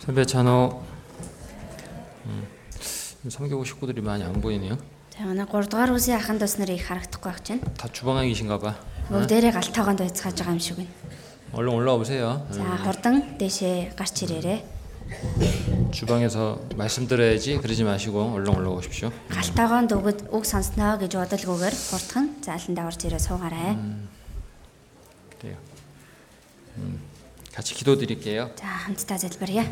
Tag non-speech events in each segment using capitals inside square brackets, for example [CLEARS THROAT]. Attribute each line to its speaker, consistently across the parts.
Speaker 1: 선배 찬호. 음. 3개국 식구들이 많이 안 보이네요.
Speaker 2: За манай 3 дугаар үсийн ахын дус нарыг их харагдахгүй байх чинь.
Speaker 1: 다 주방장이신가 봐.
Speaker 2: Бүгдээрээ галтайгоонд байцгааж байгаа юм шиг байна.
Speaker 1: 얼른 올라와 보세요.
Speaker 2: За хурдан дэшээ гарч ирээрээ.
Speaker 1: 주방에서 말씀드려야지 그러지 마시고 얼른 올라오십시오.
Speaker 2: Галтайгоонд өгд үг сонсноо гэж бодолгүйгээр хурдхан зааландаа орж ирээ суугаарай.
Speaker 1: 그래요. 음. 같이 기도드릴게요.
Speaker 2: За хамтдаа залбирая.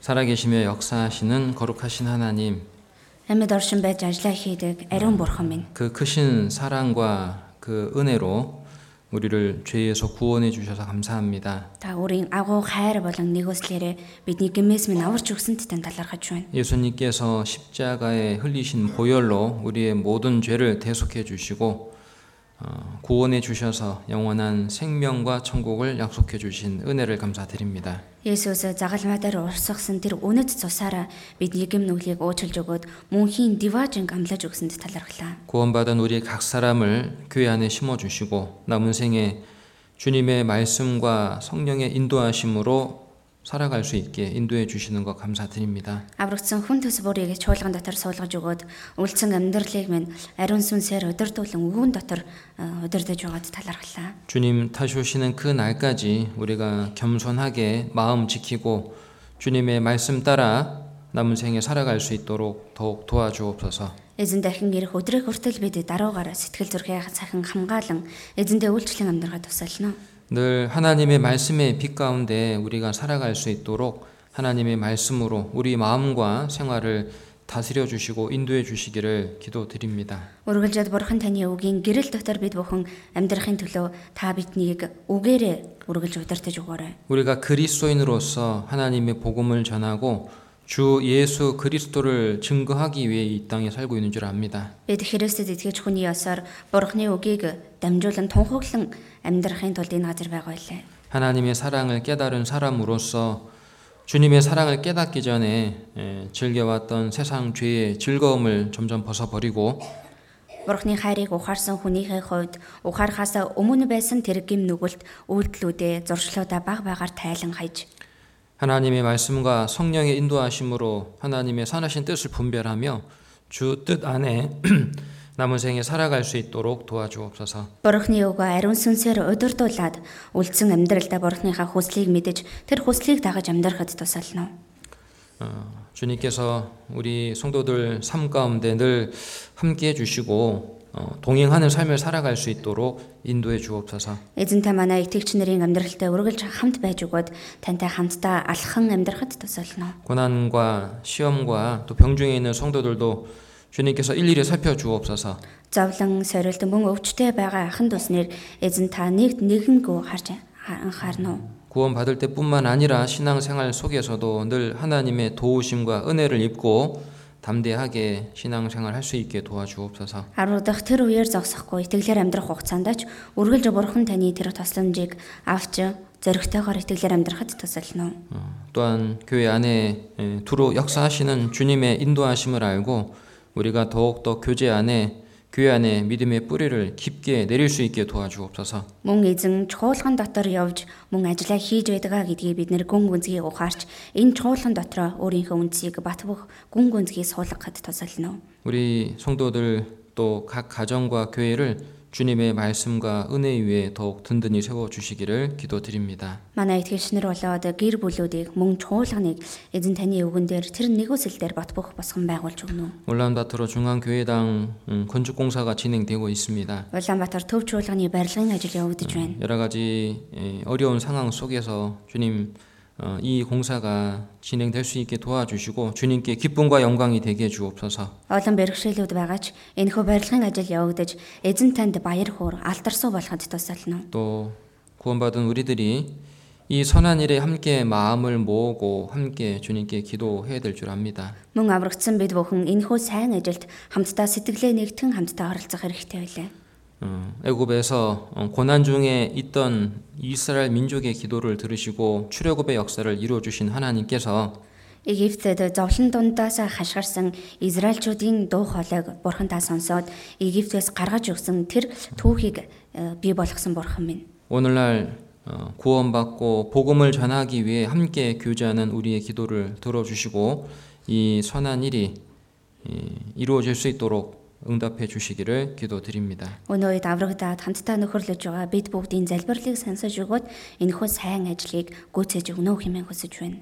Speaker 1: 살아계시며 역사하시는 거룩하신 하나님,
Speaker 2: Амьд оршин байж ажиллаа хийдэг ариун бурхан минь.
Speaker 1: 그 크신 사랑과 그 은혜로 우리를 죄에서 구원해 주셔서 감사합니다.
Speaker 2: Та өөрийн агуу хайр болон нэгөөслөрээ бидний гэмээс минь аварч өгсөнд тань талархаж байна.
Speaker 1: 예수님께서 십자가에 흘리신 보혈로 우리의 모든 죄를 대속해 주시고 어, 구원해 주셔서 영원한 생명과 천국을 약속해 주신 은혜를 감사드립니다.
Speaker 2: Есүс загалмай дээр урсгсан тэр үнэт цусаараа бидний гэм нүглийг уучлж өгөөд мөнхийн диважинг амлаж өгсөнд талархлаа.
Speaker 1: 구원받은 우리 각 사람을 교회 안에 심어 주시고 남은 생에 주님의 말씀과 성령의 인도하심으로 살아갈 수 있게 인도해 주시는 것 감사드립니다.
Speaker 2: Аврагдсан хүн төс бүрийг чуулган дотор суулгаж өгөөд үлдсэн амьдралыг минь ариун сүнсээр удирдуулан өвгөн дотор э, удирдах байгаад талархлаа.
Speaker 1: 주님 다시 오시는 그 날까지 우리가 겸손하게 마음 지키고 주님의 말씀 따라 남은 생에 살아갈 수 있도록 더욱 도와주옵소서.
Speaker 2: Эзэн дахин ирэх өдрийг хүртэл бид даруугаар сэтгэл зүрхээ цахин хамгаалan эзэндээ үйлчлэн амьдрахад тусална.
Speaker 1: 늘 하나님의 말씀의 빛 가운데 우리가 살아갈 수 있도록 하나님의 말씀으로 우리 마음과 생활을 다스려 주시고 인도해 주시기를 기도드립니다.
Speaker 2: Үргэлжлээд бурхан таны үгийн гэрэл дотор бид бүхэн амьдрахын төлөө та биднийг үгээрээ үргэлж удирдах өгөөрэй.
Speaker 1: 우리가 그리스도인으로서 하나님의 복음을 전하고 주 예수 그리스도를 증거하기 위해 이 땅에 살고 있는 줄 압니다.
Speaker 2: Бид Христэд итгэж хүний ёсоор Бурхны үгийг дамжуулан тунхаглан амьдрахын тулд энэ газар байгаа байлаа.
Speaker 1: 하나님의 사랑을 깨달은 사람으로서 주님의 사랑을 깨닫기 전에 에, 즐겨왔던 세상 죄의 즐거움을 점점 벗어버리고
Speaker 2: Бурхны хайрыг ухаарсан хүнийхээ хувьд ухаархаасаа өмнө байсан тэр гим нүгэлт үйлдэлүүдээ зуршлуудаа баг багаар тайлан хаяж
Speaker 1: 하나님의 말씀과 성령의 인도하심으로 하나님의 선하신 뜻을 분별하며 주 뜻 안에 [CLEARS THROAT] 남은 생에 살아갈 수 있도록 도와주옵소서.
Speaker 2: Бурхны өгөө ариун сүнсээр удирдуулад үлдсэн амьдралдаа Бурхныхаа хүслийг мэдэж тэр хүслийг дагаж амьдрахад тусална уу.
Speaker 1: 어, 주님께서 우리 성도들 삶 가운데 늘 함께해 주시고 어, 동행하는 삶을 살아갈 수 있도록 인도해 주옵소서.
Speaker 2: Эзэнтэй манай итгэгч нарын амьдралтай үргэлж хамт байж өгөөд тантай хамтдаа алхан амьдрахад тусална уу.
Speaker 1: 고난과 시험과 또 병중에 있는 성도들도 주님께서 일일이 살펴 주옵소서.
Speaker 2: Зовлон, сорилт мөн өвчтэй байгаа ахын туснэр эзэн та нэгд нэгэнгүү харж анхаарна уу.
Speaker 1: 구원 받을 때뿐만 아니라 신앙생활 속에서도 늘 하나님의 도우심과 은혜를 입고 담대하게 신앙생활 할 수 있게 도와주옵소서.
Speaker 2: Аруудах тэр үеэр зогсохгүй итгэлээр амьдрах хугацаанд ч үргэлж бурхан таны тэр тосломжийг авч зоригтойгоор итгэлээр амьдрахад тусална уу.
Speaker 1: 어, 또한 교회 안에 에, 두루 역사하시는 주님의 인도하심을 알고 우리가 더욱더 교제 안에 교회 안에 믿음의 뿌리를 깊게 내릴 수 있게 도와주옵소서.
Speaker 2: Мөн эзэн чуулган дотор явж мөн ажиллаа хийж байдгаа гэдгийг бид нэр гүн гүнзгий ухаарч энэ чуулган дотроо өөрийнхөө үнцгийг бат бөх гүн гүнзгий суулгахад тусална уу.
Speaker 1: 우리 성도들 또 각 가정과 교회를 주님의 말씀과 은혜 위에 더욱 든든히 세워 주시기를 기도드립니다.
Speaker 2: Манай итгэгчнэр болоод гэр бүлүүдийг мөн чуулганыг эзэн таны өгөн дээр тэр нэгүсэл дээр бат бөх босгон байгуулж өгнө үү.
Speaker 1: 울란바토르 중앙교회당 음, 건축공사가 진행되고 있습니다.
Speaker 2: Улаанбаатар төв чуулганы барилгын ажил явагдаж байна.
Speaker 1: 여러 가지 에, 어려운 상황 속에서 주님 어, 이 공사가 진행될 수 있게 도와주시고 주님께 기쁨과 영광이 되게 해 주옵소서.
Speaker 2: Олон бэрхшээлүүд байгаа ч энэхүү барилгын ажил явагдаж эзэн танд баяр хөөр алдарсуу болоход тусална.
Speaker 1: 또 구원받은 우리들이 이 선한 일에 함께 마음을 모으고 함께 주님께 기도해야 될 줄 압니다.
Speaker 2: Мөн аврагдсан бид бүхэн энэхүү сайн ажилд хамтдаа сэтгэлээ нэгтгэн хамтдаа оролцох хэрэгтэй байлаа.
Speaker 1: 음, 애굽에서 어, 고난 중에 있던 이스라엘 민족의 기도를 들으시고 출애굽의 역사를 이루어 주신 하나님께서
Speaker 2: Египтэд зовлон дундаас хашгирсан Израильчүүдийн дуу хоолойг бурхан та сонсоод Египтээс гаргаж өгсөн тэр түүхийг э, бий болгосон бурхан минь.
Speaker 1: 오늘날 어, 구원받고 복음을 전하기 위해 함께 교제하는 우리의 기도를 들어주시고 이 선한 일이 이, 이루어질 수 있도록 응답해 주시기를 기도드립니다.
Speaker 2: Өнөө үед аврагдаад хамтдаа нөхөрлөж байгаа бид бүгдийн залбирлыг сонсож өгөөд энэхүү сайн ажлыг гүйцээж өгнө үү хэмээн хүсэж байна.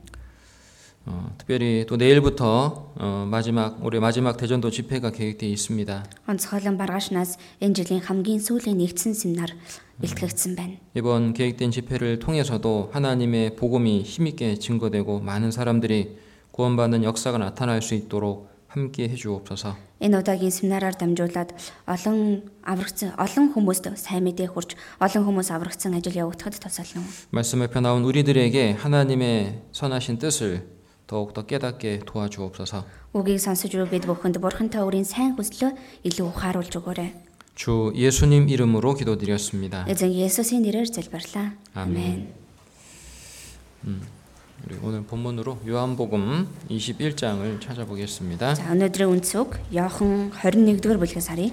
Speaker 1: 어, 특별히 또 내일부터 어, 마지막 올해 마지막 대전도 집회가 계획되어 있습니다.
Speaker 2: Онцгойлон баргаашнаас энэ жилийн хамгийн сүүлийн нэгдсэн семинар бэлтгэгдсэн байна.
Speaker 1: 이번 계획된 집회를 통해서도 하나님의 복음이 힘있게 증거되고 많은 사람들이 구원받는 역사가 나타날 수 있도록 함께 해주옵소서.
Speaker 2: Энэ удаагийн семинараар дамжуулаад олон аврагдсан олон хүмүүст сайн мэдээ хүрч олон хүмүүс аврагдсан ажил явагдахад тусална.
Speaker 1: 말씀을 펴나온 우리들에게 하나님의 선하신 뜻을 더욱더 깨닫게 도와주옵소서.
Speaker 2: Үгийг сонсож буй бид бүхэнд бурхантай өөрийн сайн хүслөө илүү ухааруулж өгөөрэй.
Speaker 1: 주 예수님 이름으로 기도드렸습니다.
Speaker 2: Эзэн Есүсийн нэрээр залбирлаа. Амен.
Speaker 1: 음, 우리 오늘 본문으로 요한복음 21장을 찾아보겠습니다.
Speaker 2: За өнөөдрийн үндэсүг Иохан 21-р бүлгээс харъя.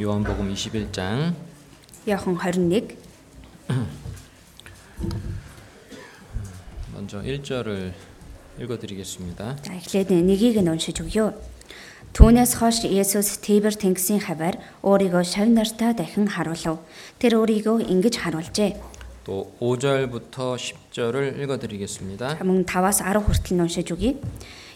Speaker 1: 요한복음 21장
Speaker 2: Иохан 21
Speaker 1: 먼저 1절을 읽어드리겠습니다.
Speaker 2: За эхлээд нэгийг нь уншиж өгье. Түүнээс хойш Есүс Тибер тэнгисийн хавар өөрийгөө шавь нартаа дахин харуулв. Тэр өөрийгөө ингэж харуулжээ.
Speaker 1: 또 5절부터 10절을 읽어드리겠습니다.
Speaker 2: Мөн 5-аас 10 хүртэл нь уншиж өгье.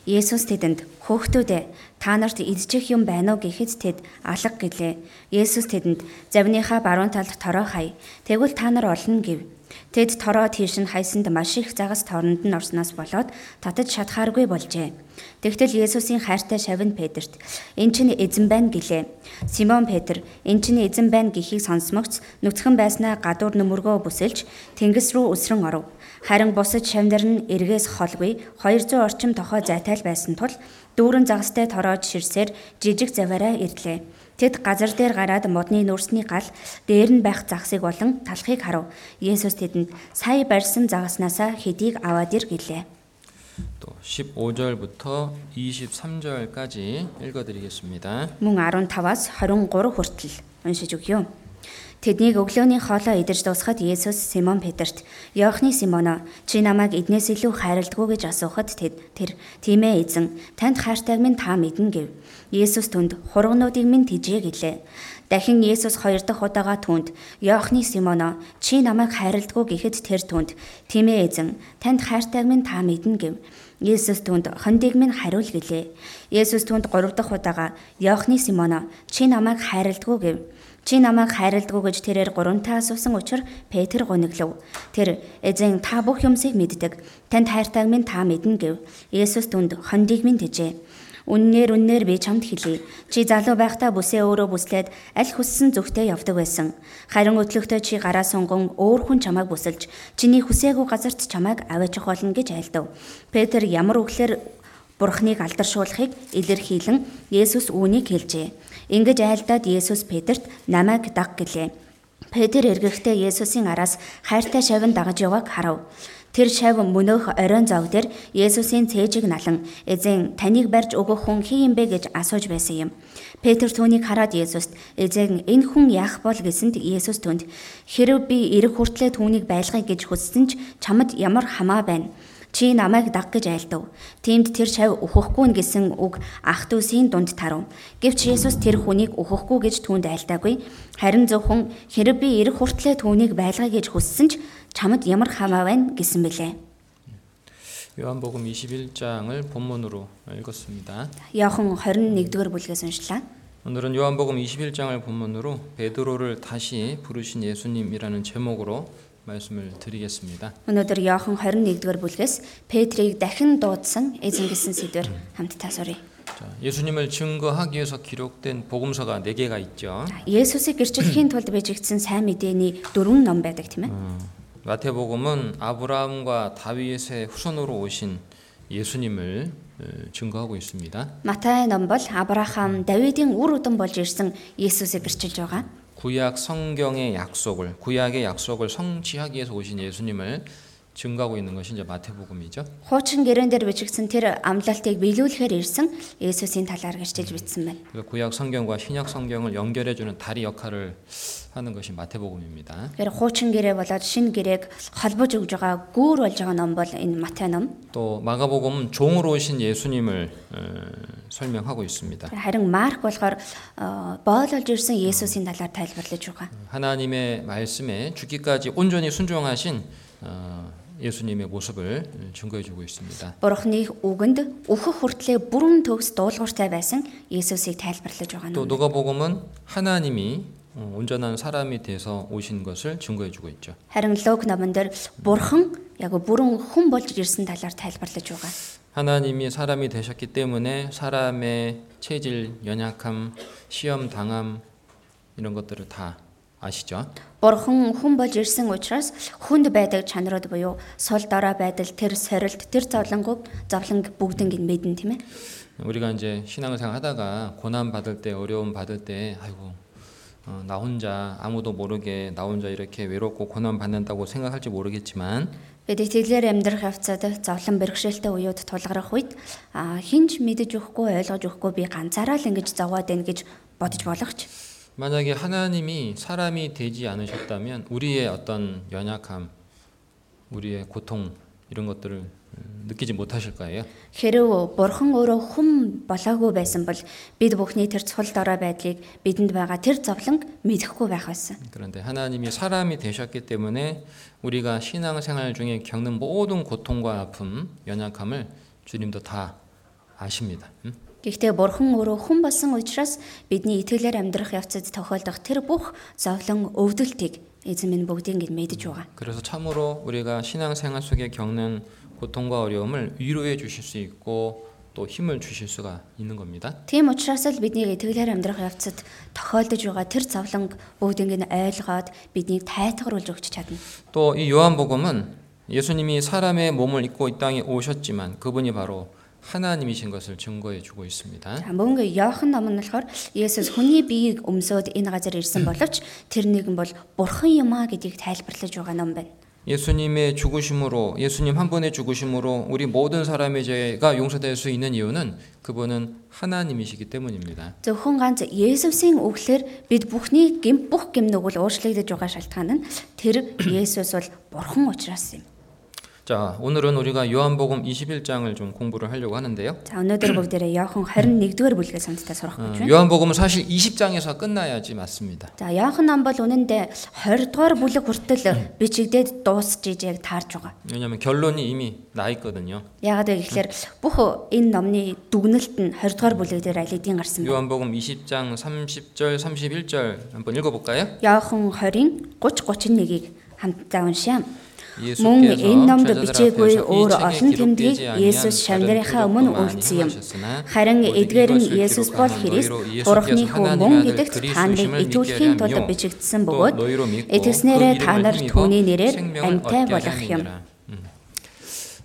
Speaker 2: Есүс тэдэнд хөөхтүүдээ та нарт идчих юм байна уу гэхэд тэд алга гэлээ. Есүс тэдэнд завныхаа баруун талд тороо хай. Тэгвэл та нар олно гэв. Тэд тороо тийш нь хайсанд маш их загас торонд нь орсноос болоод татаж шатхааргүй болжээ. Тэгтэл Есүсийн хайртай шавн Петерт эн чинь эзэн байна гэлээ. Симон Петр эн чинь эзэн байна гэхийг сонсмогц нүцгэн байснаа гадуур нүмергөө бүсэлж тэнгис рүү өсрөн оров. Харин бусад шавнар нь эргээс холгүй 200 орчим тохой зайтай байсан тул дүүрэн загастай тороод ширсээр жижиг заваараа ирлээ. Тэд газар дээр гараад модны нүрсний гал дээр нь байх загсыг болон талхыг харав. Есүс тэдэнд сая барьсан загаснасаа хэдийг аваад ир гэлээ.
Speaker 1: 또 15절부터 23절까지 읽어드리겠습니다.
Speaker 2: Мөн 15-аас 23 хүртэл уншиж өгье. Тэднийг өглөөний хоолой идэж дуусахад Есүс Симон Петерт "Йоохны Симоно, чи намайг эднээс илүү хайрладгүй" гэж асуухад тэд тэр "Тийм ээ эзэн, танд хайртайг минь та мэднэ" гэв. Есүс түнд "Хургнуудыг минь тижээ" гэлээ. Дахин Есүс хоёр дахь удаага түнд "Йоохны Симоно, чи намайг хайрладгүй" гэхэд тэр түнд "Тийм ээ эзэн, танд хайртайг минь та мэднэ" гэв. Есүс түнд хондийг минь хариул гэлээ. Есүс түнд гурав дахь удаага "Йоохны Симоно, чи намайг хайрладгүй" гэв. Чи намайг хайрладгүй гэж тэрээр гурантаа асуусан учраас Петр гониглов. Тэр эзэн та бүх юмсыг мэддэг. Танд хайртайг минь та мэднэ гэв. Есүс түнд хондийг минь тэжээ. Үннээр үннээр би чамд хэлий. Чи залуу байхдаа бүсээ өөрөө бүслээд аль хүссэн зүгтээ явдаг байсан. Харин өтлөгтөө чи гараа сунгон өөр хүн чамайг бүсэлж чиний хүсээгүй газарт чамайг аваачих болно гэж айлдав. Петр ямар үглээр Бурхныг алдаршуулахыг илэрхийлэн Есүс үүнийг хэлжээ. Ингэж айлдаад Есүс Петерт намайг даг гэлээ. Петр эргэхдээ Есүсийн араас хайртай шавн дагаж явааг харав. Тэр шав мөнөөх оройн зог дээр Есүсийн цээжийг налан эзэн таныг барьж өгөх хүн хий юм бэ гэж асууж байсан юм. Петр түүнийг хараад Есүст эзэн энэ хүн яах бол гэсэнд Есүс түнд хэрв би эрэг хүртлээр түүнийг байлгая гэж хүссэн ч чамд ямар хамаа байна чи намайг даг гэж айлдав. Тиймд тэр шав өөхөхгүй нь гэсэн үг ах дүүсийн дунд тарав. Гэвч Есүс тэр хүнийг өөхөхгүй гэж түүнд айлдаагүй. Харин зөвхөн хэрэг би эрэх хүртлээр түүнийг байлгая гэж хүссэн ч чамд ямар хамаа байна гэсэн бэлээ.
Speaker 1: 요한복음 21장을 본문으로 읽었습니다.
Speaker 2: Иохан 21-р бүлгээс уншлаа.
Speaker 1: 오늘은 요한복음 21장을 본문으로 베드로를 다시 부르신 예수님이라는 제목으로 말씀을 드리겠습니다.
Speaker 2: Өнөөдөр Иохан 21-р бүлгээс Петрийг дахин дуудсан эзэн гэсэн сэдвэр хамтдаа сурья.
Speaker 1: 자, 예수님을 증거하기 위해서 기록된 복음서가 4개가 있죠.
Speaker 2: Есүсийг гэрчлэхийн тулд бичигдсэн сайн мэдээний дөрвөн ном байдаг тийм ээ.
Speaker 1: 마태복음은 아브라함과 다윗의 후손으로 오신 예수님을 어, 증거하고 있습니다.
Speaker 2: Матай ном бол Авраам, Давидын үр удам болж ирсэн Есүсийг гэрчилж байгаа.
Speaker 1: 구약 성경의 약속을 구약의 약속을 성취하기 위해서 오신 예수님을 증가하고 있는 것이 이제 마태복음이죠.
Speaker 2: Хуучин гэрэн дээр бичигдсэн тэр амлалтыг биелүүлэхээр ирсэн Есүсийн талаар гэрчилж бичсэн байна.
Speaker 1: 그래서 구약 성경과 신약 성경을 연결해 주는 다리 역할을 하는 것이 마태복음입니다.
Speaker 2: Тэгэхээр хуучин гэрээ болоод шинэ гэрээг холбож өгж байгаа гүүр болж байгаа ном бол энэ Матай ном.
Speaker 1: 또 마가복음은 종으로 오신 예수님을 어, 설명하고 있습니다.
Speaker 2: Харин Марк болохоор э, боол болж ирсэн Есүсийн талаар тайлбарлаж байгаа.
Speaker 1: 하나님의 말씀에 죽기까지 온전히 순종하신 어, 예수님의 모습을 증거해 주고 있습니다.
Speaker 2: Бурхны үгэнд өөхөх хүртлээр бүрэн төгс дуулууртай байсан Есүсийг тайлбарлаж байгаа
Speaker 1: 또
Speaker 2: ном.
Speaker 1: 누가복음은 하나님이 어, 온전한 사람이 돼서 오신 것을 증거해 주고 있죠.
Speaker 2: Харин Луг номон дээр Бурхан яг бүрэн хүн болж ирсэн талаар тайлбарлаж байгаа.
Speaker 1: 하나님이 사람이 되셨기 때문에 사람의 체질, 연약함, 시험 당함 이런 것들을 다 아시죠?
Speaker 2: Бурхан хүн болж ирсэн учраас хүнд байдаг чанарууд буюу сул дорой байдал, тэр сорилт, тэр зовлонгууд, зовлонг бүгднийг нь мэдэн тийм ээ.
Speaker 1: 우리가 이제 신앙을 생활하다가 고난 받을 때, 어려움 받을 때, 아이고 어, 나 혼자 아무도 모르게 나 혼자 이렇게 외롭고 고난 받는다고 생각할지 모르겠지만
Speaker 2: Бид итгэлээр амьдрах явцад зовлон бэрхшээлтэй үеуд тулгарх үед аа, хинж мэдэж өгөхгүй, ойлгож өгөхгүй би ганцаараа л ингэж зовоод байна гэж бодож болохч.
Speaker 1: 만약에 하나님이 사람이 되지 않으셨다면 우리의 어떤 연약함, 우리의 고통 이런 것들을 음, 느끼지 못하실 거예요.
Speaker 2: Хэрв бурхан өөрөө хүм болоогүй байсан бол бид бүхний тэр цул дорой байдлыг бидэнд байгаа тэр зовлон мэдэхгүй байх байсан.
Speaker 1: 그런데 하나님이 사람이 되셨기 때문에 우리가 신앙생활 중에 겪는 모든 고통과 아픔, 연약함을 주님도 다 아십니다. 음?
Speaker 2: Гэхдээ бурхан өөрөө хүн болсон учраас бидний итгэлээр амьдрах явцад тохиолдох тэр бүх зовлон өвдөлтийг эзэн минь бүгдийг ингэ мэдэж байгаа.
Speaker 1: 그래서 참으로 우리가 신앙생활 속에 겪는 고통과 어려움을 위로해 주실 수 있고 또 힘을 주실 수가 있는 겁니다.
Speaker 2: Тийм учраас л бидний итгэлээр амьдрах явцад тохиолдож байгаа тэр зовлон бүгдийг нь ойлгоод биднийг тайтгаруулж өгч чадна.
Speaker 1: 또 이 요한복음은 예수님이 사람의 몸을 입고 이 땅에 오셨지만 그분이 바로 하나님이신 것을 증거해 주고 있습니다.
Speaker 2: За, Мөн Иохан ном нь болохоор Есүс хүний биеийг өмсөд энэ газар ирсэн боловч тэр нэгэн бол бурхан юм а гэдгийг тайлбарлаж байгаа ном байна.
Speaker 1: 예수님의 죽으심으로 예수님 한 분의 죽으심으로 우리 모든 사람의 죄가 용서될 수 있는 이유는 그분은 하나님이시기 때문입니다.
Speaker 2: Зөвхөн ганц Есүсийн үгээр бид бүхний гэм бүх гэмнүг бол уучлагдж байгаа шалтгаан нь тэр Есүс бол бурхан учраас юм.
Speaker 1: 자, 오늘은 우리가 요한복음 21장을 좀 공부를 하려고 하는데요.
Speaker 2: За өнөөдөр бүгдээрээ Иохан 21-р бүлгээ самтдаа сурах
Speaker 1: 어,
Speaker 2: гэж байна.
Speaker 1: 요한복음은 사실 20장에서 끝나야지 맞습니다.
Speaker 2: За Иохан ном бол үнэн дээр 20-р бүлэг хүртэл бичигдээд дуусч ижээг таарж байгаа.
Speaker 1: 왜냐하면 결론이 이미 나 있거든요.
Speaker 2: Яагаад вэ гэхээр бүх энэ номны дүгнэлт нь 20-р бүлэг дээр аль эдийн гарсан байна.
Speaker 1: 요한복음 20장 30절 31절 한번 읽어볼까요?
Speaker 2: Яохан 20 30 31-ийг хамтдаа уншъя. Мөн
Speaker 1: 예수께서
Speaker 2: энэ номд
Speaker 1: 제자들
Speaker 2: бичээгүй
Speaker 1: 앞에서 이
Speaker 2: өөр
Speaker 1: 책에
Speaker 2: олон
Speaker 1: 기록되지
Speaker 2: тэмдгийг
Speaker 1: 아니한
Speaker 2: Есүс
Speaker 1: 다른
Speaker 2: шавнарынхаа
Speaker 1: 표적도
Speaker 2: өмнө
Speaker 1: 많이
Speaker 2: үлдсэн юм.
Speaker 1: 행하셨으나
Speaker 2: Харин
Speaker 1: 모든
Speaker 2: эдгээр нь
Speaker 1: 이것을
Speaker 2: Есүс бол
Speaker 1: 기록하는
Speaker 2: Христ,
Speaker 1: 너희로 예수께서
Speaker 2: Бурхны хүү
Speaker 1: 하나님의
Speaker 2: мөн
Speaker 1: 아들
Speaker 2: гэдэгт
Speaker 1: 그리스도심을
Speaker 2: та нарыг
Speaker 1: 믿게
Speaker 2: итгүүлэхийн
Speaker 1: 하며
Speaker 2: тулд бичигдсэн
Speaker 1: 또
Speaker 2: бөгөөд
Speaker 1: 너희로 믿고
Speaker 2: итгэснээрээ
Speaker 1: 그
Speaker 2: та
Speaker 1: 이름을
Speaker 2: нар
Speaker 1: 힘입어
Speaker 2: түүний нэрээр
Speaker 1: 생명을
Speaker 2: амьтай
Speaker 1: 얻게
Speaker 2: болох юм.
Speaker 1: 하느니라. 음.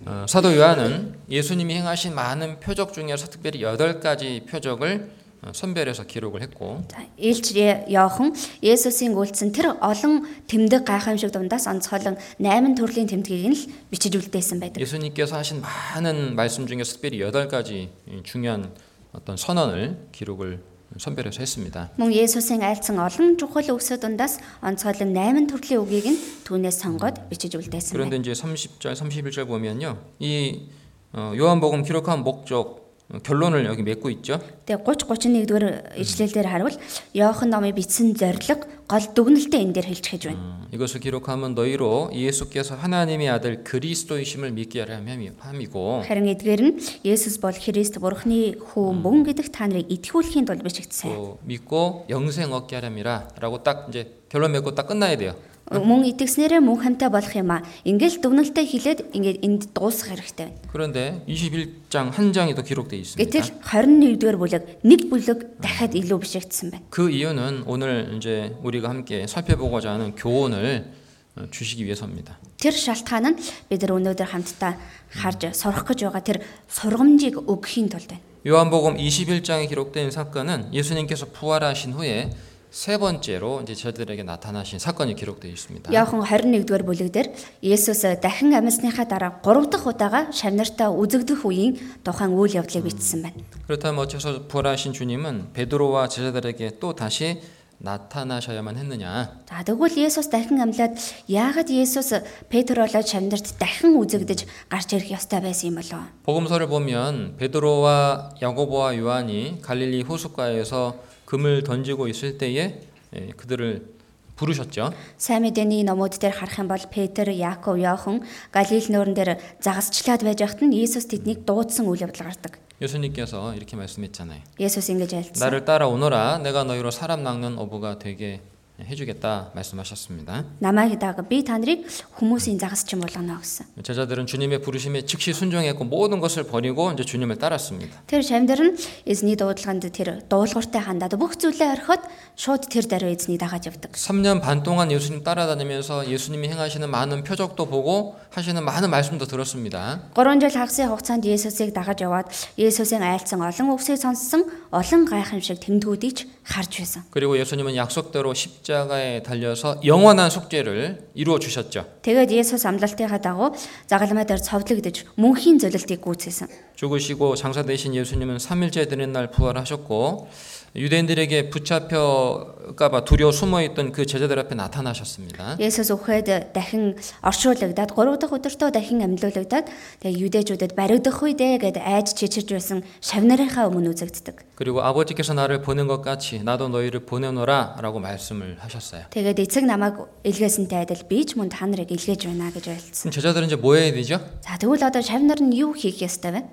Speaker 1: 어, 사도 요한은 예수님이 행하신 많은 표적 중에서 특별히 여덟 가지 표적을 어, 선별해서 기록을 했고
Speaker 2: За, Илч Иохан Есүсийн үйлцэн тэр олон тэмдэг гайхамшиг дундаас онцгойлон 8 төрлийн тэмдгийг нь л бичиж үлдээсэн байдаг.
Speaker 1: 예수님께서 하신 많은 말씀 중에서 특별히 여덟 가지 이 중요한 어떤 선언을 기록을 선별해서 했습니다.
Speaker 2: Мөн Есүсийн айлцсан олон чухал өгсө дундаас онцгойлон 8 төрлийн үгийг нь түүнээс сонгоод бичиж үлдээсэн байна.
Speaker 1: 그런데 이제 30절, 31절 보면요. 이 어, 요한복음 기록한 목적 어, 결론을 여기 맺고 있죠.
Speaker 2: Тэгээ 30 31 дугаар ишлэлээр харвал Иохан номыг бичсэн зорилго гол дүгнэлтээ энэ дээр хэлчихэж байна.
Speaker 1: 어, 이것을 기록하면 너희로 예수께서 하나님의 아들 그리스도이심을 믿게 하려 함이- 함이고
Speaker 2: Харин эдгээр нь Есүс бол Христ Бурхны хүү мөн гэдэг та нарыг итгүүлэхийн тулд бичигдсэн.
Speaker 1: 또 믿고 영생 얻게 하렴이라라고 딱 이제 결론 맺고 딱 끝나야 돼요.
Speaker 2: Мөн итгэснээрээ мөн хамтаа болох юм аа. Ингээл дүгнэлтээ хэлээд ингээд энд дуусах хэрэгтэй байна.
Speaker 1: 그런데 21장 한 장이 더 기록돼 있습니다.
Speaker 2: Гэтэл 21 дугаар бүлэг нэг бүлэг дахиад илүү бишигдсэн байна.
Speaker 1: 그 이유는 오늘 이제 우리가 함께 살펴보고자 하는 교훈을 어, 주시기 위해서입니다.
Speaker 2: Тэр шалтгаан нь бид нар өнөөдөр хамтдаа харж сурах гэж байгаа тэр сургамжийг өгөхийн тулд байна.
Speaker 1: 요한복음 21장에 기록된 사건은 예수님께서 부활하신 후에 세 번째로 이제 제자들에게 나타나신 사건이 기록되어 있습니다.
Speaker 2: Яохан 21-р бүлэг дээр Есүс э, дахин амьсныхаа дараа 3 дахь удаага шавнартаа үзэгдэх үеийн тухайн үйл явдлыг бичсэн байна.
Speaker 1: 그렇다면 어째서 부활하신 주님은 베드로와 제자들에게 또 다시 나타나셔야만 했느냐?
Speaker 2: За тэгвэл Есүс дахин амьлаад яагаад Есүс Петролоо шавнарт дахин үзэгдэж гарч ирэх ёстой байсан юм болов?
Speaker 1: 복음서를 보면 베드로와 야고보와 요한이 갈릴리 호숫가에서 금을 던지고 있을 때에 예, 그들을 부르셨죠.
Speaker 2: Сайн мэдээний номууд дээр харах юм бол Петр, Яаков, Йохан Галил нуурын дээр загасчлаад байж хат нь Есүс тэднийг дуудсан үйл явдал гардаг.
Speaker 1: 예수님께서 이렇게 말씀했잖아요.
Speaker 2: Есүс ингэж альцсан.
Speaker 1: 나를 따라오너라 내가 너희로 사람 낚는 어부가 되게 해주겠다 말씀하셨습니다.
Speaker 2: Намайг дааг би та нарыг хүмүүсийн загасч юм болгоно гэсэн.
Speaker 1: 제자들은 주님의 부르심에 즉시 순종했고 모든 것을 버리고 이제 주님을 따랐습니다.
Speaker 2: Тэр шамдар нь эзний дуудлаганд тэр дуулууртай хандаад бүх зүйлээ орхиод шууд тэр даруй эзний дагаад явдаг.
Speaker 1: 3년 반 동안 예수님 따라다니면서 예수님이 행하시는 많은 표적도 보고 하시는 많은 말씀도 들었습니다.
Speaker 2: 3 жил хагасын хугацаанд Есүсийг дагаж яваад Есүсийн айлцсан олон үгсийг сонссон олон гайхамшиг тэмдгүүдийг ч харж байсан.
Speaker 1: 그리고 예수님은 약속대로 십자가에 달려서 영원한 속죄를 이루어 주셨죠.
Speaker 2: Тэгээд Есүс амлалтынхаа дагуу загалмай дээр цовдлогдож мөнхийн золилтыг гүйцээсэн.
Speaker 1: 죽으시고 장사되신 예수님은 3일째 되는 날 부활하셨고 유대인들에게 붙잡혀가 봐 두려워 숨어있던 그 제자들 앞에 나타나셨습니다.
Speaker 2: Есүс өгөхөд дахин оршуулагдаад 3 дахь өдөртөө дахин амьдлуулагдаад тэгээд юдэжүүдэд баригдах үедээ гээд айж чичирж байсан шавнарынхаа өмнө үзэгддэг.
Speaker 1: 그리고 아버지께서 나를 보낸 것 같이 나도 너희를 보내노라 라고 말씀을 하셨어요.
Speaker 2: Тэгээд эцэг намайг илгээсэнтэй адил би ч мөн та нарыг илгээж байна гэж
Speaker 1: 그럼
Speaker 2: ойлцсон.
Speaker 1: 제자들은 이제 뭐 해야 되죠?
Speaker 2: За тэгвэл одоо шавнар нь юу хийх ёстой вэ?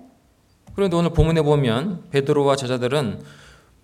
Speaker 1: 그런데 오늘 본문에 보면 베드로와 제자들은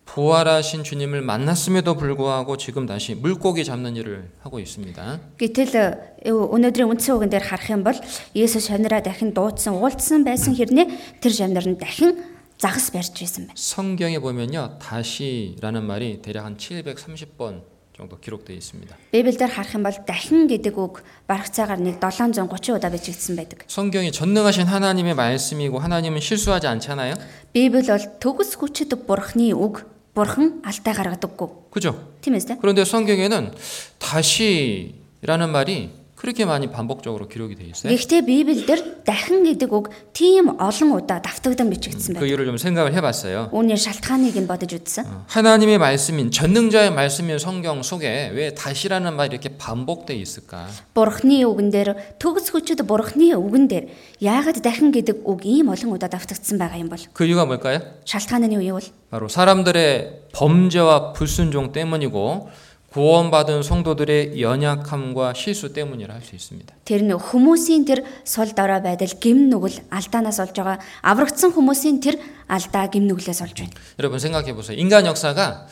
Speaker 1: 부활하신 주님을 만났음에도 불구하고 지금 다시 물고기 잡는 일을 하고 있습니다.
Speaker 2: Гэтэл э, өнөөдрийн үндсэн үгэн дээр харах юм бол Есүс шавнараа дахин дуудсан, уулзсан байсан хэрнээ тэр шавнар нь дахин загас барьж байсан байна.
Speaker 1: 성경에 보면요. 다시라는 말이 대략 한 730번 정도 기록되어 있습니다.
Speaker 2: Библиэлд харах юм бол дахин гэдэг үг бараг цагаар нэг 730 удаа бичигдсэн байдаг.
Speaker 1: 성경이 전능하신 하나님의 말씀이고 하나님은 실수하지 않잖아요.
Speaker 2: Библи бол төгс хүчит бурхны үг, бурхан алдаа гаргадаггүй.
Speaker 1: 그죠?
Speaker 2: Тийм ээ.
Speaker 1: 그런데 성경에는 다시라는 말이 그렇게 많이 반복적으로 기록이 되어 있어요.
Speaker 2: Гэхдээ Библиэлд дахин гэдэг үг тийм олон удаа давтагдсан бичигдсэн
Speaker 1: 그
Speaker 2: байна.
Speaker 1: 이유를 좀 생각을 해봤어요.
Speaker 2: Үүний шалтгааныг нь бодож үзсэн.
Speaker 1: 하나님의 말씀인 전능자의 말씀인 성경 속에 왜 다시라는 말이 이렇게 반복돼 있을까?
Speaker 2: Бурхны үгэн дээр төгс хүчит бурхны үгэн дээр яагаад дахин гэдэг үг ийм олон удаа давтагдсан байгаа юм бол
Speaker 1: 그 이유가 뭘까요?
Speaker 2: шалтгаан нь юу вэ?
Speaker 1: 바로 사람들의 범죄와 불순종 때문이고 구원받은 성도들의 연약함과 실수 때문이라 할 수 있습니다.
Speaker 2: Тэр нь хүмүүсийн тэр сул дорой байдал гим нүгэл алдаанаас олж байгаа аврагдсан хүмүүсийн тэр алдаа гим нүглээс олж байна.
Speaker 1: 여러분 생각해 보세요. 인간 역사가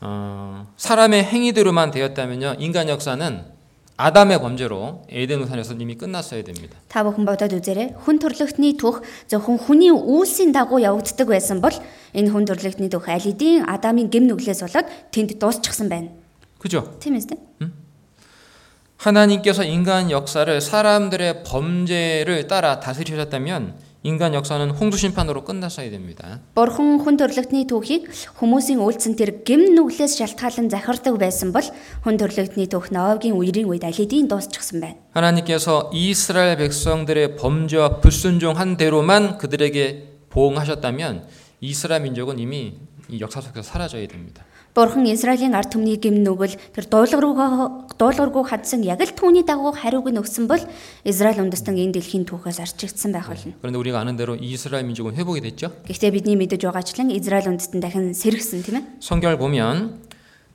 Speaker 1: 어, 사람의 행위대로만 되었다면요, 인간 역사는 아담의 범죄로 에덴 우산에서 이미 끝났어야 됩니다.
Speaker 2: Та бүхэн бодоод үзээрэй. Хүн төрлөختний түүх зөвхөн хүний үйлсийн дагуу явагддаг байсан бол энэ хүн төрлөختний түүх аль эдийн Адамын гим нүглээс болоод тэнд дуусчихсан байна.
Speaker 1: 그죠?
Speaker 2: Тийм ээ.
Speaker 1: 하나님께서 인간 역사를 사람들의 범죄를 따라 다스리셨다면 인간 역사는 홍수 심판으로 끝났어야 됩니다.
Speaker 2: Бурхан хүн төрлөختний түүхийг хүмүүсийн үйлцэн тэр гим нүглээс шалтгаалan захирдаг байсан бол хүн төрлөختний түүх Ноавгийн үерийн үед алидийн дуусчихсан байна.
Speaker 1: 하나님께서 이스라엘 백성들의 범죄와 불순종한 대로만 그들에게 보응하셨다면 이스라엘 민족은 이미 이 역사 속에서 사라져야 됩니다.
Speaker 2: Бурхан Израилийн ард түмний гим нүгэл тэр дуулгаруугаа дуулгаргүй хадсан яг л түүний дагуу хариуг нь өгсөн бол Израиль үндэстэн энэ дэлхийн түүхээс арчигдсан байх болно.
Speaker 1: 그런데 우리가 아는 대로 이스라엘 민족은 회복이 됐죠.
Speaker 2: Гэхдээ бидний мэдэж байгаачлан Израиль үндэстэн дахин сэргсэн тийм ээ.
Speaker 1: 성경을 보면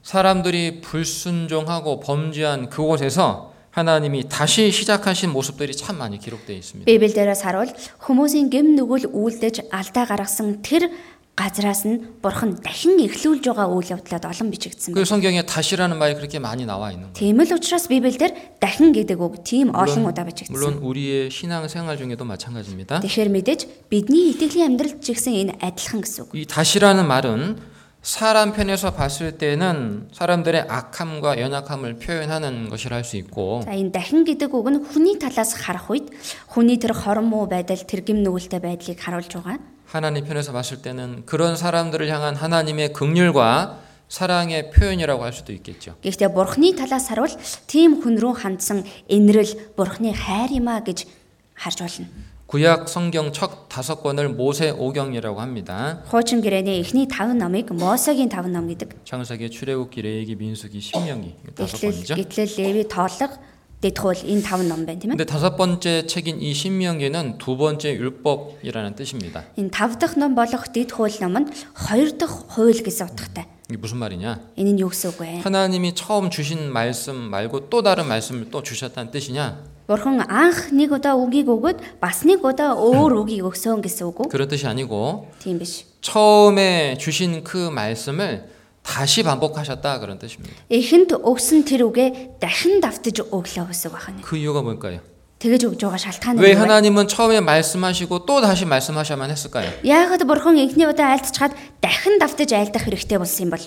Speaker 1: 사람들이 불순종하고 범죄한 그곳에서 하나님이 다시 시작하신 모습들이 참 많이 기록되어 있습니다.
Speaker 2: Библи дээрээс харуул хүмүүсийн гэм нүгэл үйлдэж алдаа гаргасан тэр газраас нь бурхан дахин эхлүүлж байгаа үйл явдлаад олон бичигдсэн. байна.
Speaker 1: 그 성경에 다시라는 말이 그렇게 많이 나와 있는 거예요.
Speaker 2: Тийм л учраас Библиэлд дахин гэдэг үг тийм олон удаа
Speaker 1: 물론
Speaker 2: бичигдсэн.
Speaker 1: 우리의 신앙 생활 중에도 마찬가지입니다.
Speaker 2: Тэгэхээр мэдээж бидний итгэлийн амьдралд ч гэсэн энэ адилхан гэсэн үг.
Speaker 1: 이 다시라는 말은 사람 편에서 봤을 때는 사람들의 악함과 연약함을 표현하는 것이라 할 수 있고
Speaker 2: За энэ дахин гэдэг үг нь хүний талаас харах үед хүний тэр хорон муу байдал, тэр гэм нүгэлтэй байдлыг харуулж байгаа.
Speaker 1: 하나님 편에서 봤을 때는 그런 사람들을 향한 하나님의 긍휼과 사랑의 표현이라고 할 수도 있겠죠.
Speaker 2: Гэхдээ бурхны талаас харуул тийм хүн рүү хандсан энэрэл бурхны хайр юм а гэж харж болно.
Speaker 1: 구약 성경 첫 다섯 권을 모세 오경이라고 합니다.
Speaker 2: Хуучин гэрээний эхний 5 номыг Мосегийн 5 ном гэдэг.
Speaker 1: 창세기, 출애굽기, 레위기, 민수기, 신명기 네, 이게 다섯 권이죠.
Speaker 2: Гэтэл гэтэл Леви тоолог дэдхүүл энэ 5 ном байна тийм ээ.
Speaker 1: 근데 다섯 번째 책인 이 신명기는 두 번째 율법이라는 뜻입니다.
Speaker 2: Энэ 5 дахь ном болох дэдхүүл ном нь 2 дахь хууль гэсэн утгатай.
Speaker 1: 이게 무슨 말이냐?
Speaker 2: Энэ нь юу гэсэн үг
Speaker 1: 네.
Speaker 2: вэ?
Speaker 1: 하나님이 처음 주신 말씀 말고 또 다른 말씀을 또 주셨다는 뜻이냐?
Speaker 2: Бурхан анх нэг удаа үгийг өгөөд бас нэг удаа өөр үгийг өгсөн гэсэн үг үү?
Speaker 1: 그런 뜻이 아니고
Speaker 2: Тийм биш.
Speaker 1: 처음에 주신 그 말씀을 다시 반복하셨다 그런 뜻입니다.
Speaker 2: Эхэнд өгсөн тэр үгэ дахин давтаж өглөө гэсэн үг байна.
Speaker 1: 그 이유가 뭘까요?
Speaker 2: Тэгэж өгж байгаа шалтгаан нь
Speaker 1: 왜
Speaker 2: юу вэ?
Speaker 1: 하나님은 처음에 말씀하시고 또 다시 말씀하셔야만 했을까요?
Speaker 2: Яагаад бурхан инхний удаа айлтчаад дахин давтаж айлдах хэрэгтэй болсон юм бол?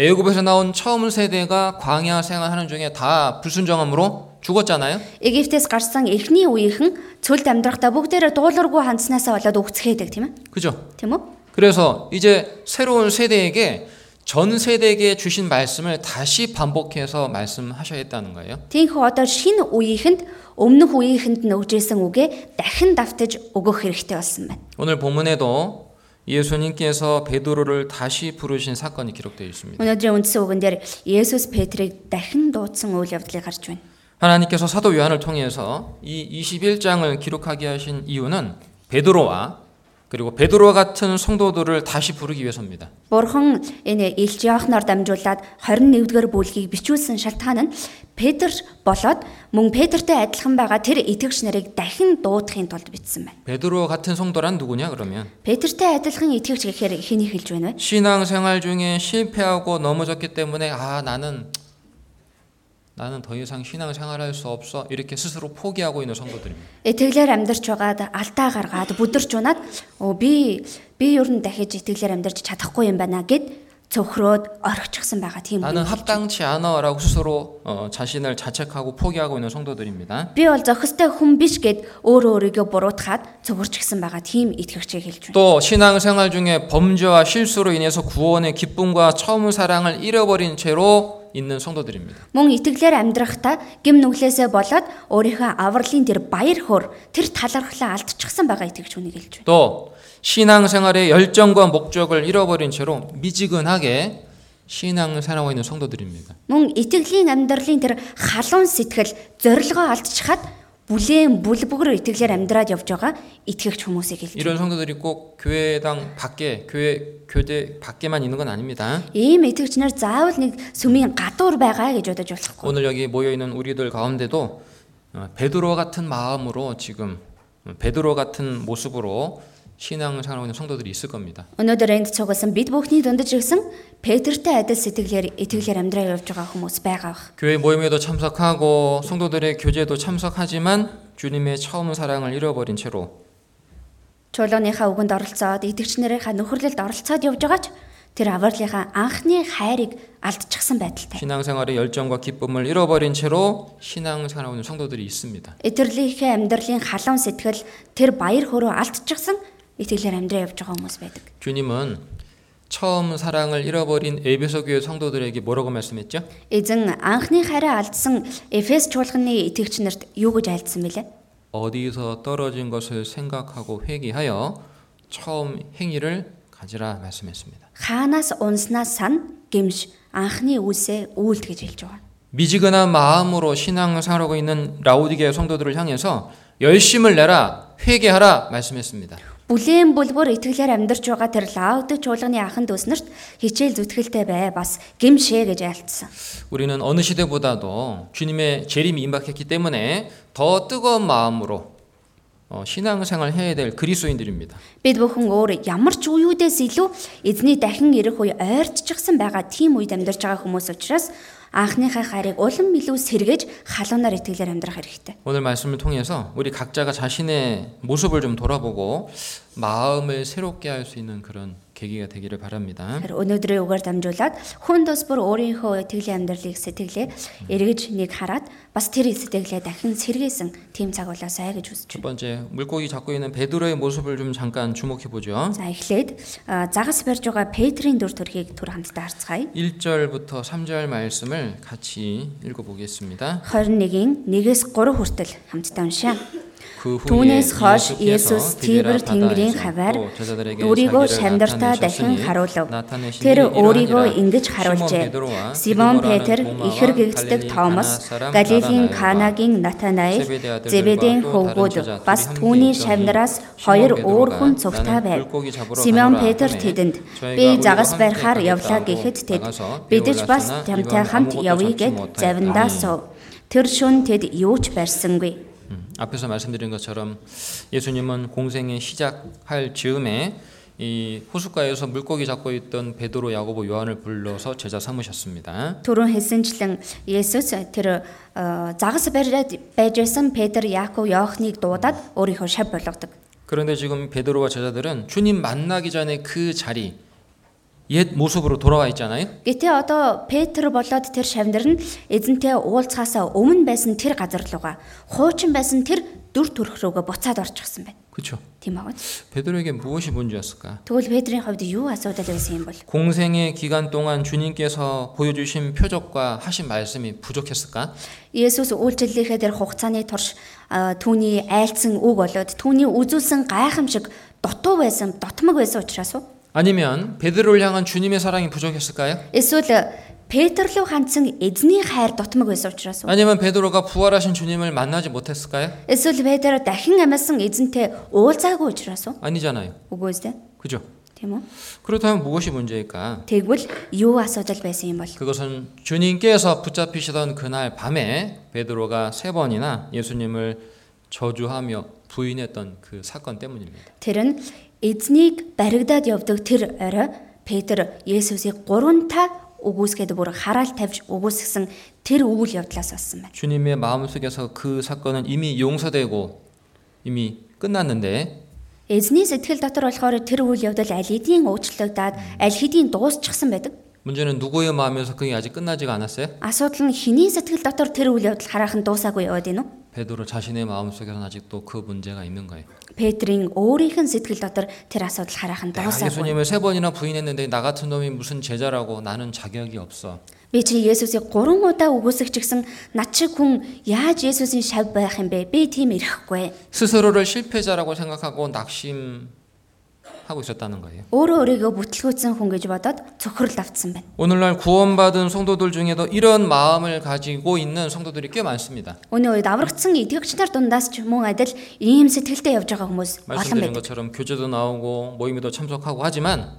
Speaker 1: 애굽에서 나온 처음 세대가 광야 생활하는 중에 다 불순종함으로 죽었잖아요.
Speaker 2: Египтээс гарсан эхний үеийнхэн цөлд амьдрахдаа бүгдээрээ дуулуургүй хандснаасаа болоод үгцгээдэг тийм ээ?
Speaker 1: 그죠?
Speaker 2: Тийм үү?
Speaker 1: 그래서 이제 새로운 세대에게 전 세대에게 주신 말씀을 다시 반복해서 말씀하셔야겠다는 거예요.
Speaker 2: Тинхүү одоо шинэ үеийнхэнд өмнөх үеийнхэнд нь өгжсэн үгэ дахин давтаж өгөх хэрэгтэй болсон байна.
Speaker 1: 오늘 본문에도 예수님께서 베드로를 다시 부르신 사건이 기록되어 있습니다.
Speaker 2: Өнөөдрийн үндсэн үгэн дээр Есүс Петрийг дахин дуудсан үйл явдлыг гарч байна.
Speaker 1: 하나님께서 사도 요한을 통해서 이 21장을 기록하게 하신 이유는 베드로와 그리고 베드로와 같은 성도들을 다시 부르기 위해서입니다.
Speaker 2: Бурхан энэ Илж Яохноор дамжуулаад 21-р бүлгийг бичүүлсэн шалтгаан нь Петр болоод мөн Петртэй адилхан байгаа тэр итгэгч нарыг дахин дуудахын тулд бичсэн байна.
Speaker 1: 베드로 같은 성도란 누구냐 그러면
Speaker 2: Петртэй адилхан итгэгч гэхээр хэнийг хэлж байна вэ?
Speaker 1: 신앙생활 중에 실패하고 넘어졌기 때문에 아 나는 나는 더 이상 신앙생활할 수 없어 이렇게 스스로 포기하고 있는 성도들입니다.
Speaker 2: Итгэлээр амьдарч байгаад алдаа гаргаад бүдэрч унаад оо би би ер нь дахиж итгэлээр амьдарч чадахгүй юм байна гэд цөхрөөд орхичихсан байгаа тийм
Speaker 1: 나는
Speaker 2: үү?
Speaker 1: 합당치 않아라고 스스로 어, 자신을 자책하고 포기하고 있는 성도들입니다.
Speaker 2: Би бол зохистой хүн биш гэд өөрөө өөрийгөө буруутгаад цөвөрчихсэн байгаа тийм итгэгчийг хэлж байна.
Speaker 1: 또 신앙생활 중에 범죄와 실수로 인해서 구원의 기쁨과 처음 사랑을 잃어버린 채로 있는 성도들입니다.
Speaker 2: Мөн итгэлээр амьдрахдаа гим нүглээсээ болоод өөрийнхөө авралын тэр баяр хөөр тэр талархлаа алдчихсан байгаа итгэж хүнийг хэлж байна.
Speaker 1: 또 신앙생활의 열정과 목적을 잃어버린 채로 미지근하게 신앙을 살아가고 있는 성도들입니다.
Speaker 2: Мөн итгэлийн амьдралын тэр халуун сэтгэл зорилгоо алдчихад бүлээн бүлбгөр итгэлээр амьдраад явж байгаа итгэгч хүмүүсийг хэлж.
Speaker 1: 이런 성도들이 꼭 교회당 밖에 교회 교대 밖에만 있는 건 아닙니다.
Speaker 2: Ийм итгэгч нар заавал нэг сүмийн гадуур байгаа гэж бодож болохгүй.
Speaker 1: 오늘 여기 모여 있는 우리들 가운데도 어, 베드로 같은 마음으로 지금 어, 베드로 같은 모습으로 신앙을 살아가고 있는 성도들이 있을 겁니다.
Speaker 2: Өнөөдөр энд цугласан бид бүхний дундаж ирсэн Петертэй адил сэтгэлээр итгэлээр амьдраа явж байгаа хүмүүс байгаа бах.
Speaker 1: 교회 모임에도 참석하고 성도들의 교제도 참석하지만 주님의 처음 사랑을 잃어버린 채로
Speaker 2: Чулууныхаа үгэнд оролцоод итгэгч нарынхаа нөхөрлөлд оролцоод явж байгаа ч тэр аварлынхаа анхны хайрыг алдчихсан байдалтай.
Speaker 1: 신앙생활의 열정과 기쁨을 잃어버린 채로 신앙을 살아가고 있는 성도들이 있습니다.
Speaker 2: Этэрлийнхээ амьдралын халуун сэтгэл тэр баяр хөөрөө алдчихсан итгэлээр амьдраа явж байгаа хүмүүс байдаг.
Speaker 1: 주님은 처음 사랑을 잃어버린 에베소 교회 성도들에게 뭐라고 말씀했죠?
Speaker 2: Эзэн анхны хайраа алдсан Эфес чуулганы итгэгч нарт юу гэж айлдсан бэлээ?
Speaker 1: 어디서 떨어진 것을 생각하고 회개하여 처음 행위를 가지라 말씀했습니다.
Speaker 2: Хаанаас унснаас сан гимш анхны үлсээ үүлд гэж хэлж байгаа.
Speaker 1: 미지근한 마음으로 신앙을 살아가고 있는 라오디게 성도들을 향해서 열심을 내라 회개하라 말씀했습니다.
Speaker 2: Бүлээн бүлгөр итгэлээр амьдарч байгаа тэр лаудд чуулганы анхан дүүснэрт хичээл зүтгэлтэй бай бас гимшээ гэж айлдсан.
Speaker 1: 우리는 어느 시대보다도 주님의 재림이 임박했기 때문에 더 뜨거운 마음으로 어, 신앙생활 해야 될 그리스도인들입니다.
Speaker 2: Бид бүхэн өөр ямар ч үеүдээс илүү эзний дахин ирэх үе ойртчихсан байгаа тийм үед амьдарч байгаа хүмүүс учраас анхныхаа харийг улам илүү сэргээж халуунаар итгэлээр амьдрах хэрэгтэй.
Speaker 1: 오늘 말씀을 통해서 우리 각자가 자신의 모습을 좀 돌아보고 마음을 새롭게 할 수 있는 그런 계기가 되기를 바랍니다.
Speaker 2: Тэгэхээр өнөөдрийн үгээр дамжуулаад хүн бас бүр өөрийнхөө итгэлийн амьдралыг сэтгэлээ эргэж нэг хараад бас тэр сэтгэлээ дахин сэргээсэн тийм цаг болоосай гэж үзэж
Speaker 1: 첫
Speaker 2: байна.
Speaker 1: 번째 물고기 잡고 있는 베드로의 모습을 좀 잠깐 주목해 보죠.
Speaker 2: За эхлээд а, загас барьж байгаа Петрийн дүр төрхийг түр хамтдаа харцгаая.
Speaker 1: 1절부터 3절 말씀을 같이 읽어 보겠습니다.
Speaker 2: 21-ийн 1-ээс 3 хүртэл хамтдаа уншаа.
Speaker 1: 그 후에
Speaker 2: Түүнээс хойш Есүс
Speaker 1: 디베라
Speaker 2: Тибер
Speaker 1: 바다에서
Speaker 2: тэнгэрийн
Speaker 1: 또
Speaker 2: хаваар
Speaker 1: 제자들에게
Speaker 2: өөрийгөө
Speaker 1: 자기를
Speaker 2: шамдартаа дахин
Speaker 1: 나타내셨으니
Speaker 2: харуулв.
Speaker 1: 나타내신 일이
Speaker 2: Тэр
Speaker 1: 이러하니라.
Speaker 2: өөрийгөө ингэж харуулжээ.
Speaker 1: 시몬 베드로와
Speaker 2: Симон
Speaker 1: 디도라는
Speaker 2: Петр,
Speaker 1: 도마와
Speaker 2: ихэр гэгддэг
Speaker 1: 갈릴리
Speaker 2: Томас,
Speaker 1: 가나 사람
Speaker 2: Галилийн
Speaker 1: 가나나엘과
Speaker 2: Канагийн Натанаил,
Speaker 1: Зебедей 아들들과
Speaker 2: Зебедийн
Speaker 1: 또 다른
Speaker 2: хөвгүүд
Speaker 1: 제자들이
Speaker 2: бас
Speaker 1: 함께
Speaker 2: түүний
Speaker 1: 있더니
Speaker 2: шамнараас
Speaker 1: 시몬
Speaker 2: хоёр
Speaker 1: 베드로가
Speaker 2: өөр хүн
Speaker 1: 나는
Speaker 2: цугтаа байв.
Speaker 1: 물고기 잡으러
Speaker 2: Симон
Speaker 1: 가노라
Speaker 2: Петр
Speaker 1: 하매
Speaker 2: тэдэнд
Speaker 1: 저희가
Speaker 2: би
Speaker 1: 우리와
Speaker 2: загас
Speaker 1: 함께
Speaker 2: барьхаар явлаа
Speaker 1: 가겠다고
Speaker 2: гэхэд тэд
Speaker 1: 나가서
Speaker 2: бид ч бас
Speaker 1: 배우러
Speaker 2: тамтай
Speaker 1: 갔으나
Speaker 2: хамт
Speaker 1: 이방은
Speaker 2: явъя
Speaker 1: 아무것도
Speaker 2: гэд
Speaker 1: 잡지
Speaker 2: завиндаа
Speaker 1: 못하였다.
Speaker 2: суув. Тэр шөнө тэд юу ч барьсангүй.
Speaker 1: 음, 앞에서 말씀드린 것처럼 예수님은 공생의 시작할 즈음에 이 호숫가에서 물고기 잡고 있던 베드로, 야고보, 요한을 불러서 제자 삼으셨습니다.
Speaker 2: Төрөн хэлсэнчлэн Есүс тэр э, загас барьад байжсэн Петр, Яаков, Иохныг дуудаад өөрийнхөө шав болгодог.
Speaker 1: 그런데 지금 베드로와 제자들은 주님 만나기 전에 그 자리 옛 모습으로 돌아와 있잖아요.
Speaker 2: Гэтэ одоо Петр болоод тэр шавнар нь эзэнтэй уулзахаасаа өмнө байсан тэр газар лугаа хуучин байсан тэр дүр төрх рүүгээ буцаад орчихсан байна.
Speaker 1: 그렇죠.
Speaker 2: Тийм багт.
Speaker 1: 베드로에게 무엇이 문제였을까?
Speaker 2: Тэгвэл Петрийн хувьд юу асуудал байсан юм бол
Speaker 1: 공생의 기간 동안 주님께서 보여주신 표적과 하신 말씀이 부족했을까?
Speaker 2: Есүс үйлчлэлийнхээ тэр хугацааны турш а, түүний айлцсан үг болоод түүний үзүүлсэн гайхамшиг дутуу байсан, дотмог байсан учраас уу?
Speaker 1: 아니면 베드로를 향한 주님의 사랑이 부족했을까요?
Speaker 2: Эсвэл Петр руу хандсан эзний хайр дутмаг байсан учраас уу?
Speaker 1: 아니면 베드로가 부활하신 주님을 만나지 못했을까요?
Speaker 2: Эсвэл Петр дахин амьсан эзэнтэй уулзаагүй учраас уу?
Speaker 1: 아니잖아요.
Speaker 2: Үгүй ээ.
Speaker 1: 그죠?
Speaker 2: Тийм үү?
Speaker 1: 그렇다면 무엇이 문제일까?
Speaker 2: Тэгвэл юу асуудал байсан юм бол?
Speaker 1: 그것은 주님께서 붙잡히시던 그날 밤에 베드로가 세 번이나 예수님을 저주하며 부인했던 그 사건 때문입니다.
Speaker 2: Тэр нь эзнийг баригдаад явдаг тэр орой Петр Есүсийг гурвантаа өгөөсгээд бүр хараал тавьж өгөөсгсөн тэр үйл явдлаас болсон байна.
Speaker 1: 주님의 마음속에서 그 사건은 이미 용서되고 이미 끝났는데
Speaker 2: Эзний сэтгэл дотор болохоор тэр үйл явдал аль хэдийн уучлагдаад аль хэдийн дуусчихсан байдаг.
Speaker 1: 문제는 누구의 마음에서 그게 아직 끝나지가 않았어요?
Speaker 2: Асуудал нь хиний сэтгэл дотор тэр үйл явдал хараахан дуусаагүй яваад байна уу?
Speaker 1: 베드로 자신의 마음속에서는 아직도 그 문제가 있는 거예요.
Speaker 2: Петрийн өөрийнх нь сэтгэл дотор тэр асуудал хараахан
Speaker 1: 내가
Speaker 2: дуусаагүй.
Speaker 1: 예수님을 세 네, 번이나 부인했는데 나 같은 놈이 무슨 제자라고 나는 자격이 없어.
Speaker 2: Би чинь Есүсийг гурван удаа өгөөсөж гисэн над шиг хүн яаж Есүсийн шав байх юм бэ? Би тийм ирэхгүй.
Speaker 1: 스스로를 실패자라고 생각하고 낙심하고 있었다는 거예요.
Speaker 2: Өөрөө өөрийгөө бүтлгүүцсэн хүн гэж бодоод цохрол автсан байна.
Speaker 1: 오늘날 구원받은 성도들 중에도 이런 마음을 가지고 있는 성도들이 꽤 많습니다.
Speaker 2: Өнөө үед аврагдсан итгэгч нар дундаас ч мөн адил ийм сэтгэлтэй явж байгаа хүмүүс олон
Speaker 1: 말씀드린
Speaker 2: байдаг.
Speaker 1: 것처럼 교제도 나오고 모임에도 참석하고 하지만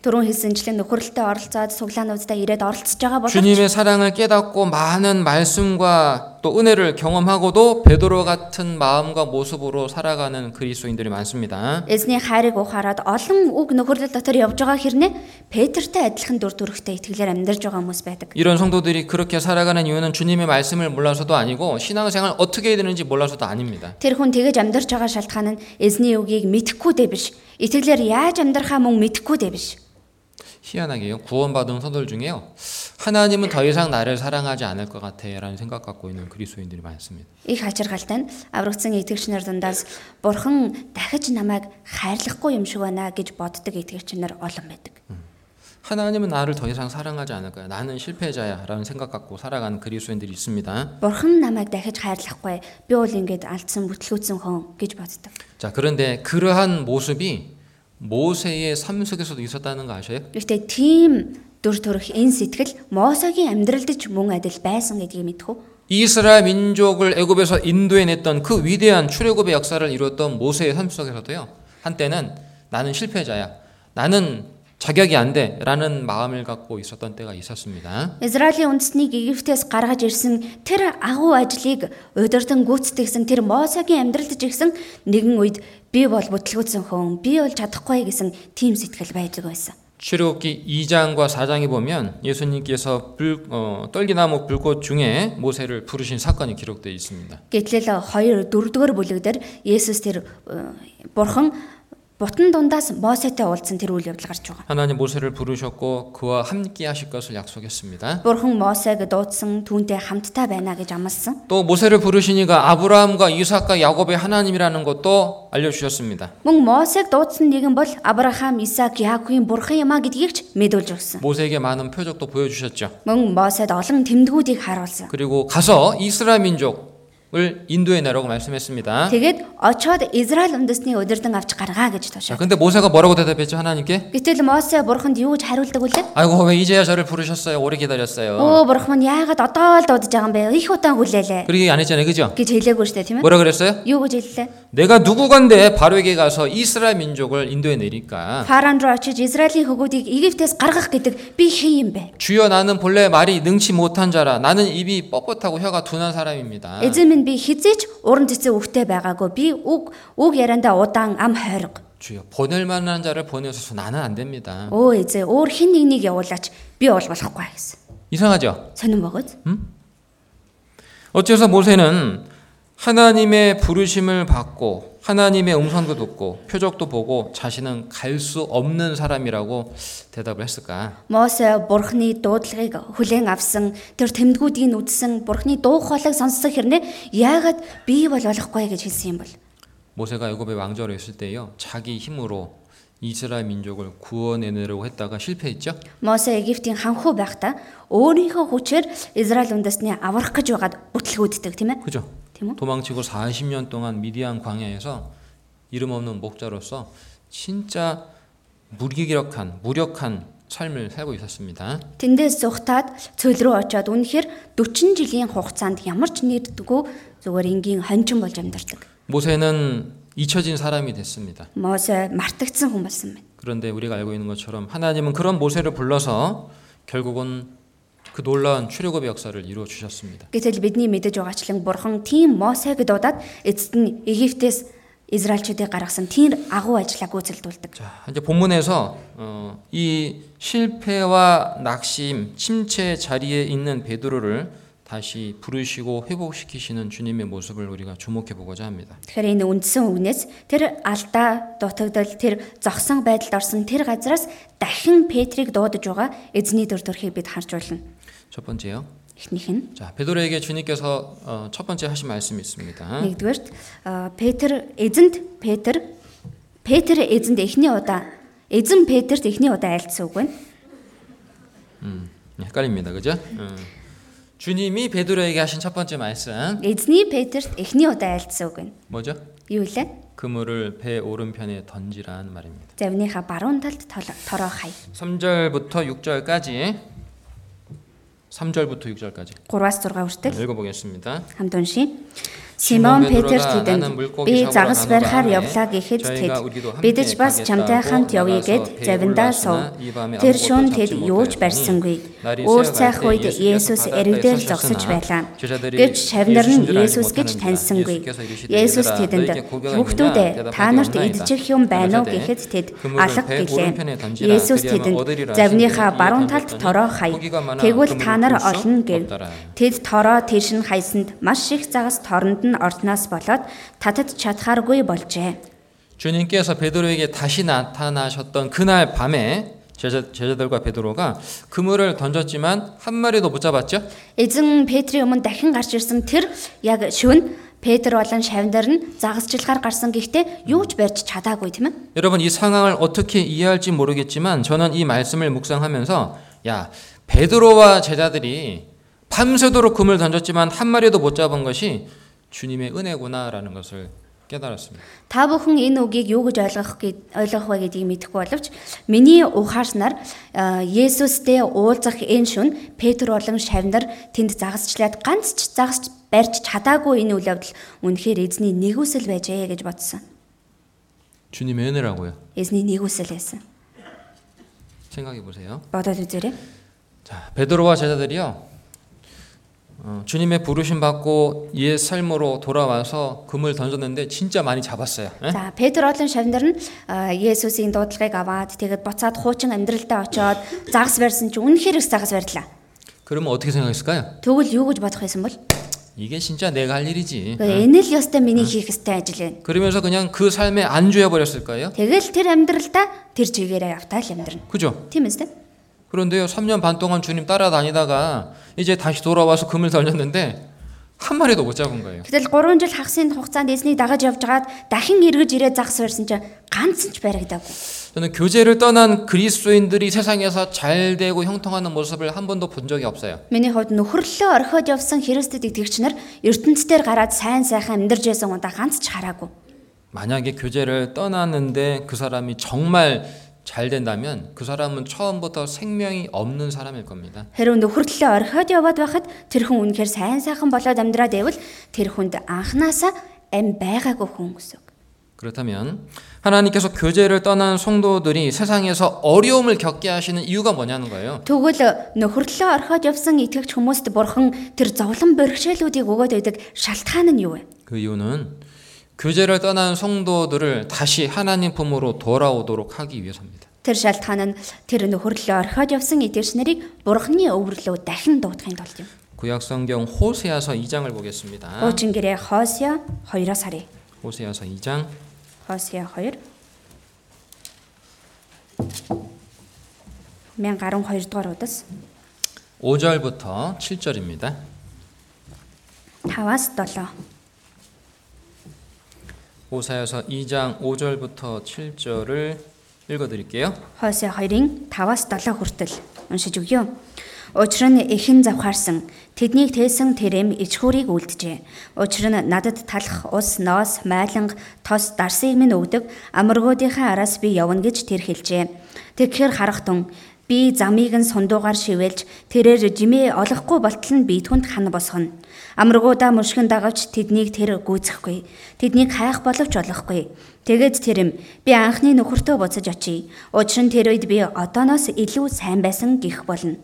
Speaker 2: Төрөн хэлсэнчлэн нөхөрлөлтөд оролцоод суглаануудаа ирээд оролцож байгаа боловч
Speaker 1: 주님의 사랑을 깨닫고 많은 말씀과 또 은혜를 경험하고도 베드로 같은 마음과 모습으로 살아가는 그리스도인들이 많습니다.
Speaker 2: Эзний хайрыг ухаарад олон үг нөхөрлөл дотор явж байгаа хэрнээ Петертэй адилхан дүр төрхтэй итгэлээр амьдарч байгаа хүмүүс байдаг.
Speaker 1: 이런 성도들이 그렇게 살아가는 이유는 주님의 말씀을 몰라서도 아니고 신앙생활 어떻게 해야 되는지 몰라서도 아닙니다.
Speaker 2: Тэр хүн тэгэж амьдарч байгаа шалтгаан нь эзний үгийг мэдэхгүй дээ биш. Итгэлээр яаж амьдрахаа мөн мэдэхгүй дээ биш.
Speaker 1: 희한하게요. 구원받은 성도들 중에요. 하나님은 더 이상 나를 사랑하지 않을 것 같아라는 생각 갖고 있는 그리스도인들이 많습니다.
Speaker 2: Их хачиргалтай нь аврагдсан итгэгч нар дундаас бурхан дахиж намайг хайрлахгүй юм шиг байна гэж боддог итгэгч нар олон байдаг.
Speaker 1: 하나님은 나를 더 이상 사랑하지 않을 거야. 나는 실패자야라는 생각 갖고 살아가는 그리스도인들이 있습니다.
Speaker 2: Бурхан намайг дахиж хайрлахгүй би бол ингээд алдсан бүтлгүүцсэн хүн гэж боддог.
Speaker 1: 자, 그런데 그러한 모습이 모세의 삶 속에서도 있었다는 거 아세요?
Speaker 2: Гэхдээ тийм дүр төрх энэ сэтгэл Мосегийн амьдралд ч мөн адил байсан гэдгийг мэдхүү.
Speaker 1: 이스라엘 민족을 애굽에서 인도해 냈던 그 위대한 출애굽의 역사를 이뤘던 모세의 삶 속에서도요. 한때는 나는 실패자야. 나는 자격이 안 돼라는 마음을 갖고 있었던 때가 있었습니다.
Speaker 2: Израилийн үндэснийг Египтээс гаргаж ирсэн тэр агуу ажлыг удирдан гүйцэтгэсэн тэр Мосегийн амьдралд ч ихсэн нэгэн үед би бол бүтлгүүцсэн хүн, би бол чадахгүй гэсэн тийм сэтгэл байдаг байсан.
Speaker 1: 출애굽기 2장과 4장에 보면 예수님께서 불, 어, 떨기나무 불꽃 중에 모세를 부르신 사건이 기록되어 있습니다.
Speaker 2: Гэтэл 2 4 дугаар бүлэг дээр Есүс тэр э, бурхан Утан дундаас Мосетэй уулзсан тэр үйл явдал гарч байгаа.
Speaker 1: 하나님 모세를 부르셨고 그와 함께 하실 것을 약속했습니다.
Speaker 2: Бурхан Мосег дуудсан түүнтэй хамтдаа байна гэж амласан.
Speaker 1: 또 모세를 부르시니까 아브라함과 이삭과 야곱의 하나님이라는 것도 알려주셨습니다.
Speaker 2: Мөн Мосег дуудсан нэгэн бол Авраам, Исаак, Яаковын бурхан юм а гэдгийг ч мэдүүлж өгсөн.
Speaker 1: 모세에게 많은 표적도 보여주셨죠.
Speaker 2: Мөн Мосед олон тэмдгүүдийг харуулсан.
Speaker 1: 그리고 가서 이스라엘 민족을 인도해 내라고 말씀했습니다.
Speaker 2: Тэгээд очоод Израиль үндэсний удирдан авч гаргаа гэж
Speaker 1: 자,
Speaker 2: тушаа.
Speaker 1: 근데 모세가 뭐라고 대답했죠 하나님께?
Speaker 2: Гэтэл Мосе бурханд юу гэж хариулдаг үлээ?
Speaker 1: 아이고 왜 이제야 저를 부르셨어요? 오래 기다렸어요.
Speaker 2: Өө бурхан минь яагаад одоо л дуудаж байгаа юм бэ? Их удаан хүлээлээ
Speaker 1: 그러게 안 했잖아요, 그죠?
Speaker 2: гэж хэлээгүй штэ тийм ээ.
Speaker 1: 뭐라 그랬어요?
Speaker 2: Юу гэж хэллээ?
Speaker 1: 내가 누구건데 바로에게 가서 이스라엘 민족을 인도해 내리까?
Speaker 2: Фараон руу очиж Израилийн хөгүүдийг Египтээс гаргах гэдэг би хэн юм бэ?
Speaker 1: 주여 나는 본래 말이 능치 못한 자라 나는 입이 뻣뻣하고 혀가 둔한 사람입니다.
Speaker 2: Эзэн минь би хизээч уран цэцэг өвгтэй байгаагүй. Би үг үг яриандаа удаан ам хойрог.
Speaker 1: 주여 보낼 만한 자를 보내소서 나는 안 됩니다.
Speaker 2: Өө эзээ өөр хэн нэгнийг явуулаач би бол болохгүй гэсэн.
Speaker 1: 이상하죠?
Speaker 2: Сонин богоц.
Speaker 1: 어째서 모세는 하나님의 부르심을 받고 하나님의 음성도 듣고 표적도 보고 자신은 갈 수 없는 사람이라고 대답을 했을까?
Speaker 2: Мосе бурхны дуудлагыг хүлээн авсан, тэр тэмдгүүдийг нь үзсэн, бурхны дуу хоолойг сонссон хэрнээ яагаад би бол болохгүй гэж хэлсэн юм бол.
Speaker 1: 모세가 애굽의 왕자로 있을 때요 자기 힘으로 이스라엘 민족을 구원해내려고 했다가 실패했죠.
Speaker 2: Мосе Египтийн ханхүү байхдаа өөрийнхөө хүчээр Израиль үндэсний аврах гэж байгаад бүтлгүүддэг тийм ээ.
Speaker 1: 그죠?
Speaker 2: Тийм үү?
Speaker 1: 도망치고 40년 동안 미디안 광야에서 이름 없는 목자로서 진짜 무기력한 무력한 삶을 살고 있었습니다.
Speaker 2: Тэндээс зүхтаад цөл рүү очиод үнэхээр 40 жилийн хугацаанд ямар ч нэрдггүй зүгээр энгийн хончин болж амьдардаг.
Speaker 1: 모세는 잊혀진 사람이 됐습니다.
Speaker 2: Мосе мартагдсан хүн болсон байна.
Speaker 1: 그런데 우리가 알고 있는 것처럼 하나님은 그런 모세를 불러서 결국은 그 놀라운 출애굽의 역사를 이루어 주셨습니다.
Speaker 2: Гэтэл бидний мэдэж байгаачлан бурхан тийм Мосег дуудаад эцэст нь Египтээс Израильчүүдийг гаргасан тийм агуу ажиллаа гүйцэлдүүлдэг.
Speaker 1: 자, 이제 본문에서 어, 이 실패와 낙심, 침체 자리에 있는 베드로를 다시 부르시고 회복시키시는 주님의 모습을 우리가 주목해 보고자 합니다.
Speaker 2: Тэгэхээр энэ үндсэн үгнээс тэр алдаа, дутагдал, тэр зогсон байдалд орсон тэр газраас дахин Петрийг дуудаж байгаа эзний төр төрхийг бид харж байна.
Speaker 1: 첫 번째요.
Speaker 2: Эхнийх нь
Speaker 1: 자, 베드로에게 주님께서 어, 첫 번째 하신 말씀이 있습니다.
Speaker 2: нэгдүгээрт а, Петр эзэнд Петр Петр эзэнд эхний удаа эзэн Петерт эхний удаа айлцсан үг байна.
Speaker 1: 네, 헷갈립니다. 그죠? 음. 주님이 베드로에게 하신 첫 번째 말씀
Speaker 2: Эзний Петерт эхний удаа айлцсан үг байна.
Speaker 1: 뭐죠?
Speaker 2: Юу вэ?
Speaker 1: 그물을 배 오른편에 던지라는 말입니다.
Speaker 2: завныхаа баруун талд тол- тороо хай.
Speaker 1: 3절부터 6절까지 3절부터 6절까지
Speaker 2: 3-аас 6 хүртэл
Speaker 1: 읽어보겠습니다.
Speaker 2: хамт уншия. Симон Петр
Speaker 1: Петрт
Speaker 2: тэдэнд би загас барихаар явлаа гэхэд тэд бидж бас чамтай хамт явъя гэд завиндаа сув. Тэр шүүн тэд юу ч барьсангүй. Өөр цайх үед Есүс эрэгдэл зогсож байлаа. Гэвч шавнар нь Есүс гэж таньсангүй. Есүс тэдэнд "Хүүхдүүдээ, та нарт идчих юм байна уу?" гэхэд тэд алга гэлээ. Есүс тэдэнд "Завныхаа баруун талд тороо хай. Тэгвэл та нар олно" гэв. Тэд тороо тийш нь хайсанд маш их загас торонд нь орсноос болоод татад чадхааргүй болжээ.
Speaker 1: 주님께서 베드로에게 다시 나타나셨던 그날 밤에 제자, 제자들과 베드로가 그물을 던졌지만 한 마리도 못 잡았죠.
Speaker 2: Эзэн Петрийн өмнө дахин гарч ирсэн тэр яг шүн Петр болон шавнар нь загасчлахаар гарсан гэхдээ юу ч барьж чадаагүй тийм ээ.
Speaker 1: 여러분 이 상황을 어떻게 이해할지 모르겠지만 저는 이 말씀을 묵상하면서 야 베드로와 제자들이 밤새도록 금을 던졌지만 한 마리도 못 잡은 것이 주님의 은혜구나라는 것을 깨달았습니다.
Speaker 2: Та бүхэн энэ үгийг юу гэж ойлгох гээд- ойлгох вэ гэдгийг мэдэхгүй боловч миний ухаарснаар а, Есүстэй уулзах энэ шүн Петр болон Шавнар тэнд загасчлаад ганц ч загасч барьж чадаагүй энэ үйл явдал үнэхээр эзний нэгүсэл байжээ гэж бодсон.
Speaker 1: 주님의 은혜라고요.
Speaker 2: Эзний нэгүсэл байсан.
Speaker 1: 생각해 보세요.
Speaker 2: Бодоод үзээрэй.
Speaker 1: 자 베드로와 제자들이요 어, 주님의 부르심 받고 옛 삶으로 돌아와서 금을 던졌는데 진짜 많이 잡았어요. 예?
Speaker 2: За Петр болон Шавнар нь а, Есүсийн дуудлагыг аваад тэгээд буцаад хуучин амьдралдаа очоод загас барьсан чинь үнэхээр их загас барьлаа.
Speaker 1: 그러면 어떻게 생각했을까요?
Speaker 2: Тэгвэл юу гэж бодох байсан бол
Speaker 1: 이게 진짜 내가 할 일이지. 예?
Speaker 2: Гэхдээ энэ л ёстой миний хийх ёстой ажил байна.
Speaker 1: 그러면서 그냥 그 삶에 안주해 버렸을까요?
Speaker 2: Тэгэл тэр амьдралдаа тэр чигээрээ явтаа л амьдрна.
Speaker 1: 그죠?
Speaker 2: Тийм үстэй.
Speaker 1: 그런데요, 3년 반 동안 주님 따라다니다가 이제 다시 돌아와서 금을 덜렸는데 한 마리도 못 잡은 거예요.
Speaker 2: Гэтэл 3 жил хагасын хугацаанд эзнийг дагаж явжгаад дахин эргэж ирээд загс барьсан чинь ганц нь ч баригдаагүй.
Speaker 1: 저는 교제를 떠난 그리스도인들이 세상에서 잘 되고 형통하는 모습을 한 번도 본 적이 없어요.
Speaker 2: Миний хувьд нөхөрлөлөө орхиод явсан Христэд итгэгч нар ертөнцид дээр гараад сайн сайхан амьдарч байсан удаа ганц ч хараагүй.
Speaker 1: 만약에 교제를 떠났는데 그 사람이 정말 잘 된다면 그 사람은 처음부터 생명이 없는 사람일 겁니다.
Speaker 2: Хэрвээ нөхөрлөлөө орхиод яваад байхад тэр хүн үнэхээр сайн сайхан болоод амьдраад байвал тэр хүнд анханасаа ам байгаагүй хүн гэсэн. үг.
Speaker 1: 그렇다면 하나님께서 교제를 떠난 성도들이 세상에서 어려움을 겪게 하시는 이유가 뭐냐는 거예요.
Speaker 2: Тэгвэл нөхөрлөлөө орхиод явсан итгэгч хүмүүст бурхан тэр зовлон бэрхшээлүүдийг өгөөд байдаг шалтгаан нь юу вэ?
Speaker 1: 그 이유는 교제를 떠난 성도들을 다시 하나님 품으로 돌아오도록 하기 위해서입니다.
Speaker 2: Тэр шалтгаан нь тэр нөхөрлөлөө орхиод явсан итгэгч нарыг бурханы өвөрлөө дахин дуудахын тулд юм.
Speaker 1: 구약성경 호세아서 2장을 보겠습니다.
Speaker 2: Хуучин гэрээ Хосиа 2-оос харъя.
Speaker 1: 호세아서 2장
Speaker 2: Хосиа 2 1012 дугаар удас
Speaker 1: 5절부터 7절입니다.
Speaker 2: 5-аас 7
Speaker 1: 호세아서 2장 5절부터 7절을 읽어 드릴게요.
Speaker 2: Хойсоо 2-ын 5-аас 7 хүртэл уншиж өгье. Учир нь эхэн завхаарсан тэднийг тээсэн тэрэм ичхүүрийг үлджээ. Учир нь надад талах ус, ноос, майланг, тос дарсыг минь өгдөг амаргуудынхаа араас би явна гэж тэр хэлжээ. Тэгэхэр харахтун би замыг нь сундуугаар шивэлж тэрээр жимээ олохгүй болтол нь би түнд хана босгоно. Амргуудаа мөшгөн дагавч тэднийг тэр гүйцэхгүй. Тэднийг хайх боловч олохгүй. Тэгээд тэрэм би анхны нөхөртөө буцаж очие. Учир нь тэр үед би одооноос илүү сайн байсан гих болно.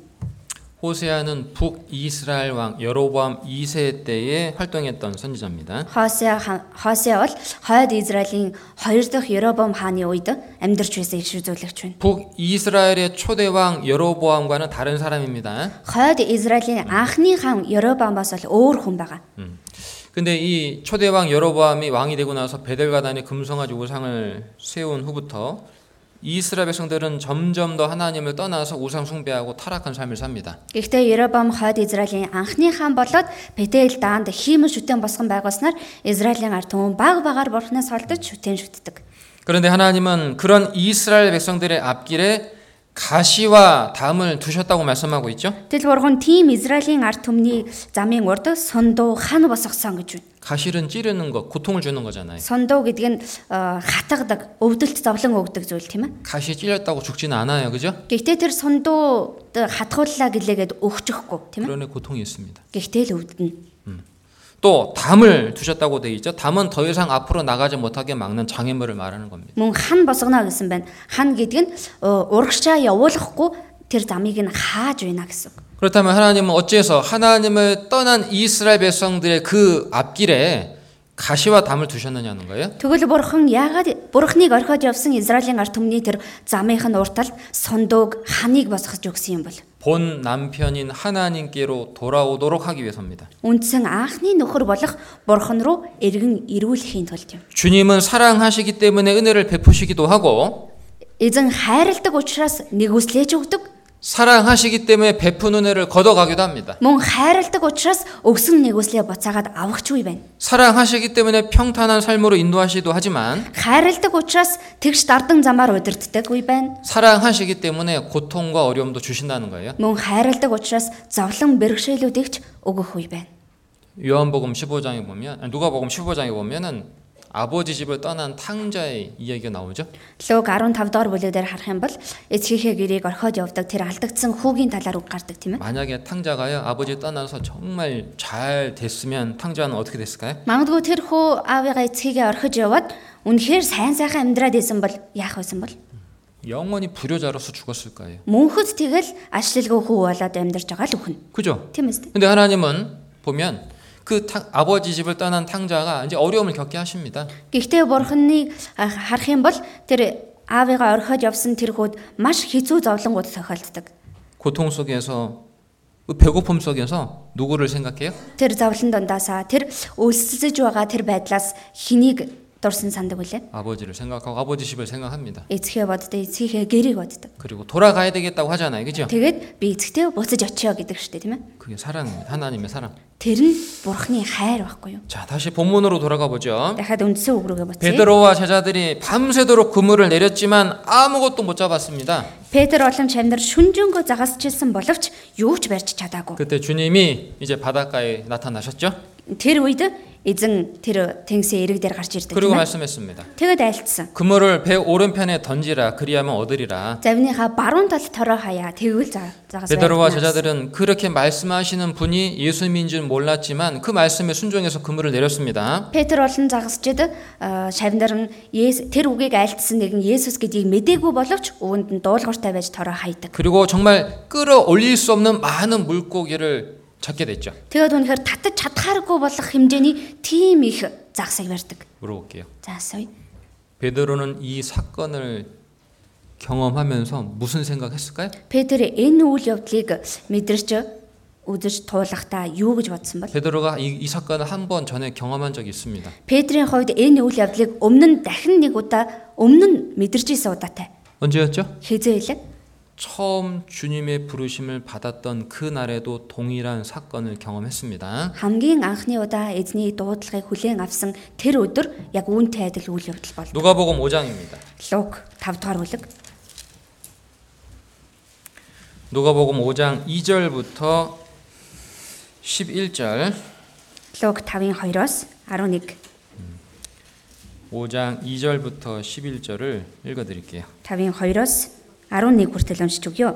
Speaker 1: 호세아는 북 이스라엘 왕 여로보암 2세 때에 활동했던 선지자입니다.
Speaker 2: Хосе ха- Хосе бол хойд Израилийн 2 дахь Еробом хааны үед амьдарч байсан иш үзүүлэгч байна.
Speaker 1: 북 이스라엘의 초대 왕 여로보암과는 다른 사람입니다.
Speaker 2: Хойд Израилийн анхны хаан Еробамаас бол өөр хүн байгаа.
Speaker 1: 근데 이 초대 왕 여로보암이 왕이 되고 나서 베델가단의 금송아지 우상을 세운 후부터 이스라엘 백성들은 점점 더 하나님을 떠나서 우상 숭배하고 타락한 삶을 삽니다.
Speaker 2: Гэхдээ Еробам хойд Израилийн анхны хаан болоод Бетел даанд хиймэл шүтэн босгон байгуулснаар Израилийн ард түмэн баг багаар бурхнаас холдож шүтэн шүтдэг.
Speaker 1: 그런데 하나님은 그런 이스라엘 백성들의 앞길에 가시와 담을 두셨다고 말씀하고 있죠.
Speaker 2: Тэл бурхан тийм Израилийн ард түмний замын урд сундуу хан босгосон гэж байна.
Speaker 1: 가시는 찌르는 것, 고통을 주는 거잖아요.
Speaker 2: Сундуу гэдэг нь э, хатагдаг, өвдөлт зовлон өгдөг зүйл тийм ээ.
Speaker 1: 가시 찔렸다고 죽지는 않아요, 그죠?
Speaker 2: Гэхдээ тэр сундуу хатгууллаа гэлээгээд өгчихгүй тийм ээ.
Speaker 1: 그런 데 고통이 있습니다.
Speaker 2: Гэхдээ л өвдөнө.
Speaker 1: 또 담을 두셨다고 돼 있죠. 담은 더 이상 앞으로 나가지 못하게 막는 장애물을 말하는 겁니다.
Speaker 2: Мөн хан босгоно гэсэн байна. Хан гэдэг нь э, урагшаа явуулахгүй тэр замыг нь хааж байна гэсэн. үг.
Speaker 1: 그렇다면 하나님은 어째서 하나님을 떠난 이스라엘 백성들의 그 앞길에 가시와 담을 두셨느냐는 거예요.
Speaker 2: Тэгвэл бурхан яагаад бурхныг орхиод явсан Израилийн ард түмний тэр замынх нь урт талд сундууг ханыг босгож өгсөн юм бол.
Speaker 1: 본 남편인 하나님께로 돌아오도록 하기 위해서입니다.
Speaker 2: Үндсэн анхны нөхөр болох бурхан руу эргэн ирүүлэхийн тулд юм.
Speaker 1: 주님은 사랑하시기 때문에 은혜를 베푸시기도 하고
Speaker 2: Эзэн хайрладаг учраас нэгүслэж өгдөг.
Speaker 1: 사랑하시기 때문에 베푼 은혜를 걷어가기도 합니다.
Speaker 2: Мөн хайрладаг учраас өгсөн нэгүслээ буцаагаад авахч үе байна.
Speaker 1: 사랑하시기 때문에 평탄한 삶으로 인도하시기도 하지만
Speaker 2: Хайрладаг учраас тэгш дардан замаар удирддаг үе байна.
Speaker 1: 사랑하시기 때문에 고통과 어려움도 주신다는 거예요.
Speaker 2: Мөн хайрладаг учраас зовлон бэрхшээлүүдэгч өгөх үе байна.
Speaker 1: 요한복음 15장에 보면 아니, 누가복음 15장에 보면은 아버지 집을 떠난 탕자의 이야기가 나오죠.
Speaker 2: Луг 15 дугаар бүлэгдээр харах юм бол эцгийнхээ гэрийг орхиод явдаг тэр алдагдсан хүүгийн талаар үг гардаг тийм ээ.
Speaker 1: 만약에 탕자가요 아버지 떠나서 정말 잘 됐으면 탕자는 어떻게 됐을까요?
Speaker 2: Магадгүй тэр хүү аавыгаа эцгийгээ орхиж яваад үнэхээр сайн сайхан амьдраад исэн бол яах вэсэн бол
Speaker 1: 영원히 불효자로서 죽었을 거예요.
Speaker 2: мөнхөд тэгэл ашлилгүй хүү болоод амьдарч байгаа л үхэн.
Speaker 1: 그죠?
Speaker 2: Тийм ээ.
Speaker 1: 근데 하나님은 보면 그 탕- 아버지 집을 떠난 탕자가 이제 어려움을 겪게 하십니다.
Speaker 2: Гэхдээ бурханы а, харах юм бол тэр аавыгаа орхиод явсан тэр хүүд маш хэцүү зовлонгууд тохиолддог.
Speaker 1: 고통 속에서 그 배고픔 속에서 누구를 생각해요?
Speaker 2: Тэр завлан дундаасаа тэр өлсөж байгаа тэр байдлаас хэнийг дурсан сандаг үлээ?
Speaker 1: 아버지를 생각하고 아버지 집을 생각합니다.
Speaker 2: Эцгээ боддог, эцгийнхээ гэрийг боддог.
Speaker 1: 그리고 돌아가야 되겠다고 하잖아요. 그죠?
Speaker 2: Тэгээд би эцэгтэй буцаж очиё гэдэг штэ тийм ээ.
Speaker 1: 그게 사랑입니다. 하나님의 사랑.
Speaker 2: Тэр нь бурхны хайр байхгүй юу?
Speaker 1: 자, 다시 본문으로 돌아가 보죠.
Speaker 2: Дахиад үндсэн өгрөгөө буцъя.
Speaker 1: 베드로와 제자들이 밤새도록 그물을 내렸지만 아무것도 못 잡았습니다.
Speaker 2: Петр болон Чамдар шүнжэнгөө загасчилсан боловч юу ч барьж чадаагүй.
Speaker 1: 그때 주님이 이제 바닷가에 나타나셨죠?
Speaker 2: Тэр үед эзэн тэр тэнгисийн эрэг дээр гарч ирдэг.
Speaker 1: 그리고
Speaker 2: тийм ээ.
Speaker 1: 말씀했습니다.
Speaker 2: Тэгээд айлтсан.
Speaker 1: 그물을 배 오른편에 던지라 그리하면 얻으리라.
Speaker 2: Завныхаа баруун талд тороо хаяа тэгвэл за- загас.
Speaker 1: 베드로와
Speaker 2: барьна.
Speaker 1: 제자들은 그렇게 말씀하시는 분이 예수님인 줄 몰랐지만 그 말씀에 순종해서 그물을 내렸습니다.
Speaker 2: Петр болон загасчид шавнар нь Ес- тэр үгийг айлтсан нэгэн Есүс гэдгийг мэдээгүй боловч үүнд нь дуулууртай байж тороо хайдаг.
Speaker 1: 그리고 정말 끌어올릴 수 없는 많은 물고기를 잡게 됐죠.
Speaker 2: Тэгээд үнэхээр татаж чадхааргүй болох хэмжээний тийм их загсаг барьдаг.
Speaker 1: 물어볼게요.
Speaker 2: За асууя.
Speaker 1: 베드로는 이 사건을 경험하면서 무슨 생각했을까요?
Speaker 2: Петр энэ үйл явдлыг мэдэрч үзэж туулахдаа юу гэж бодсон бол?
Speaker 1: 베드로가 이, 이 사건을 한 번 전에 경험한 적이 있습니다.
Speaker 2: Петрийн хувьд энэ үйл явдлыг өмнө нь дахин нэг удаа өмнө нь мэдэрч исэн удаатай.
Speaker 1: 언제였죠?
Speaker 2: Хизээ хэлээ.
Speaker 1: 처음 주님의 부르심을 받았던 그 날에도 동일한 사건을 경험했습니다.
Speaker 2: хамгийн анхны удаа эзний дуудлагыг хүлээн авсан тэр өдөр яг үүнтэй адил үйл явдал бол.
Speaker 1: 누가복음 5장입니다.
Speaker 2: Лук 5 дугаар бүлэг.
Speaker 1: 누가복음 5장 2절부터 11절,
Speaker 2: Лук 5-ын 2-оос 11,
Speaker 1: 5장 2절부터 11절을 읽어드릴게요.
Speaker 2: 5-ын 2-оос 11 хүртэл уншиж өгье.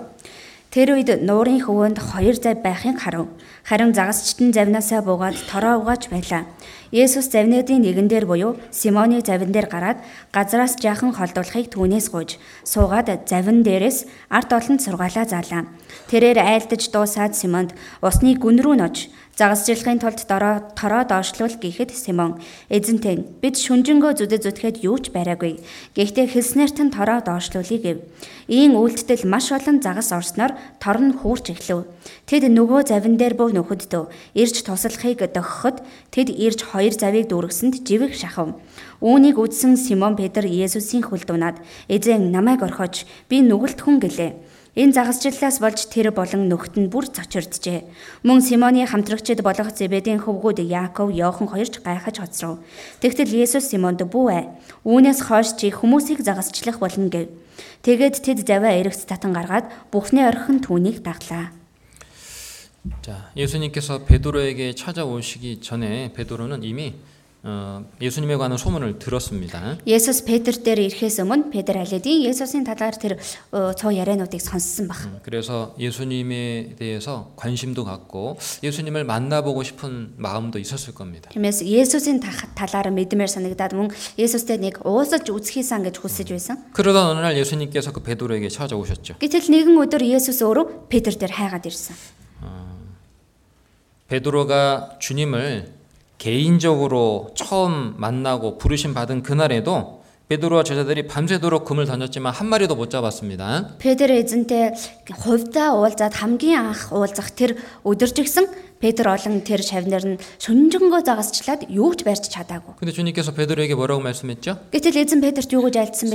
Speaker 2: Тэр үед нуурын хөвөнд хоёр зай байхын харав. Харин загасчт нь завнаасаа буугаад тороо угааж байлаа. Есүс завнуудын нэгэн дээр буюу Симоны завин дээр гараад газраас жаахан холдуулахыг түүнээс гуйж суугаад завин дээрээс ард олон сургаалаа заалаа. Тэрээр айлдаж дуусаад Симонд усны гүн рүү нож загасчлахын тулд дороо тороо доошлуул гэхэд Симон эзэнтэй бид шүнжэнгөө зүдэ зүтгэхэд юу ч бариагүй. Гэхдээ хэлснээрт нь тороо доошлуулъя гэв. Ийм үйлдэл маш олон загас орсноор тор нь хуурч эхлэв. Тэд нөгөө завин дээр буу нөхөддөө ирж туслахыг дохиход тэд ирж хоёр завийг дүүргэсэнд живэх шахав. Үүнийг үзсэн Симон Петр Есүсийн хүлдунаад эзэн намайг орхооч би нүгэлт хүн гэлээ. Энэ загасчлалаас болж тэр болон нөхд нь бүр цочирджээ. Мөн Симоны хамтрагчид болох Зебедийн хөвгүүд Яаков, Йохан хоёрч гайхаж хоцров. Тэгтэл Есүс Симонд бүү ээ. Үүнээс хойш чи хүмүүсийг загасчлах болно гэв. Тэгээд тэд заваа эрэгц татан гаргаад бүхний орхин түүнийг даглаа.
Speaker 1: 자, 예수님께서 베드로에게 찾아오시기 전에 베드로는 이미 어, 예수님에 관한 소문을 들었습니다.
Speaker 2: Есүс Петр дээр ирэхээс өмнө Петр Алидийн Есүсийн талаар тэр э, цоо яриануудыг сонссон баг.
Speaker 1: 음, 그래서 예수님에 대해서 관심도 갖고 예수님을 만나보고 싶은 마음도 있었을 겁니다.
Speaker 2: Тиймээс Есүсийн тах- талаар мэдмээр санагдаад мөн Есүстэй нэг уулзаж үзхий сан гэж хүсэж байсан.
Speaker 1: 그러던 어느 날 예수님께서 그 베드로에게 찾아오셨죠.
Speaker 2: Гэтэл нэгэн өдөр Есүс өөрөө Петр дээр хайгаад ирсэн.
Speaker 1: 베드로가 주님을 개인적으로 처음 만나고 부르심 받은 그날에도 베드로와 제자들이 밤새도록 금을 던졌지만 한 마리도 못 잡았습니다.
Speaker 2: Петр эзэнтэй хувьдаа уулзаад хамгийн анх уулзах тэр өдөржигсэн Петр олон тэр шавнаар нь шүнжэнгөө загасчлаад юу ч барьж чадаагүй.
Speaker 1: 근데 주님께서 베드로에게 뭐라고 말씀했죠?
Speaker 2: Гэтэл эзэн Петрт юу гэж альцсан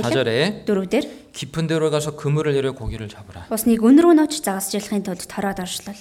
Speaker 1: 4절에
Speaker 2: бэлээ? Дөрөвдөр
Speaker 1: 깊은 데로 가서 그물을 내려 고기를 잡으라.
Speaker 2: усны гүн рүү нууж загасчлахын тулд тороод оршлол.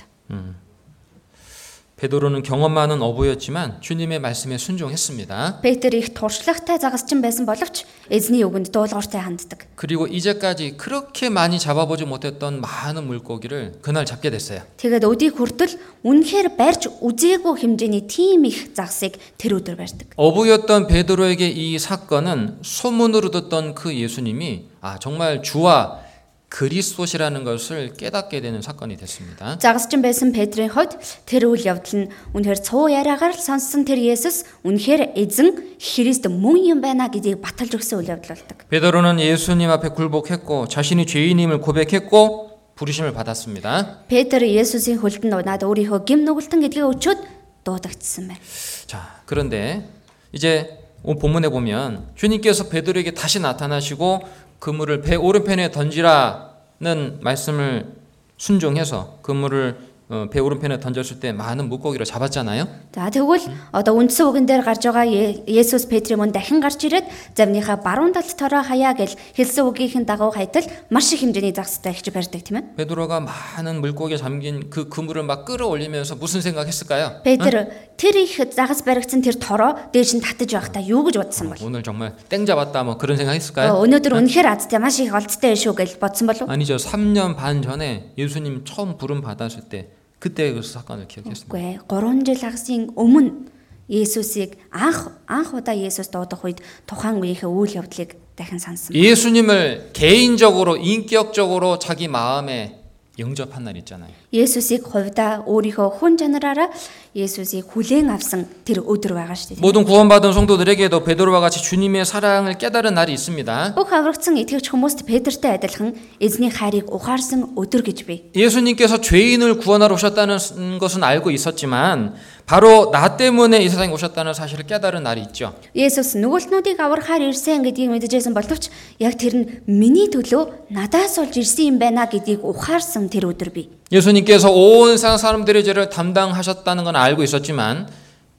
Speaker 1: 베드로는 경험 많은 어부였지만 주님의 말씀에 순종했습니다.
Speaker 2: Петр их туршлагатай загасчин байсан боловч эзний үгэнд дуулууртай ханддаг.
Speaker 1: 그리고 이제까지 그렇게 많이 잡아보지 못했던 많은 물고기를 그날 잡게 됐어요.
Speaker 2: Тэгээд өдий хүртэл үнэхээр барьж үзээгүй хэмжээний тийм их загсыг тэр өдөр барьдаг.
Speaker 1: 어부였던 베드로에게 이 사건은 소문으로 듣던 그 예수님이 아 정말 주와 그리스도시라는 것을 깨닫게 되는 사건이 됐습니다.
Speaker 2: Загасчин байсан Петрийн хойд тэр үйл явдал нь үнэхээр цуу яриагаар л сонссон тэр Есүс үнэхээр эзэн Христ мөн юм байна гэдгийг баталж өгсөн үйл явдал болдог.
Speaker 1: 베드로는 예수님 앞에 굴복했고 자신이 죄인임을 고백했고 부르심을 받았습니다.
Speaker 2: Петр Есүсийн хөлдөнд унаад өөрийнхөө гим нүгэлтэн гэдгийг өчөөд дуудагдсан байна.
Speaker 1: 자, 그런데 이제 오- 본문에 보면 주님께서 베드로에게 다시 나타나시고 그물을 배 오른편에 던지라는 말씀을 순종해서 그물을 어, 배 오른편에 던졌을 때 많은 물고기를 잡았잖아요.
Speaker 2: За тэгвэл одоо үндсэн үгэн дээр гарч байгаа Е- Есүс Петрийн мөн дахин гарч ирээд завныхаа баруун талд тороо хаяа гэж хэлсэн үгийнхэн дагуу хайтал маш их хэмжээний загстай ихж барьдаг тийм ээ.
Speaker 1: 베드로가 많은 물고기에 잠긴 그 그물을 막 끌어올리면서 무슨 생각했을까요?
Speaker 2: Петр тэр их загас баригдсан тэр тороо дээж нь татаж байхдаа юу гэж бодсон бол?
Speaker 1: 오늘 정말 땡 잡았다 뭐 그런 생각했을까요?
Speaker 2: Оо, Өнөөдөр үнэхээр азтай маш их олдтой шүү гэж бодсон болов уу?
Speaker 1: 아니죠. 3년 반 전에 예수님 처음 부름 받았을 때 그때 그 사건을 기억했습니다.
Speaker 2: Үгүй ээ. 3 жил агасын өмнө Есүсийг анх анх удаа Есүс дуудах үед тухайн үеийнхээ үйл явдлыг дахин сансан.
Speaker 1: 예수님을 개인적으로 인격적으로 자기 마음에 영접한 날 있잖아요.
Speaker 2: Есүсийг хувьдаа өөрийнхөө хүн чанараараа Есүсийг хүлээн авсан тэр өдөр байгаа шүү дээ.
Speaker 1: 모든 구원받은 성도들에게도 베드로와 같이 주님의 사랑을 깨달은 날이 있습니다.
Speaker 2: Бүх аврагдсан итгэгч хүмүүст Петертэй адилхан эзний хайрыг ухаарсан өдөр гэж бий.
Speaker 1: 예수님께서 죄인을 구원하러 오셨다는 것은 알고 있었지만 바로 나 때문에 이 세상에 오셨다는 사실을 깨달은 날이 있죠.
Speaker 2: Есүс нүгэлтнүүдийг аврахаар ирсэн гэдгийг мэдчихсэн боловч яг тэр нь миний төлөө надаас олж ирсэн юм байна гэдгийг ухаарсан тэр өдөр бий.
Speaker 1: 예수님께서 온 세상 사람들의 죄를 담당하셨다는 건 알고 있었지만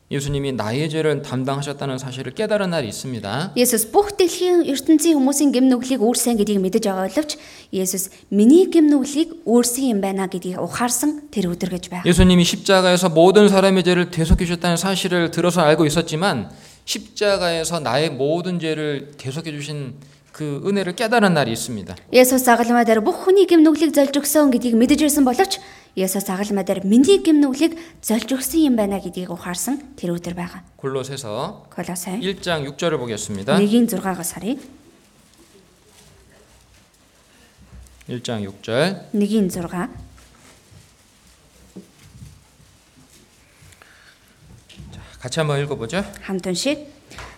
Speaker 1: 예수님이 나의 죄를 담당하셨다는 사실을 깨달은 날이 있습니다.
Speaker 2: Есүс бүх дэлхийн ертөнцийн хүмүүсийн гэм нүглийг үүрсэн гэдгийг мэдэж байгаа боловч Есүс миний гэм нүглийг үүрсэн юм байна гэдгийг ухаарсан тэр өдөр гэж байна.
Speaker 1: 예수님이 십자가에서 모든 사람의 죄를 대속해주셨다는 사실을 들어서 알고 있었지만 십자가에서 나의 모든 죄를 대속해주신 그 은혜를 깨달은 날이 있습니다.
Speaker 2: Есүс агалмаа дээр бүх хүний гэм нүглийг зольж өгсөн гэдгийг мэдэж ирсэн боловч Есүс агалмаа дээр миний гэм нүглийг зольж өгсөн юм байна гэдгийг ухаарсан тэр өдөр байгаа.
Speaker 1: 골로새서
Speaker 2: Колосай
Speaker 1: 1장 6절을 보겠습니다.
Speaker 2: 1-ийн 6-аас харъя.
Speaker 1: 1장 6절
Speaker 2: 1-ийн 6.
Speaker 1: 같이 한번 읽어보죠.
Speaker 2: хамт уншиг.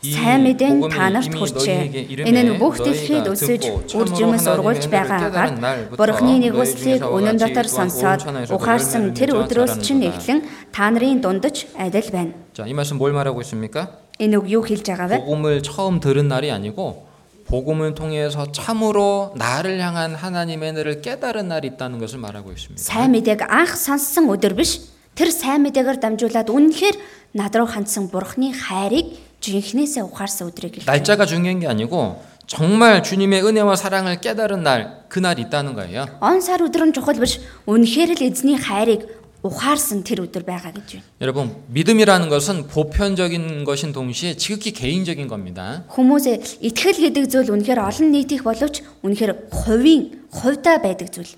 Speaker 1: 이
Speaker 2: Сайн мэдэн
Speaker 1: 복음이
Speaker 2: та нарт
Speaker 1: 이미 너희에게
Speaker 2: хүрчээ.
Speaker 1: 이름에
Speaker 2: Энэ нь бүх
Speaker 1: 너희가
Speaker 2: дэлхийд
Speaker 1: 듣고
Speaker 2: өсөж,
Speaker 1: 참으로
Speaker 2: үр жимс
Speaker 1: 하나님의
Speaker 2: ургуулж
Speaker 1: 은혜를
Speaker 2: байгаа
Speaker 1: 깨달은
Speaker 2: агаар
Speaker 1: 날부터
Speaker 2: бурхны
Speaker 1: 너희
Speaker 2: нэгүслийг
Speaker 1: 중에서
Speaker 2: үнэн
Speaker 1: 와같이
Speaker 2: дотор
Speaker 1: 또한
Speaker 2: сонсоод
Speaker 1: 온 천하에서도
Speaker 2: ухаарсан
Speaker 1: 너희를
Speaker 2: тэр
Speaker 1: 믿는
Speaker 2: өдрөөс чинь
Speaker 1: 자라는구나.
Speaker 2: эхлэн та нарын дундаж адил байна.
Speaker 1: 자, 이 말씀 뭘 말하고 있습니까?
Speaker 2: Энэ үг юу хэлж байгаа вэ?
Speaker 1: 복음을 처음 들은 날이 아니고 복음을 통해서 참으로 나를 향한 하나님의 은혜를 깨달은 날이 있다는 것을 말하고 있습니다.
Speaker 2: Сайн мэдээг анх сонссон өдөр биш. Тэр сайн мэдээгээр дамжуулаад үнэхээр над руу хандсан бурхны хайрыг жинхнээсээ ухаарсан өдрийг хэлж.
Speaker 1: 날짜가 중요한 게 아니고 정말 주님의 은혜와 사랑을 깨달은 날 그날이 있다는 거예요.
Speaker 2: Он сар өдөр нь чухал биш. Үнэхээр л эзний хайрыг ухаарсан тэр өдөр байгаа гэж байна.
Speaker 1: 여러분, 믿음이라는 것은 보편적인 것인 동시에 지극히 개인적인 겁니다.
Speaker 2: Хүмүүсээ итгэл гэдэг зүйл үнэхээр олон нийтих боловч үнэхээр хувийн хувьдаа байдаг зүйл.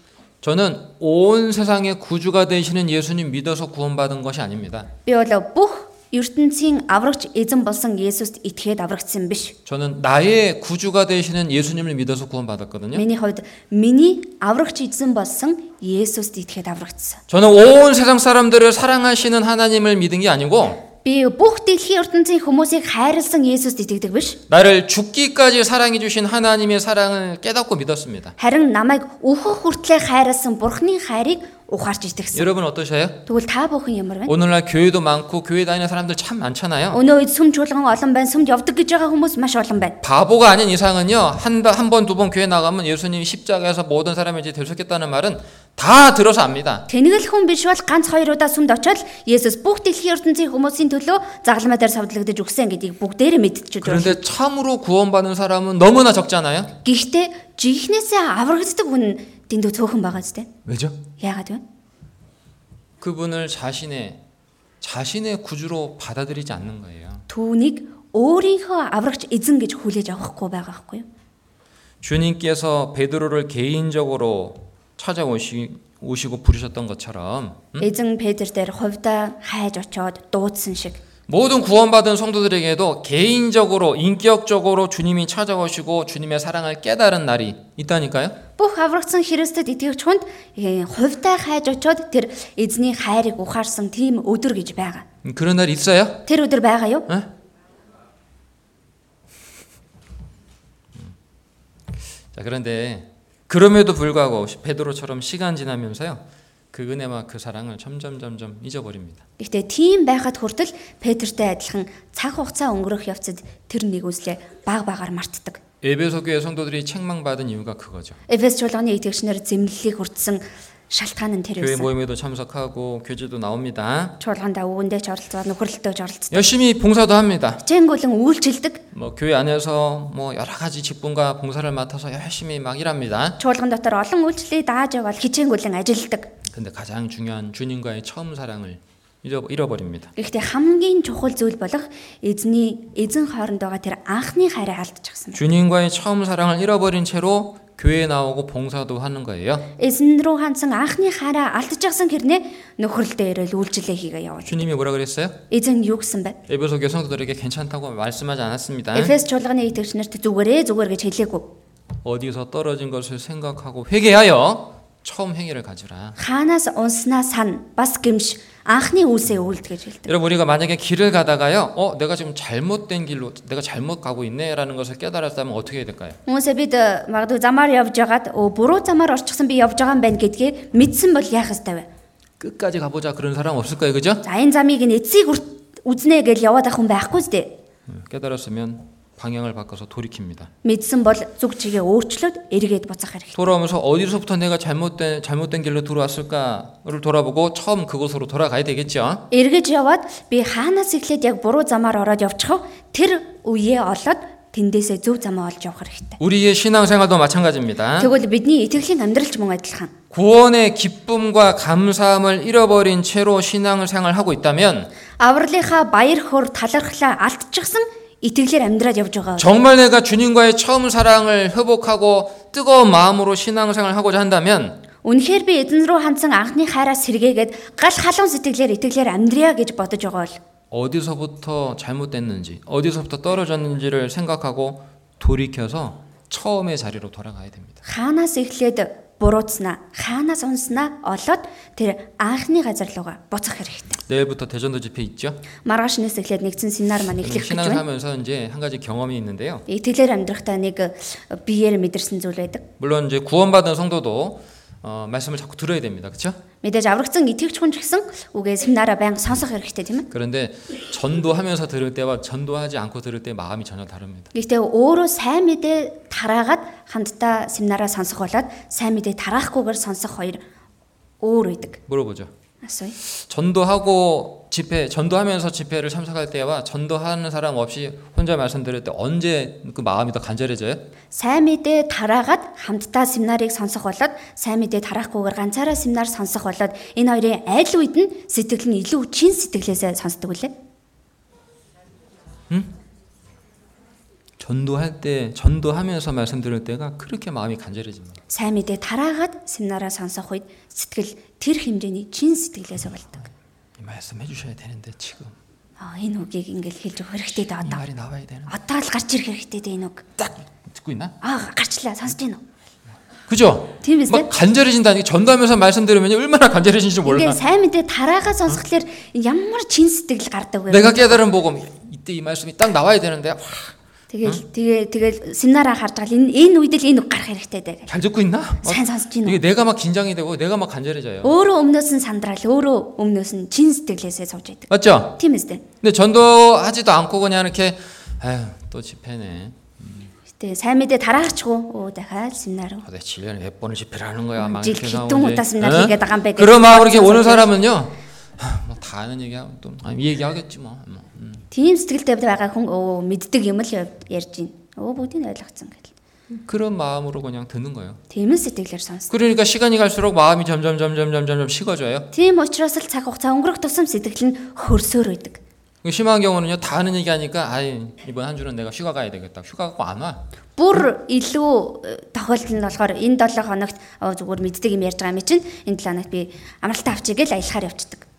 Speaker 1: 저는 온 세상의 구주가 되시는 예수님 믿어서 구원받은 것이 아닙니다.
Speaker 2: Би бол бүх ертөнцийн аврагч эзэн болсон Есүст итгээд аврагдсан биш.
Speaker 1: 저는 나의 구주가 되시는 예수님을 믿어서 구원받았거든요.
Speaker 2: Миний хувьд миний аврагч эзэн болсон Есүст итгээд аврагдсан.
Speaker 1: 저는 온 세상 사람들을 사랑하시는 하나님을 믿은 게 아니고
Speaker 2: Би бүх дэлхийн ертөнцийн хүмүүсийг хайрлсан Есүст итгэдэг биш.
Speaker 1: 나를 죽기까지 사랑해 주신 하나님의 사랑을 깨닫고 믿었습니다.
Speaker 2: Харин намайг өөхөх хүртлээр хайрлсан Бурхны хайрыг ухаарч итгэсэн.
Speaker 1: 여러분 어떠셔요?
Speaker 2: Тэгвэл та бүхэн ямар вэ?
Speaker 1: 오늘날 교회도 많고 교회 다니는 사람들 참 많잖아요.
Speaker 2: Өнөө үед сүм чуулган олон байна, сүмд явдаг гэж байгаа хүмүүс маш олон байна.
Speaker 1: 바보가 아닌 이상은요 한한번 두 번 교회 나가면 예수님이 십자가에서 모든 사람을 이제 대속했다는 말은 다 들어서 압니다.
Speaker 2: Тэнгэл хүн биш бол ганц хоёр удаа сүмд очоод Есүс бүх дэлхийн ертөнцийн хүмүүсийн төлөө загламаа дээр савдлагдаж өгсөн гэдгийг бүгдээрээ мэдчихэж байна.
Speaker 1: 그런데 참으로 구원받은 사람은 너무나 적잖아요.
Speaker 2: Гэхдээ жинхнээсээ аврагддаг хүн нь дэндүү цөөхөн байгаа зү дээ.
Speaker 1: 왜죠?
Speaker 2: Яагаад вэ?
Speaker 1: 그분을 자신의 자신의 구주로 받아들이지 않는 거예요.
Speaker 2: Түүнийг өөрийнхөө аврагч эзэн гэж хүлээж авахгүй байгаа хгүй юу?
Speaker 1: 주님께서 베드로를 개인적으로 찾아오시 오시고 부르셨던 것처럼
Speaker 2: Эзэн Петр дээр хувьдаа хайж очоод дуудсан шиг
Speaker 1: 모든 구원받은 성도들에게도 개인적으로 인격적으로 주님이 찾아오시고 주님의 사랑을 깨달은 날이 있다니까요.
Speaker 2: бүх аврагдсан Христэд итгэгч хүнд э, хувьдаа хайж очоод тэр эзний хайрыг ухаарсан тийм өдөр гэж байгаа.
Speaker 1: 그런 날이 있어요? 예?
Speaker 2: Тэр өдөр байгаа юу?
Speaker 1: 에? 음. 자 그런데 그럼에도 불구하고 베드로처럼 시간 지나면서요 그 은혜와 그 사랑을 점점 점점 잊어버립니다.
Speaker 2: Гэхдээ тийм байхад хүртэл Петертэй адилхан цаг хугацаа өнгөрөх явцад тэр нэгүслээ баг багаар мартдаг.
Speaker 1: 에베소 교회 성도들이 책망받은 이유가 그거죠.
Speaker 2: Эфес чуулганы итгэгчнэр зэмлэлийг хүртсэн шалтгаан нь тэр
Speaker 1: 교회
Speaker 2: байсан.
Speaker 1: 모임에도 참석하고 교제도 나옵니다.
Speaker 2: Чуулгандаа өвөндөөч оролцоод нөхөрлөлтөөч оролцдог.
Speaker 1: 열심히 봉사도 합니다.
Speaker 2: Хичээнгүлэн үйлчилдэг.
Speaker 1: 뭐 교회 안에서 뭐 여러 가지 직분과 봉사를 맡아서 열심히 막 일합니다.
Speaker 2: Чуулган дотор олон үйлчлэлийг дааж явбал хичээнгүлэн ажилладаг.
Speaker 1: 근데 가장 중요한 주님과의 처음 사랑을 잃어- 잃어버립니다.
Speaker 2: Гэхдээ хамгийн чухал зүйл болох эзний эзэн хооронд байгаа тэр анхны хайрыг алдчихсан.
Speaker 1: 주님과의 처음 사랑을 잃어버린 채로 교회에 나오고 봉사도 하는 거예요.
Speaker 2: Эзэн рүү хандсан анхны хайраа алдчихсан хэрнээ нөхрөлдөө ирэл үйлчлэлээ хийгээ явуул.
Speaker 1: 주님이 뭐라 그랬어요?
Speaker 2: Эзэн юу гэсэн бэ?
Speaker 1: 에베소 교성들에게 괜찮다고 말씀하지 않았습니다.
Speaker 2: Эфес чуулганы итгэгчнэрт зүгээрээ зүгээр гэж хэлээгүй.
Speaker 1: 어디서 떨어진 것을 생각하고 회개하여 처음 행위를 가지라.
Speaker 2: Хаанаас унснаа сан бас гимш анхны үйлсээ үйлд гэж хэлдэг.
Speaker 1: 여러분 우리가 만약에 길을 가다가요, 어 내가 지금 잘못된 길로 내가 잘못 가고 있네라는 것을 깨달았다면 어떻게 해야 될까요?
Speaker 2: Хүмүүсээ бид э, магадгүй замаар явж байгаад өө буруу замаар орчихсан би явж байгаа юм байна гэдгийг мэдсэн бол яах ёстой вэ?
Speaker 1: 끝까지 가보자 그런 사람 없을까요, 그죠?
Speaker 2: За энэ замыг нь эцсийг үрт- үзнэ гэж яваад ах хүн байхгүй зү дээ.
Speaker 1: 네, 깨달았으면 방향을 바꿔서 돌이킵니다.
Speaker 2: Мэдсэн бол зүг чигээ өөрчлөөд эргээд буцах хэрэгтэй.
Speaker 1: 돌아오면서 어디서부터 내가 잘못된 잘못된 길로 들어왔을까를 돌아보고 처음 그곳으로 돌아가야 되겠죠.
Speaker 2: Эргэж яваад би хаанаас эхлээд яг буруу замаар ороод явчихав тэр үеэ олоод тэндээсээ зөв замаа олж явах хэрэгтэй.
Speaker 1: 우리의 신앙생활도 마찬가지입니다.
Speaker 2: Тэгвэл бидний итгэлийн амьдралч мөн адилхан.
Speaker 1: 구원의 기쁨과 감사함을 잃어버린 채로 신앙을 생활하고 있다면
Speaker 2: Авралынхаа баяр хөөр талархлаа алдчихсан итгэлээр амьдраад явж байгаа.
Speaker 1: 정말 내가 주님과의 처음 사랑을 회복하고 뜨거운 마음으로 신앙생활을 하고자 한다면
Speaker 2: Үнэхээр би эзэн рүү хандсан анхны хайраа сэргээгээд гал халуун сэтгэлээр итгэлээр амьдрая гэж бодож байгаа бол
Speaker 1: 어디서부터 잘못됐는지 어디서부터 떨어졌는지를 생각하고 돌이켜서 처음의 자리로 돌아가야 됩니다.
Speaker 2: хаанаас эхлээд бурууцнаа, хаанаас унснаа олоод тэр анхны газар руугаа буцах хэрэгтэй.
Speaker 1: 내일부터 대전도 집회 있죠?
Speaker 2: Маргааш нэс эхлээд нэгдсэн семинар маань эхлэх гэж байна.
Speaker 1: 신앙하면서 이제 한 가지 경험이 있는데요.
Speaker 2: Итгэлээр амьдрахтаа нэг биеэр мэдэрсэн зүйл байдаг.
Speaker 1: 물론 이제 구원받은 성도도 어, 말씀을 자꾸 들어야 됩니다. 그렇죠?
Speaker 2: Мэдээж аврагдсан итгэвч хүн ч гэсэн үгээ семинараа байнга сонсох хэрэгтэй тийм ээ.
Speaker 1: 그런데 전도하면서 들을 때와 전도하지 않고 들을 때 마음이 전혀 다릅니다.
Speaker 2: Гэхдээ өөрөө сайн мэдээ тараагаад хамтдаа семинараа сонсох болоод сайн мэдээ тараахгүйгээр сонсох хоёр өөр үйдэг.
Speaker 1: 물어보죠.
Speaker 2: Асууя.
Speaker 1: 전도하고 집회, 전도하면서 집회를 참석할 때와 전도하는 사람 없이 혼자 말씀 들을 때 언제 그 마음이 더 간절해져요?
Speaker 2: Сайн мэдээ тараагаад хамтдаа семинарыг сонсох болоод сайн мэдээ тараахгүйгээр ганцаараа семинар сонсох болоод энэ хоёрын айл үед нь сэтгэл нь илүү чин сэтгэлээсээ сонсдог үлээ.
Speaker 1: 전도할 때, 전도하면서 말씀 들을 때가 그렇게 마음이 간절해집니다.
Speaker 2: Сайн мэдээ тараагаад семинараа сонсох үед сэтгэл тэр хэмжээний чин сэтгэлээсээ болдог.
Speaker 1: 말씀해 주셔야 되는데 지금
Speaker 2: Аа энэ үгийг ингээл хэлж өгөх хэрэгтэй дээ
Speaker 1: 이
Speaker 2: одоо.
Speaker 1: 말이 나와야 되는.
Speaker 2: Одоо л гарч ирэх хэрэгтэй дээ энэ үг.
Speaker 1: 딱 듣고 있나?
Speaker 2: Аа гарчлаа сонсож байна уу?
Speaker 1: 그죠?
Speaker 2: Тийм биз дээ.
Speaker 1: 막 간절해진다는 게 전도하면서 말씀 들으면 얼마나 간절해진지 몰라.
Speaker 2: Тэгээ сайн мэдээ тараагаа сонсхолоор ямар чин сэтгэл гардаг вэ?
Speaker 1: 내가 깨달은 복음 이때 이 말씀이 딱 나와야 되는데 와,
Speaker 2: Тэгэл тэгээ тэгэл семинараа харж байгаа л энэ энэ үед л энэ үг гарах хэрэгтэй дээ.
Speaker 1: 잘 듣고 있나? 막
Speaker 2: Сайн сонсож байна
Speaker 1: 이게
Speaker 2: уу?
Speaker 1: 내가 막 긴장이 되고 내가 막 간절해져요.
Speaker 2: Өөрөө өмнөөс нь сандраал, өөрөө өмнөөс нь чин сэтгэлээсээ сууж байдаг.
Speaker 1: 맞죠?
Speaker 2: Тийм эс дээ.
Speaker 1: 근데 전도하지도 않고 그냥 이렇게 아유 또 집회네.
Speaker 2: Гэтэ сайн мэдээ тараахчгүй. Оо дахиад семинар. уу?
Speaker 1: 도대체 1년에 몇 번을 집회를 하는 거야? 막
Speaker 2: 질
Speaker 1: 이렇게
Speaker 2: 기둥
Speaker 1: 나오는데.
Speaker 2: 못다 쓴다,
Speaker 1: 응?
Speaker 2: 이게 나간 백에
Speaker 1: 그런 마음으로 이렇게
Speaker 2: 나간
Speaker 1: 오는
Speaker 2: 백에.
Speaker 1: 사람은요. 뭐다 아는 얘기하고 또 아니, 이 얘기하겠지 뭐. 뭐. 음.
Speaker 2: Тийм сэтгэлтэй байгаа хүн өө мэддэг юм л ярьж байна. Өө бүгдийг нь ойлгоцсон гэл.
Speaker 1: 그런 마음으로 그냥 듣는 거예요.
Speaker 2: Тийм л сэтгэлээр сонс.
Speaker 1: 그러니까 시간이 갈수록 마음이 점점 점점 점점 점 식어져요.
Speaker 2: Тийм учраас л цаг хугацаа өнгөрөх тусам сэтгэл нь хөрсөөр байдаг.
Speaker 1: 그러니까 심한 경우는요. 다 아는 얘기하니까 아이 이번 한 주는 내가 휴가 가야 되겠다. 휴가 가고 안 와.
Speaker 2: Бүр илүү э, тохиолдол нь болохоор энэ 7 хоногт оо зүгээр мэддэг юм ярьж байгаа юм чинь энэ 7 хоногт би амралтаа авчиг гэл аялахаар явцдаг.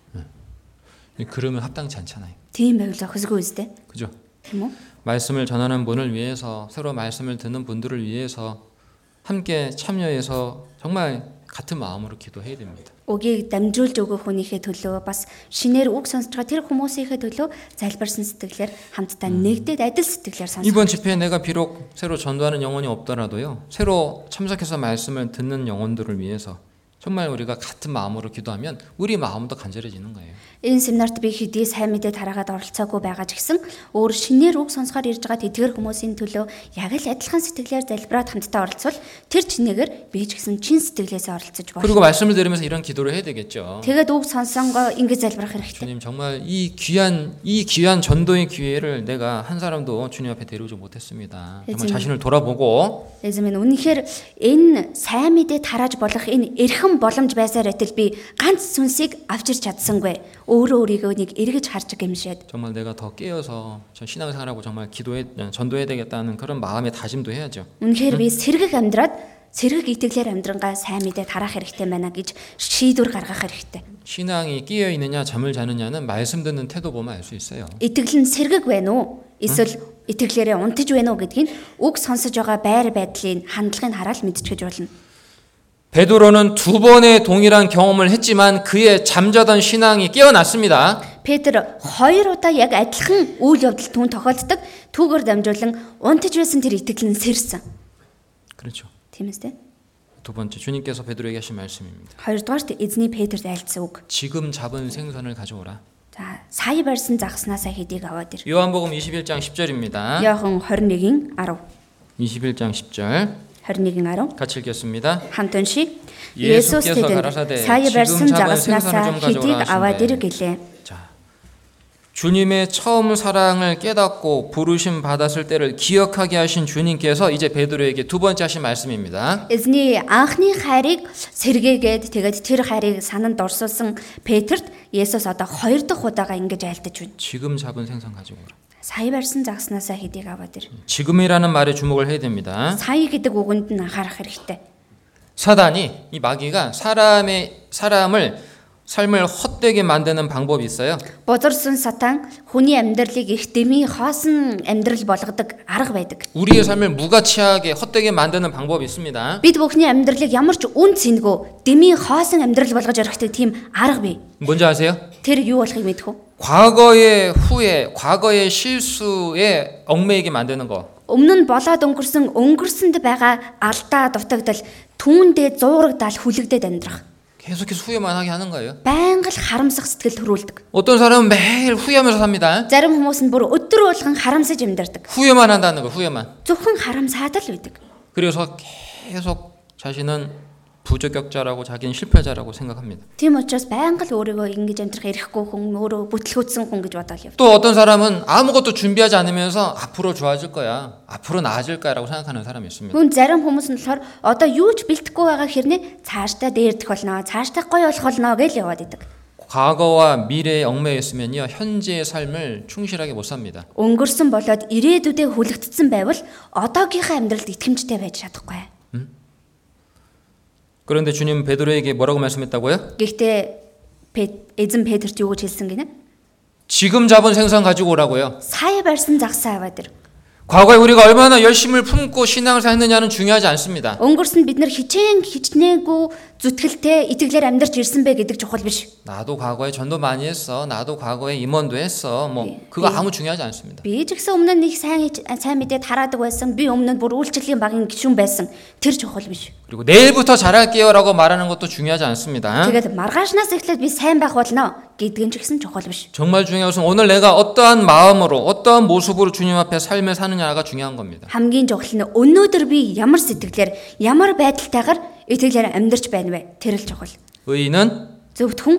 Speaker 1: 그러면 합당치 않잖아요.
Speaker 2: Тийм байвал өхсгүй үстэй.
Speaker 1: 그죠?
Speaker 2: Тийм үү?
Speaker 1: 말씀을 전하는 분을 위해서 새로 말씀을 듣는 분들을 위해서 함께 참여해서 정말 같은 마음으로 기도해야 됩니다.
Speaker 2: Үгийг дамжуулж өгөх хүнийхээ төлөө бас шинээр үг сонсож байгаа тэр хүмүүсийнхээ төлөө залбирсан сэтгэлээр хамтдаа нэгдээд адил сэтгэлээр сонсох.
Speaker 1: 이번 집회에 내가 비록 새로 전도하는 영혼이 없더라도요. 새로 참석해서 말씀을 듣는 영혼들을 위해서 정말 우리가 같은 마음으로 기도하면 우리 마음도 간절해지는 거예요.
Speaker 2: Энэ семинарт би хэдий сайн мэдээ тараагаад оролцоогүй байгаа ч гэсэн өөр шинээр үг сонсохоор ирж байгаа тэдгээр хүмүүсийн төлөө яг л адилхан сэтгэлээр залбираад хамтдаа оролцвол тэр чинээгээр би ч гэсэн чин сэтгэлээсээ оролцож
Speaker 1: 그리고
Speaker 2: болно.
Speaker 1: 말씀을 들으면서 이런 기도를 해야 되겠죠.
Speaker 2: Тэгээд үг сонсонгоо ингэ залбирах хэрэгтэй.
Speaker 1: 주님 정말 이 귀한 이 귀한 전도의 기회를 내가 한 사람도 주님 앞에 데려오지 못했습니다. 정말
Speaker 2: 예수님.
Speaker 1: 자신을 돌아보고
Speaker 2: Эзэн минь үнэхээр энэ сайн мэдээ тарааж болох энэ эрхэм боломж байсаар этэл би ганц сүнсийг авчирч чадсангүй. Өөрөө өөрийгөө нэг эргэж харж гэмшээд
Speaker 1: 정말 내가 더 깨어서 전 신앙생활하고 정말 기도해 전도해야 되겠다는 그런 마음의 다짐도 해야죠.
Speaker 2: үнэхээр би сэргэг амьдраад сэргэг итгэлээр амьдрангаа сайн мэдээ тараах хэрэгтэй байна гэж шийдвэр гаргах хэрэгтэй.
Speaker 1: 신앙이 끼어 있느냐 잠을 자느냐는 말씀 듣는 태도 보면 알 수 있어요.
Speaker 2: Итгэл нь сэргэг байна уу? Эсвэл итгэлээрээ унтаж байна уу гэдгийг үг сонсож байгаа байр байдлын хандлагыг хараад мэдчихэж болно.
Speaker 1: 베드로는 두 번의 동일한 경험을 했지만 그의 잠자던 신앙이 깨어났습니다.
Speaker 2: Петр хоёр удаа яг адилхан үйл явдал түн тохиолддог түүгээр дамжуулан унтаж байсан тэр итгэл нь сэрсэн.
Speaker 1: 그렇죠.
Speaker 2: Тийм үстэй.
Speaker 1: 두 번째 주님께서 베드로에게 하신 말씀입니다.
Speaker 2: Хоёрдугаарт эзний Петрт айлцсан үг.
Speaker 1: 지금 잡은 생선을 가져오라.
Speaker 2: За, сая барьсан загснасаа хэдийг аваад ир.
Speaker 1: 요한복음 21장 10절입니다.
Speaker 2: Яохан 21-10 21-10
Speaker 1: 21장 10절 같이 읽겠습니다.
Speaker 2: хамт унши.
Speaker 1: Есүс
Speaker 2: Есүс тэдэнд
Speaker 1: гаргасаадэ,
Speaker 2: сая
Speaker 1: "Чигм
Speaker 2: барьсан
Speaker 1: чамаа
Speaker 2: загснасаа
Speaker 1: сэнсээр 좀
Speaker 2: хэдийг
Speaker 1: 가져오라"
Speaker 2: аваад ир
Speaker 1: 하신대.
Speaker 2: гэлээ.
Speaker 1: 자, 주님의 처음 사랑을 깨닫고 부르심 받았을 때를 기억하게 하신 주님께서 이제 베드로에게 두 번째 하신 말씀입니다.
Speaker 2: Эзний анхны хайрыг сэргээгээд тэгээд тэр хайрыг сананд орсуулсан Петрт Есүс одоо хоёр дахь удаага ингэж айлтж байна.
Speaker 1: 지금 잡은 생선 가지고 오라.
Speaker 2: Сая барьсан загснасаа хэдийг аваад ир.
Speaker 1: 지금이라는 말에 주목을 해야 됩니다.
Speaker 2: Сая гэдэг үгэнд нь анхаарах хэрэгтэй.
Speaker 1: 사단이 이 마귀가 사람의 사람을 삶을 헛되게 만드는 방법이 있어요.
Speaker 2: Бузарсан сатан хүний амьдралыг их дэми хоосон амьдрал болгодог арга байдаг.
Speaker 1: 우리의 삶을 무가치하게 헛되게 만드는 방법이 있습니다.
Speaker 2: Бид бүхний амьдралыг ямар ч үн цэнгөө дэми хоосон амьдрал болгож орхидаг тийм арга бий.
Speaker 1: 뭔지 아세요?
Speaker 2: Тэр юу болохыг мэдэх үү?
Speaker 1: 과거의 후회, 과거의 실수에 얽매이게 만드는 거.
Speaker 2: Өмнө нь болоод өнгөрсөн өнгөрсөнд байгаа алдаа дутагдал түүндээ зуурагдал хүлэгдээд амьдрах.
Speaker 1: 계속해서 후회만 하게 하는 거예요.
Speaker 2: Байнга л харамсах сэтгэл төрүүлдэг.
Speaker 1: 어떤 사람은 매일 후회하면서 삽니다.
Speaker 2: Зарим хүмүүс нь бүр өдөр болгон харамсаж амьдардаг.
Speaker 1: 후회만 한다는 거, 후회만.
Speaker 2: Зөвхөн харамсаад л байдаг.
Speaker 1: 그래서 계속 자신은 부적격자라고 자기는 실패자라고 생각합니다.
Speaker 2: Тийм учраас байнга л өөрийгөө ингэж амьдрах эрхгүй хүн, өөрөө бүтлгүүцсэн хүн гэж бодоол явдаг.
Speaker 1: 또 어떤 사람은 아무것도 준비하지 않으면서 앞으로 좋아질 거야, 앞으로 나아질 거야라고 생각하는 사람이 있습니다.
Speaker 2: Хүн зарим хүмүүс нь болохоор одоо юу ч бэлтгэхгүй байгаа хэрнээ цаашдаа дээрдэх болно, цаашдаа гоё болох болно гэж яваад идэг.
Speaker 1: 과거와 미래에 얽매여 있으면요 현재의 삶을 충실하게 못 삽니다.
Speaker 2: Өнгөрсөн болоод ирээдүйдээ хүлэгдсэн байвал одоогийнхээ амьдралд итгэмжтэй байж чадахгүй.
Speaker 1: 그런데 주님 베드로에게 뭐라고 말씀했다고요?
Speaker 2: Гэхдээ Пет- эзэн Петерт юу гэж хэлсэн гинэ?
Speaker 1: 지금 잡은 생선 가지고 오라고요.
Speaker 2: Сая барьсан загсаа аваад ир.
Speaker 1: 과거에 우리가 얼마나 열심을 품고 신앙을 사느냐는 중요하지 않습니다.
Speaker 2: Өнгөрсөнд бид нэр хичээн хичнээгүү зүтгэлтэй итгэлээр амьдарч ирсэн бэ гэдэг чухал биш.
Speaker 1: 나도 과거에 전도 많이 했어. 나도 과거에 임원도 했어. 뭐 그거 아무 중요하지 않습니다.
Speaker 2: Би ч гэсэн өмнө нь их сайн хич- сайн мэдээ тараадаг байсан. Би өмнө нь бүр үйлчлэлийн багийн гишүүн байсан. Тэр чухал биш.
Speaker 1: 그리고 내일부터 잘할게요라고 말하는 것도 중요하지 않습니다.
Speaker 2: Тэгээд маргаашнаас эхлээд би сайн байх болно гэдгэн ч гэсэн чухал биш.
Speaker 1: 정말 중요한 것은 오늘 내가 어떠한 마음으로 어떠한 모습으로 주님 앞에 삶을 사느냐가 중요한 겁니다.
Speaker 2: Хамгийн чухал нь өнөөдөр би ямар сэтгэлээр, ямар байдалтайгаар итгэлээр амьдарч байна вэ? Тэр л чухал.
Speaker 1: 의인은
Speaker 2: Зөвхөн хүн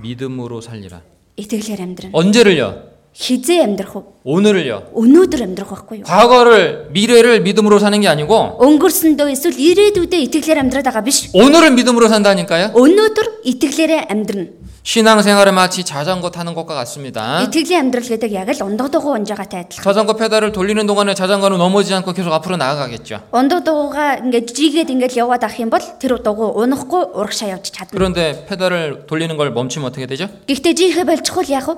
Speaker 1: 믿음으로 살리라.
Speaker 2: итгэлээр амьдрна.
Speaker 1: 언제를요?
Speaker 2: Хизээ амьдрах уу?
Speaker 1: 오늘을요.
Speaker 2: Өнөөдөр амьдрах байхгүй юу?
Speaker 1: 과거를 미래를 믿음으로 사는 게 아니고
Speaker 2: Өнгөрсөндөө эсвэл ирээдүйдээ итгэлээр амьдраад байгаа биш.
Speaker 1: 오늘은 믿음으로 산다니까요.
Speaker 2: Өнөөдөр итгэлээрээ амьдрна.
Speaker 1: 신앙생활은 마치 자전거 타는 것과 같습니다.
Speaker 2: Итгэлийн амьдрал гэдэг яг л ундаг дугуй унжаагаатай адилхан.
Speaker 1: 자전거 페달을 돌리는 동안에 자전거는 넘어지지 않고 계속 앞으로 나아가겠죠.
Speaker 2: Ундаг дугуйгаа ингээд жигээд ингээд яваад авах юм бол тэр дугуй унахгүй урагшаа явж чадна.
Speaker 1: 그런데 페달을 돌리는 걸 멈추면 어떻게 되죠?
Speaker 2: Гэхдээ жигээ болчихвол яах вэ?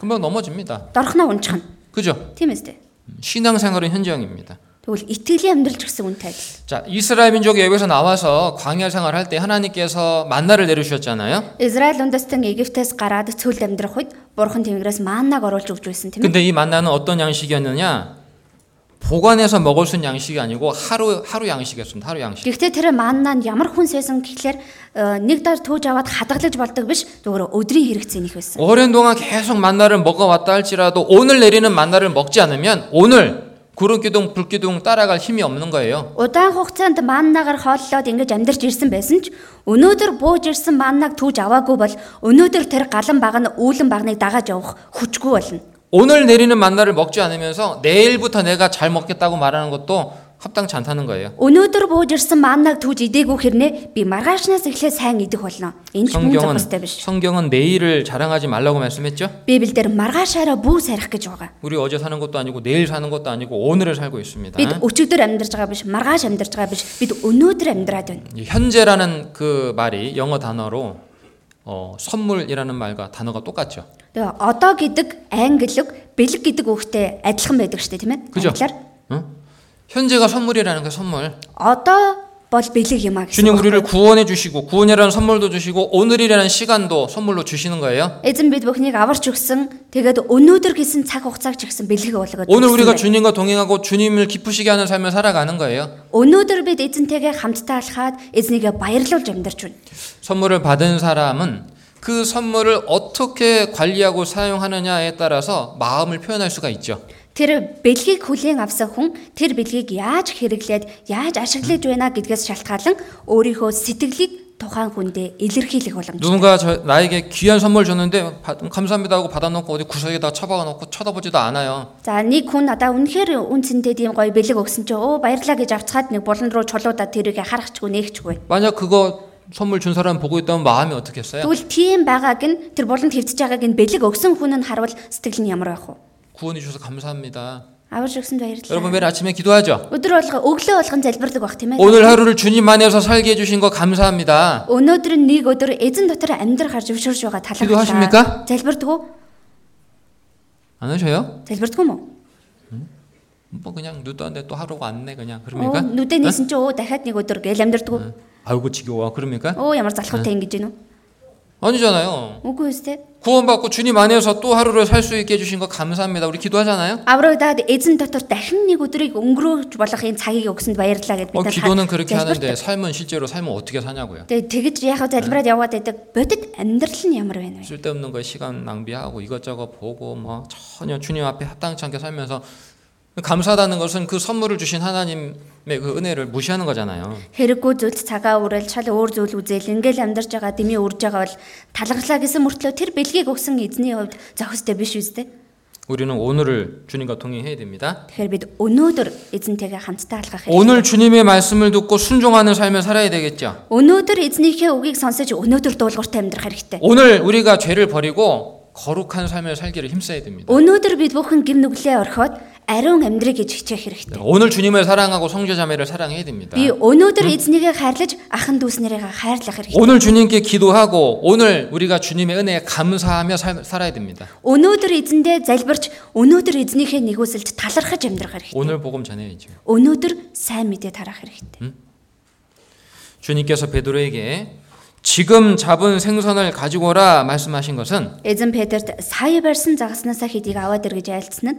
Speaker 1: 금방 넘어집니다.
Speaker 2: Дорхноо унчихна.
Speaker 1: 그죠?
Speaker 2: Тийм ээ.
Speaker 1: 신앙생활은 현지형입니다.
Speaker 2: Тэгвэл итгэлийн амьдралч гэсэн үнтэй адил.
Speaker 1: 자, 이스라엘 민족이 애굽에서 나와서 광야 생활할 때 하나님께서 만나를 내려주셨잖아요.
Speaker 2: Израиль үндэстэн Египтээс гараад цөлд амьдрах үед Бурхан Тэнгэрээс мааннаг оруулж өгч байсан тийм ээ.
Speaker 1: 근데 이 만나는 어떤 양식이었느냐? 보관해서 먹을 수 있는 양식이 아니고 하루 하루 양식이었습니다. 하루 양식.
Speaker 2: Гэхдээ тэр маннаа ямар хүн сэсэн гэхлээр э, нэг даар төөж аваад хадгалж болдог биш зүгээр өдрийн хэрэгцээних байсан.
Speaker 1: 오랜 동안 계속 만나를 먹어왔다 할지라도 오늘 내리는 만나를 먹지 않으면 오늘 구름 기둥 불 기둥 따라갈 힘이 없는 거예요.
Speaker 2: Удаан хугацаанд маннагаар хооллоод ингэж амьдарч ирсэн байсан ч өнөөдөр бууж ирсэн маннааг түүж аваагүй бол өнөөдөр тэр галан баг нь үүлэн багныг дагааж явах хүчгүй болно.
Speaker 1: 오늘 내리는 만나를 먹지 않으면서 내일부터 내가 잘 먹겠다고 말하는 것도 합당치 않다는 거예요.
Speaker 2: Өнөөдөр бууж ирсэн маннааг түүж идээгүй хэрнээ би маргаашнаас эхлээ сайн идэх болно. Энэ ч мөн
Speaker 1: 성경은
Speaker 2: зохистой биш.
Speaker 1: 성경은 내일을 자랑하지 말라고 말씀했죠.
Speaker 2: Библиэлд маргаашаараа бүү сарих гэж байгаа.
Speaker 1: 우리 어제 사는 것도 아니고 내일 사는 것도 아니고 오늘을 살고 있습니다.
Speaker 2: Бид өчигдөр амьдарч байгаа биш, маргааш амьдарч байгаа биш. Бид өнөөдөр амьдраад байна.
Speaker 1: 이 현재라는 그 말이 영어 단어로 어, 선물이라는 말과 단어가 똑같죠.
Speaker 2: Тэгээ одоо гэдэг англиг бэлэг гэдэг үгтэй адилхан байдаг шүү дээ, тийм ээ?
Speaker 1: Гэж.
Speaker 2: Адилаар
Speaker 1: 응? 현재가 선물이라는 게 선물.
Speaker 2: одоо бол бэлэг юм а
Speaker 1: 주님
Speaker 2: гэсэн.
Speaker 1: 우리를 구원해 주시고 구원이라는 선물도 주시고 오늘이라는 시간도 선물로 주시는 거예요.
Speaker 2: Эзэн бид бүхнийг аварч өгсөн. Тэгээд өнөөдөр гэсэн цаг хугацааг ч гэсэн бэлэг болгоод.
Speaker 1: 오늘 우리가
Speaker 2: өгсөн
Speaker 1: 주님과
Speaker 2: байна.
Speaker 1: 동행하고 주님을 기쁘시게 하는 삶을 살아가는 거예요.
Speaker 2: өнөөдөр бид эзэнтэйгээ хамтдаа алхаад эзнийгээ баярлуулж амьдарч байна.
Speaker 1: 선물을 받은 사람은 그 선물을 어떻게 관리하고 사용하느냐에 따라서 마음을 표현할 수가 있죠.
Speaker 2: Тэр бэлгийг хүлээн авсан хүн тэр бэлгийг яаж хэрэглээд яаж ашиглаж байна гэдгээс шалтгаалan өөрийнхөө сэтгэлийг тухайн хүндээ илэрхийлэх боломжтой.
Speaker 1: 누군가 저, 나에게 귀한 선물 줬는데 받- 감사합니다 하고 받아놓고 어디 구석에다가 처박아놓고 쳐다보지도 않아요.
Speaker 2: За нэг хүн надаа үнэхээр үнцэнтэй тийм гоё бэлэг өгсөн чинь оо баярлаа гэж авцгаад нэг булан руу чулуудаад тэрийг харахчгүй нээгчгүй.
Speaker 1: 만약 그거 선물 준 사람 보고 있다면 마음이 어떻겠어요?
Speaker 2: Тэгвэл тийм байгааг нь тэр буланд хэвдэж байгааг нь бэлэг өгсөн хүн нь харвал сэтгэл нь ямар байх вэ?
Speaker 1: 구원해 주셔서 감사합니다.
Speaker 2: Аварж өгсөнд баярлалаа.
Speaker 1: 여러분 매일 아침에 기도하죠.
Speaker 2: Өдөр болго өглөө болгон залбирдаг бах тийм ээ.
Speaker 1: 오늘 하루를 주님 안에서 살게 해주신 거 감사합니다.
Speaker 2: Өнөөдөр нь нэг өдөр эзэн дотор амьдрах харж өвшөрж байгаа талаа.
Speaker 1: Хашмика?
Speaker 2: Залбирдаг уу?
Speaker 1: 안 하셔요?
Speaker 2: Залбирдаг юм уу?
Speaker 1: 뭐 그냥 눈도 안 돼 또 하루가 어? 안 내 그냥
Speaker 2: Оо
Speaker 1: 그럽니까?
Speaker 2: нүдэн
Speaker 1: 응?
Speaker 2: нисэн чи оо дахиад нэг өдөр гэл амьдэрдэг үү?
Speaker 1: 아이고 지겨워 그럽니까?
Speaker 2: Оо ямар залхуутай ингэж гинүү.
Speaker 1: 아니잖아요.
Speaker 2: Үгүй үстэй.
Speaker 1: 구원받고 주님 안에서 또 하루를 살 수 있게 해주신 거 감사합니다. 우리 기도하잖아요. 어,
Speaker 2: Аврагдаад эзэн дотор дахин нэг өдрийг өнгөрөөж болох энэ цагийг өгсөнд баярлалаа гэд
Speaker 1: 어,
Speaker 2: бид
Speaker 1: 기도는 그렇게 하는데
Speaker 2: залбирдаг.
Speaker 1: 삶은 실제로 삶은 어떻게 사냐고요.
Speaker 2: Тэгээ тэгж яг хав залбираад яваад байдаг. Бодит амьдрал нь ямар байна вэ?
Speaker 1: 쓸데없는 거 시간 낭비하고 이것저것 보고 뭐 전혀 주님 앞에 합당치 않게 살면서 감사하다는 것은 그 선물을 주신 하나님의 그 은혜를 무시하는 거잖아요.
Speaker 2: Хэрэггүй зүйлд цагаа өрөөл шал өөр зүйл үзэл ингээл амьдарч байгаа дэмий үрж байгаа бол талархлаа гэсэн мөртлөө тэр бэлгийг өгсөн эзний хувьд зохистой биш үстэй.
Speaker 1: 우리는 오늘을 주님과 동행해야 됩니다.
Speaker 2: Тэгэхээр бид өнөөдөр эзэнтэйгээ хамтдаа алхах
Speaker 1: 오늘 주님의 말씀을 듣고 순종하는 삶을 살아야 되겠죠.
Speaker 2: Өнөөдөр эзнийхээ үгийг сонсож өнөөдөр дуулууртай амьдрах хэрэгтэй.
Speaker 1: 오늘 우리가 죄를 버리고 거룩한 삶을 살기를 힘써야 됩니다.
Speaker 2: Өнөөдөр бид бүхэн гим нүглээ орхиод ариун амьдрыг гэж хичээх хэрэгтэй.
Speaker 1: 네, 오늘 주님을 사랑하고 성제자매를 사랑해야 됩니다.
Speaker 2: Би өнөөдөр эзнийгээ хайрлаж ахын дүүснэрийг хайрлах хэрэгтэй.
Speaker 1: 오늘 주님께 기도하고 오늘 우리가 주님의 은혜에 감사하며 살, 살아야 됩니다.
Speaker 2: Өнөөдөр эзэндээ залбирч өнөөдөр эзнийхээ нэгүсэлд талархаж амьдрах хэрэгтэй.
Speaker 1: 오늘 복음 전해야죠.
Speaker 2: Өнөөдөр сайн мэдээ тарах хэрэгтэй.
Speaker 1: 주님께서 베드로에게 지금 잡은 생선을 가지고 오라 말씀하신 것은
Speaker 2: Эзэн Петерт сая барьсан загаснасаа хэдийг аваад ир гэж айлцсан нь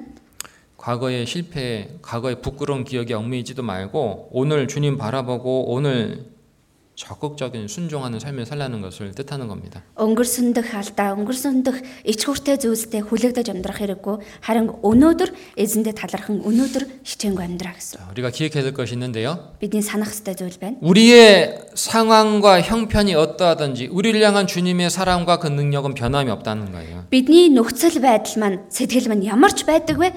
Speaker 1: 과거의 실패, 과거의 부끄러운 기억에 얽매이지도 말고 오늘 주님 바라보고 오늘 적극적인 순종하는 삶을 살라는 것을 뜻하는 겁니다.
Speaker 2: өнгөрсөн дэх алдаа, өнгөрсөн дэх ич хүртэй зүйлстэй хүлэгдэж амьдрах хэрэггүй. Харин өнөөдөр эзэндээ талархан өнөөдөр хичээнгүй амьдраа гэсэн.
Speaker 1: 자, 우리가 기억해야 될 것이 있는데요.
Speaker 2: Бидний санах хэвтэй зүйл байна.
Speaker 1: 우리의 상황과 형편이 어떠하든지 우리를 향한 주님의 사랑과 그 능력은 변함이 없다는 거예요.
Speaker 2: Бидний нөхцөл байдал маань сэтгэл маань ямар ч байдаг вэ?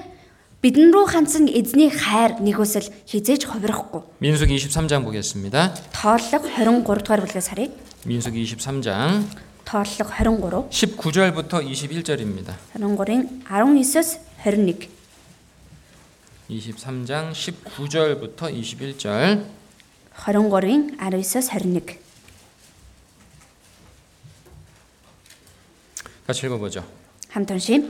Speaker 2: Бидэн рүү хандсан эзний хайр нэгөөсөл хизээж хувирахгүй.
Speaker 1: 민수기 23장 보겠습니다.
Speaker 2: Тооллог 23 дугаар бүлгээс харъя.
Speaker 1: 민수기 23장
Speaker 2: Тооллог 23,
Speaker 1: 19절부터 21절입니다.
Speaker 2: 23-ын 19-с 21.
Speaker 1: 23장 19절부터 21절
Speaker 2: 23-ын 19-с 21.
Speaker 1: 같이 읽어보죠.
Speaker 2: Хамт уншийе.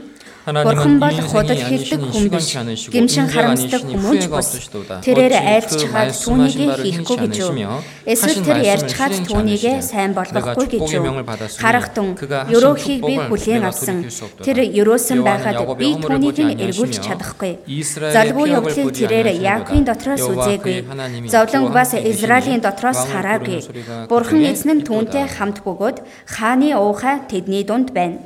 Speaker 2: Бурхан
Speaker 1: 하나님은
Speaker 2: бол
Speaker 1: 이
Speaker 2: худал
Speaker 1: 인생이
Speaker 2: хэлдэг
Speaker 1: 아니시니
Speaker 2: хүн биш.
Speaker 1: 시간치 않으시고
Speaker 2: Гэмшин
Speaker 1: 임자가
Speaker 2: харамсдаг
Speaker 1: 아니시니
Speaker 2: хүмүүн ч
Speaker 1: 후회가
Speaker 2: бас.
Speaker 1: 없으시도다.
Speaker 2: Тэрээр
Speaker 1: 어찌 그
Speaker 2: айлцчихаад
Speaker 1: 말씀하신
Speaker 2: түүнийгээ
Speaker 1: 바를 행치
Speaker 2: хийхгүй гэж юу?
Speaker 1: 않으시며
Speaker 2: Эсвэл
Speaker 1: 하신
Speaker 2: тэр
Speaker 1: 말씀을
Speaker 2: ярьцгаад
Speaker 1: 실행치
Speaker 2: түүнийгээ
Speaker 1: 않으시냐?
Speaker 2: сайн болгохгүй
Speaker 1: 내가
Speaker 2: гэж
Speaker 1: 축복의
Speaker 2: юу?
Speaker 1: 명을 받았으니
Speaker 2: Харахтун
Speaker 1: 그가 하신
Speaker 2: ерөөхийг би
Speaker 1: 축복을
Speaker 2: хүлээн
Speaker 1: 내가
Speaker 2: авсан.
Speaker 1: 돌이킬 수 없도다.
Speaker 2: Тэр ерөөсөн
Speaker 1: 여호와는
Speaker 2: байхад
Speaker 1: 야곱의
Speaker 2: би
Speaker 1: 허물을
Speaker 2: түүнийг
Speaker 1: 보지
Speaker 2: нь эргүүлж
Speaker 1: 아니하시며
Speaker 2: чадахгүй.
Speaker 1: 이스라엘의
Speaker 2: Залгуу
Speaker 1: 피역을
Speaker 2: явдлыг
Speaker 1: 보지
Speaker 2: тэрээр
Speaker 1: 않으시는도다.
Speaker 2: Яаковын дотроос
Speaker 1: 여호와
Speaker 2: үзээгүй.
Speaker 1: 그의 하나님이
Speaker 2: Зовлонг
Speaker 1: 그와
Speaker 2: бас
Speaker 1: 함께 계시니
Speaker 2: Израилийн дотроос
Speaker 1: 왕을
Speaker 2: хараагүй.
Speaker 1: 부르는 소리가
Speaker 2: Бурхан
Speaker 1: 그들의
Speaker 2: эзэн нь
Speaker 1: 입도다.
Speaker 2: түүнтэй хамт бөгөөд хааны уухай тэдний дунд байна.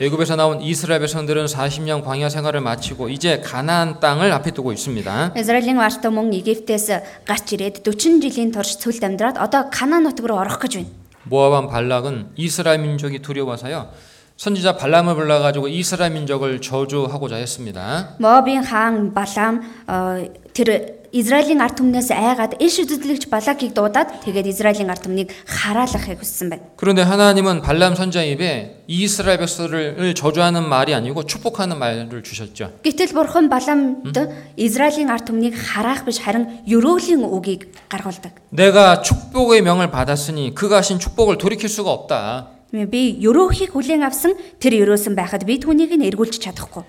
Speaker 1: 애굽에서 나온 이스라엘 백성들은 40년 광야 생활을 마치고 이제 가나안 땅을 앞에 두고 있습니다.
Speaker 2: Израилийн ард мөн Египтээс гарч ирээд 40 жилийн турш цөлд амьдраад одоо Канаан нутаг руу орох гэж байна.
Speaker 1: 모압왕 발락은 이스라엘 민족이 두려워서요. 선지자 발람을 불러 가지고 이스라엘 민족을 저주하고자 했습니다.
Speaker 2: Мобийн хаан Балаам э, тэр Израилийн ард түмнээс айгаад иш үдэдлэгч Балакийг дуудаад тэгээд Израилийн ард түмнийг хараалахыг хүссэн байна.
Speaker 1: 그런데 하나님은 발람 선지자 입에 이스라엘 백성을 저주하는 말이 아니고 축복하는 말을 주셨죠.
Speaker 2: Гэтэл бурхан Балаамд Израилийн ард түмнийг хараах биш харин өрөөглийн үгийг гаргаулдаг.
Speaker 1: 내가 축복의 명을 받았으니 그가 하신 축복을 돌이킬 수가 없다.
Speaker 2: Би өрөөхийг хүлээн авсан тэр өрөөсөн байхад би түүнийг нь эргүүлж чадахгүй.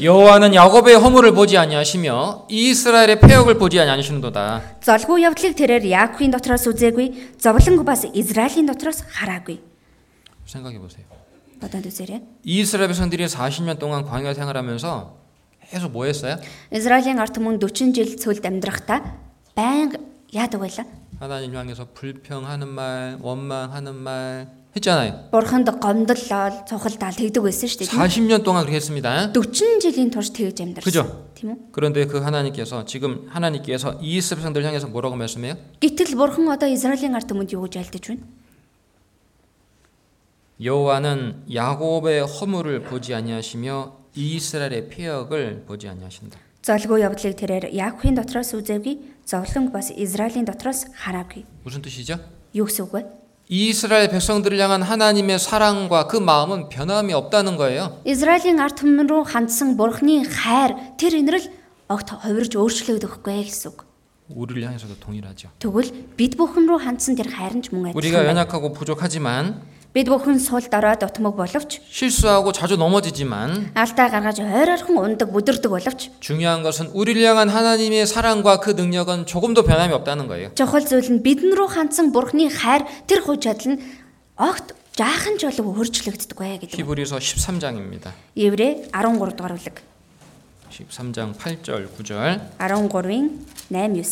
Speaker 1: 여호와는 야곱의 허물을 보지 아니하시며 이스라엘의 폐역을 보지 아니하시는도다.
Speaker 2: Золгүй явдлыг тэрээр Яаковын дотроос үзээгүй, зовлонг бас Израилийн дотроос хараагүй.
Speaker 1: 생각해 보세요.
Speaker 2: Бодоод үзээрэй.
Speaker 1: 이스라엘 백성들이 40년 동안 광야 생활하면서 계속 뭐 했어요?
Speaker 2: Израилийн ард түмэн 40 жил цөлд амьдрахтаа байнга яадаг байлаа.
Speaker 1: 하나님 향해서 불평하는 말, 원망하는 말 했잖아요.
Speaker 2: Бурханд гомдлол, цухалдаал тэгдэг байсан шүү дээ.
Speaker 1: 40년 동안 그렇게 했습니다.
Speaker 2: 40 жилийн турш тэгж амьдарсан.
Speaker 1: 그죠?
Speaker 2: Тийм үү?
Speaker 1: 그런데 그 하나님께서 지금 하나님께서 이스라엘 백성들 향해서 뭐라고 말씀해요?
Speaker 2: Гэтэл бурхан одоо Израилийн ард түмэнд юу гэж альдаж байна?
Speaker 1: 여호와는 야곱의 허물을 보지 아니하시며 이스라엘의 폐역을 보지 아니하신다.
Speaker 2: Золгүй явдлыг тэрээр Яаковын дотроос үзээгүй, зовлонг бас Израилийн дотроос хараагүй.
Speaker 1: 무슨 뜻이죠?
Speaker 2: Юу гэсэн үг вэ?
Speaker 1: 이스라엘 백성들을 향한 하나님의 사랑과 그 마음은 변함이 없다는 거예요.
Speaker 2: Израилийн ард түмэн рүү хандсан бурханы хайр тэр инрэл огт хувирж өөрчлөгдөхгүй гэсэн үг.
Speaker 1: 우리를 향해서도 동일하죠.
Speaker 2: Тэгвэл бид бүхэн рүү хандсан тэр хайр нь ч мөн
Speaker 1: 우리가
Speaker 2: адилхан байна.
Speaker 1: 연약하고 부족하지만
Speaker 2: Бид бүхэн сул дорой дутмаг боловч
Speaker 1: 실수하고 자주 넘어지지만
Speaker 2: алдаа гаргаж ойр орхон ундаг бүдэрдэг боловч
Speaker 1: 중요한 것은 우리를 향한 하나님의 사랑과 그 능력은 조금도 변함이 없다는 거예요.
Speaker 2: чухал зүйл нь бидэн рүү хандсан бурхны хайр тэр хүч чадал нь огт жаахан ч болов өөрчлөгддөг бай гэдэг.
Speaker 1: 히브리서 13장입니다.
Speaker 2: Еврэ 13 дугаар бүлэг
Speaker 1: 13장 8절 9절
Speaker 2: 13-ийн 8 9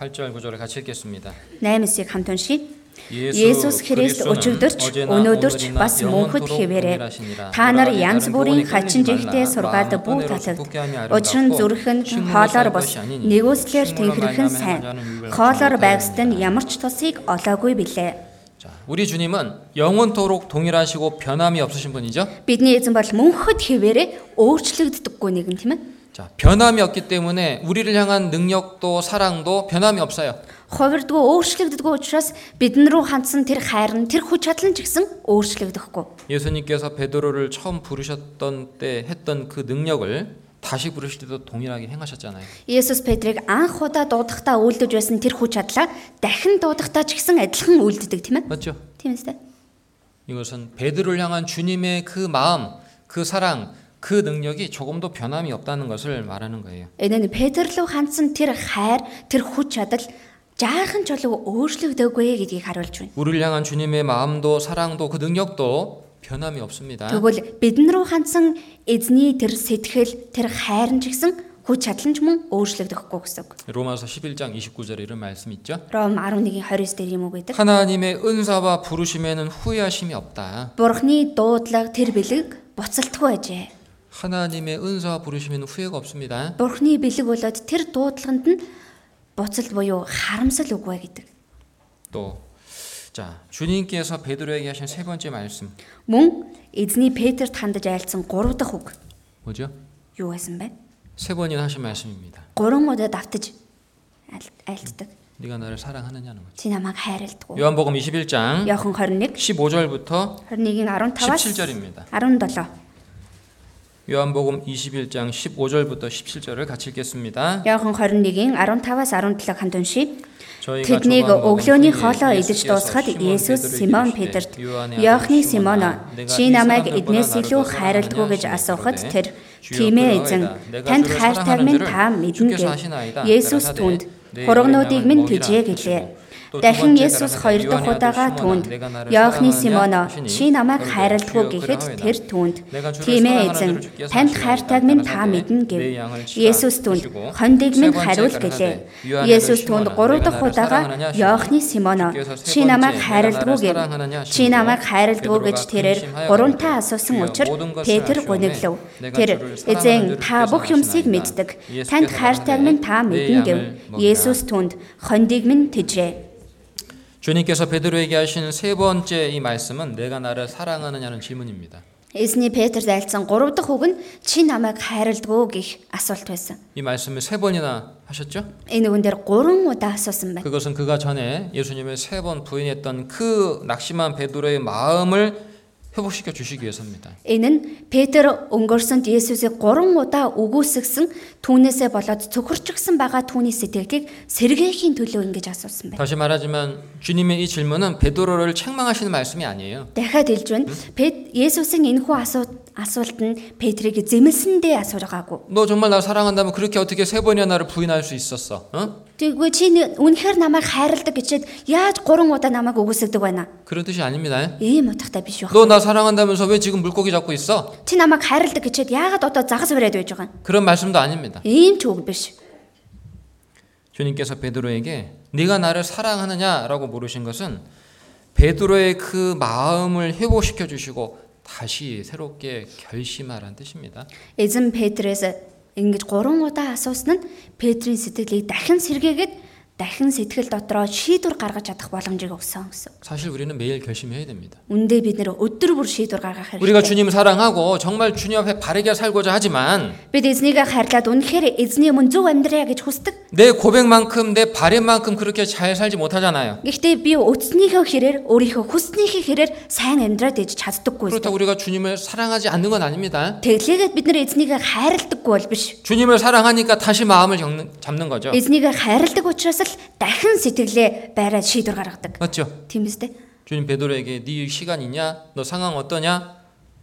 Speaker 1: 8절 9절을 같이 읽겠습니다.
Speaker 2: 8-ийг хамт уншийе. Есүс Христ өчигдөрч өнөөдөрч бас мөнхөд хэвээрээ та нар янз бүрийн хачин жигтэй сургаалдаг бүх талд учир нь зүрх нь хоолоор бос нэгөөслэр тэнхэрхэн сайн хоолоор байгсад нь ямар ч тусыг олоогүй билээ.
Speaker 1: 자, 우리 주님은 영원토록 동일하시고 변함이 없으신 분이죠.
Speaker 2: Бидний эзэн бол мөнхөд хэвээрээ өөрчлөгддөггүй нэгэн тийм ээ.
Speaker 1: 자, 변함이 없기 때문에 우리를 향한 능력도 사랑도 변함이 없어요.
Speaker 2: Хувирдгүй өөрчлөгддөггүй учраас бидэн рүү хандсан тэр хайр нь тэр хүч чадал нь ч гэсэн өөрчлөгдөхгүй.
Speaker 1: 예수님께서 베드로를 처음 부르셨던 때 했던 그 능력을 다시 부르실 때도 동일하게 행하셨잖아요.
Speaker 2: Есүс Петрийг анх удаа дуудахдаа үйлдэж байсан тэр хүч чадлаа дахин дуудахдаа ч гэсэн адилхан үйлддэг тийм ээ.
Speaker 1: 맞죠?
Speaker 2: Тийм ээ.
Speaker 1: 이것은 베드로를 향한 주님의 그 마음, 그 사랑, 그 능력이 조금도 변함이 없다는 것을 말하는 거예요.
Speaker 2: Энэ нь Петр рүү хандсан тэр хайр тэр хүч чадал жаахан ч болов өөрчлөгдөөгүй гэдгийг харуулж байна.
Speaker 1: 우리를 향한 주님의 마음도 사랑도 그 능력도 변함이 없습니다.
Speaker 2: Тэгвэл бидэн рүү хандсан эзний тэр сэтгэл тэр хайр нь ч гэсэн хүч чадал нь ч мөн өөрчлөгдөхгүй гэсэн үг.
Speaker 1: 로마서 11장 29절에 이런 말씀 있죠.
Speaker 2: Ром 11:29 дээр юм уу гэдэг.
Speaker 1: 하나님의 은사와 부르심에는 후회하심이 없다.
Speaker 2: Бурхны дуудлага тэр бэлэг буцалтгүй ажээ.
Speaker 1: 하나님의 은사와 부르심에는 후회가 없습니다.
Speaker 2: Бурхны бэлэг болоод тэр дуудлаганд нь буцалт буюу харамсал үгүй гэдэг.
Speaker 1: 또 자, 주님께서 베드로에게 하신 세 번째 말씀.
Speaker 2: Мөн эзний Петерт хандаж айлцсан 3 дахь үг
Speaker 1: 뭐죠?
Speaker 2: юу байсан бэ?
Speaker 1: 세 번이나 하신 말씀입니다.
Speaker 2: 3 удаа давтаж айл- айлддаг.
Speaker 1: 네가 나를 사랑하느냐는 거죠.
Speaker 2: Чи намайг хайрладаг.
Speaker 1: 요한복음 21장
Speaker 2: Яохан 21
Speaker 1: 15절부터
Speaker 2: 21-15-аас
Speaker 1: 17절입니다.
Speaker 2: 17.
Speaker 1: 요한복음 21장 15절부터 17절을 같이 읽겠습니다.
Speaker 2: Яохан 21-ийн 15-аас 17 ханд уншийе.
Speaker 1: 저희가
Speaker 2: Тэднийг
Speaker 1: 조각먹은
Speaker 2: өглөөний
Speaker 1: 후에
Speaker 2: хоолоо идэж
Speaker 1: 예수께서
Speaker 2: дуусгаад
Speaker 1: 시몬
Speaker 2: Есүс
Speaker 1: 베드로에게
Speaker 2: Симон
Speaker 1: 이르시되,
Speaker 2: Петерт
Speaker 1: "요한의
Speaker 2: "Яохны
Speaker 1: 아들
Speaker 2: Симоно,
Speaker 1: 시몬아, 내가
Speaker 2: чи
Speaker 1: 이
Speaker 2: намайг
Speaker 1: 사람들보다
Speaker 2: эднээс
Speaker 1: 나를 더
Speaker 2: илүү
Speaker 1: 네.
Speaker 2: хайрладаг гэж
Speaker 1: 사랑하느냐
Speaker 2: асуухад
Speaker 1: 하시니
Speaker 2: тэр
Speaker 1: 주여
Speaker 2: "Тиймээ эзэн,
Speaker 1: 그러하이다. 내가
Speaker 2: танд
Speaker 1: 주를
Speaker 2: хайртай
Speaker 1: 사랑하는
Speaker 2: минь та
Speaker 1: 줄을
Speaker 2: мэднэ"
Speaker 1: 주께서
Speaker 2: гэв.
Speaker 1: 하시나이다.
Speaker 2: Есүс
Speaker 1: 그러하되
Speaker 2: түүнд
Speaker 1: 내
Speaker 2: "Хурагнуудыг
Speaker 1: 영혼을
Speaker 2: минь
Speaker 1: 먹이라
Speaker 2: түжээ" гэлээ.
Speaker 1: 하시고 또
Speaker 2: Дахин
Speaker 1: 두 번째
Speaker 2: Есүс
Speaker 1: 가라사대
Speaker 2: хоёр дахь
Speaker 1: 요한의 아들
Speaker 2: удаага
Speaker 1: 시몬아,
Speaker 2: түүнд
Speaker 1: 내가 나를
Speaker 2: "Яохны
Speaker 1: 사랑하느냐
Speaker 2: Симоно,
Speaker 1: 하시니
Speaker 2: чи намайг
Speaker 1: 그러하되
Speaker 2: хайрладаг"
Speaker 1: 주여
Speaker 2: гэхэд
Speaker 1: 그러하이다.
Speaker 2: тэр түүнд
Speaker 1: 내가 주를
Speaker 2: "Тиймээ эзэн,
Speaker 1: 사랑하는 줄을 주께서
Speaker 2: танд
Speaker 1: 하시나이다.
Speaker 2: хайртайг минь та
Speaker 1: 가라사대
Speaker 2: мэднэ"
Speaker 1: 내
Speaker 2: гэв.
Speaker 1: 양을 치라
Speaker 2: Есүс түүнд
Speaker 1: 하시고
Speaker 2: "Хоньдыг
Speaker 1: 세
Speaker 2: минь
Speaker 1: 번째
Speaker 2: хариул"
Speaker 1: 가라사대
Speaker 2: гэлээ.
Speaker 1: 요한의
Speaker 2: Есүс
Speaker 1: 아들
Speaker 2: түүнд
Speaker 1: 시몬아,
Speaker 2: 3
Speaker 1: 내가
Speaker 2: дахь
Speaker 1: 나를
Speaker 2: удаага
Speaker 1: 사랑하느냐 하시니
Speaker 2: "Яохны Симоно,
Speaker 1: 주께서 세
Speaker 2: чи намайг
Speaker 1: 번째, "내가
Speaker 2: хайрладаг" гэв.
Speaker 1: 나를 사랑하느냐 하시니
Speaker 2: Чи намайг хайрладаг гэж
Speaker 1: 베드로가
Speaker 2: тэрээр
Speaker 1: 근심하여
Speaker 2: гурамтаа
Speaker 1: 가로되,
Speaker 2: асуусан
Speaker 1: "주여,
Speaker 2: учраас
Speaker 1: 모든 것을
Speaker 2: Петр
Speaker 1: 아시오매,
Speaker 2: гуниглав.
Speaker 1: 내가
Speaker 2: Тэр
Speaker 1: 주를 사랑하는
Speaker 2: эзэн
Speaker 1: 줄을
Speaker 2: та бүх
Speaker 1: 주께서
Speaker 2: юмсыг
Speaker 1: 아시나이다.
Speaker 2: мэддэг.
Speaker 1: 예수께서
Speaker 2: Танд хайртайг минь та
Speaker 1: 말하되,
Speaker 2: мэднэ
Speaker 1: 내
Speaker 2: гэв.
Speaker 1: 양을 먹이라.
Speaker 2: Есүс түнд хондийг минь тэжээ.
Speaker 1: 주님께서 베드로에게 하시는 세 번째 이 말씀은 내가 나를 사랑하느냐는 질문입니다.
Speaker 2: Эзний Петр зайлцсан 3 дахь үг нь чи намайг хайрладаг гэх асуулт байсан.
Speaker 1: 이 말씀을 세 번이나 하셨죠?
Speaker 2: Энэ үгэн дээр 3 удаа асуусан байна.
Speaker 1: 그것은 그가 전에 예수님을 세 번 부인했던 그 낙심한 베드로의 마음을 회복시켜 주시기 위해서입니다.
Speaker 2: Энэ нь Петр өнгөрсөнд Есүсийг 3 удаа өгөөсгсөн түүнээсээ болоод цөхөрчихсэн байгаа түүний сэтгэлийг сэргээхийн төлөө ингэж асуусан байна.
Speaker 1: 다시 말하지만 주님의 이 질문은 베드로를 책망하시는 말씀이 아니에요.
Speaker 2: Дахиад хэлж байна. Пет Есүсийн энэхүү асуу- асуулт нь Петрийг зэмлсэндээ асуургаагүй.
Speaker 1: 너 정말 나 사랑한다면 그렇게 어떻게 세 번이나 나를 부인할 수 있었어? 어?
Speaker 2: Тэгвэл чи нэ- үнэхээр намайг хайрладаг гэчээд яаж гурван удаа намайг өгөөсөгдөг байна?
Speaker 1: 그런 뜻이 아닙니다.
Speaker 2: Ийм утгатай биш байх.
Speaker 1: 너 나 사랑한다면서 왜 지금 물고기 잡고 있어?
Speaker 2: Чи намайг хайрладаг гэчээд яагаад одоо загас бариад байж байгаа юм?
Speaker 1: 그런 말씀도 아닙니다.
Speaker 2: Ийм ч үг биш.
Speaker 1: 주님께서 베드로에게 네가 나를 사랑하느냐라고 물으신 것은 베드로의 그 마음을 회복시켜 주시고 다시 새롭게 결심하라는 뜻입니다.
Speaker 2: Эзэн Петрээс ингэж гурван удаа асуусан нь Петрийн сэтгэлийг дахин сэргээгээд дахин сэтгэл дотроо шийдвэр гаргаж чадах боломжийг өгсөн гэсэн.
Speaker 1: 사실 우리는 매일 결심해야 됩니다.
Speaker 2: Үндэ бид нэр өдөр бүр шийдвэр гаргах хэрэгтэй.
Speaker 1: 우리가 주님을 사랑하고 정말 주님 앞에 바르게 살고자 하지만
Speaker 2: Бид эзнийг хайрлаад үнэхээр эзний өмнө зөв амьдрая гэж хүсдэг.
Speaker 1: 내 고백만큼 내 바램만큼 그렇게 잘 살지 못하잖아요.
Speaker 2: Гэхдээ би өцснийхөө хэрээр өөрийнхөө хүснийхээ хэрээр сайн амьдраад ээж чаддаггүй.
Speaker 1: 그렇다고 우리가 주님을 사랑하지 않는 건 아닙니다.
Speaker 2: Тэглээгээд бид нэр эзнийг хайрладаггүй бол биш.
Speaker 1: 주님을 사랑하니까 다시 마음을 잡는, 잡는 거죠.
Speaker 2: Эзнийг хайрладаг учраас л дахин сэтгэлээ байраа шийдвэр гаргадаг.
Speaker 1: 맞죠?
Speaker 2: Тийм үстэй.
Speaker 1: 주님 베드로에게 네 시간 있냐? 너 상황 어떠냐?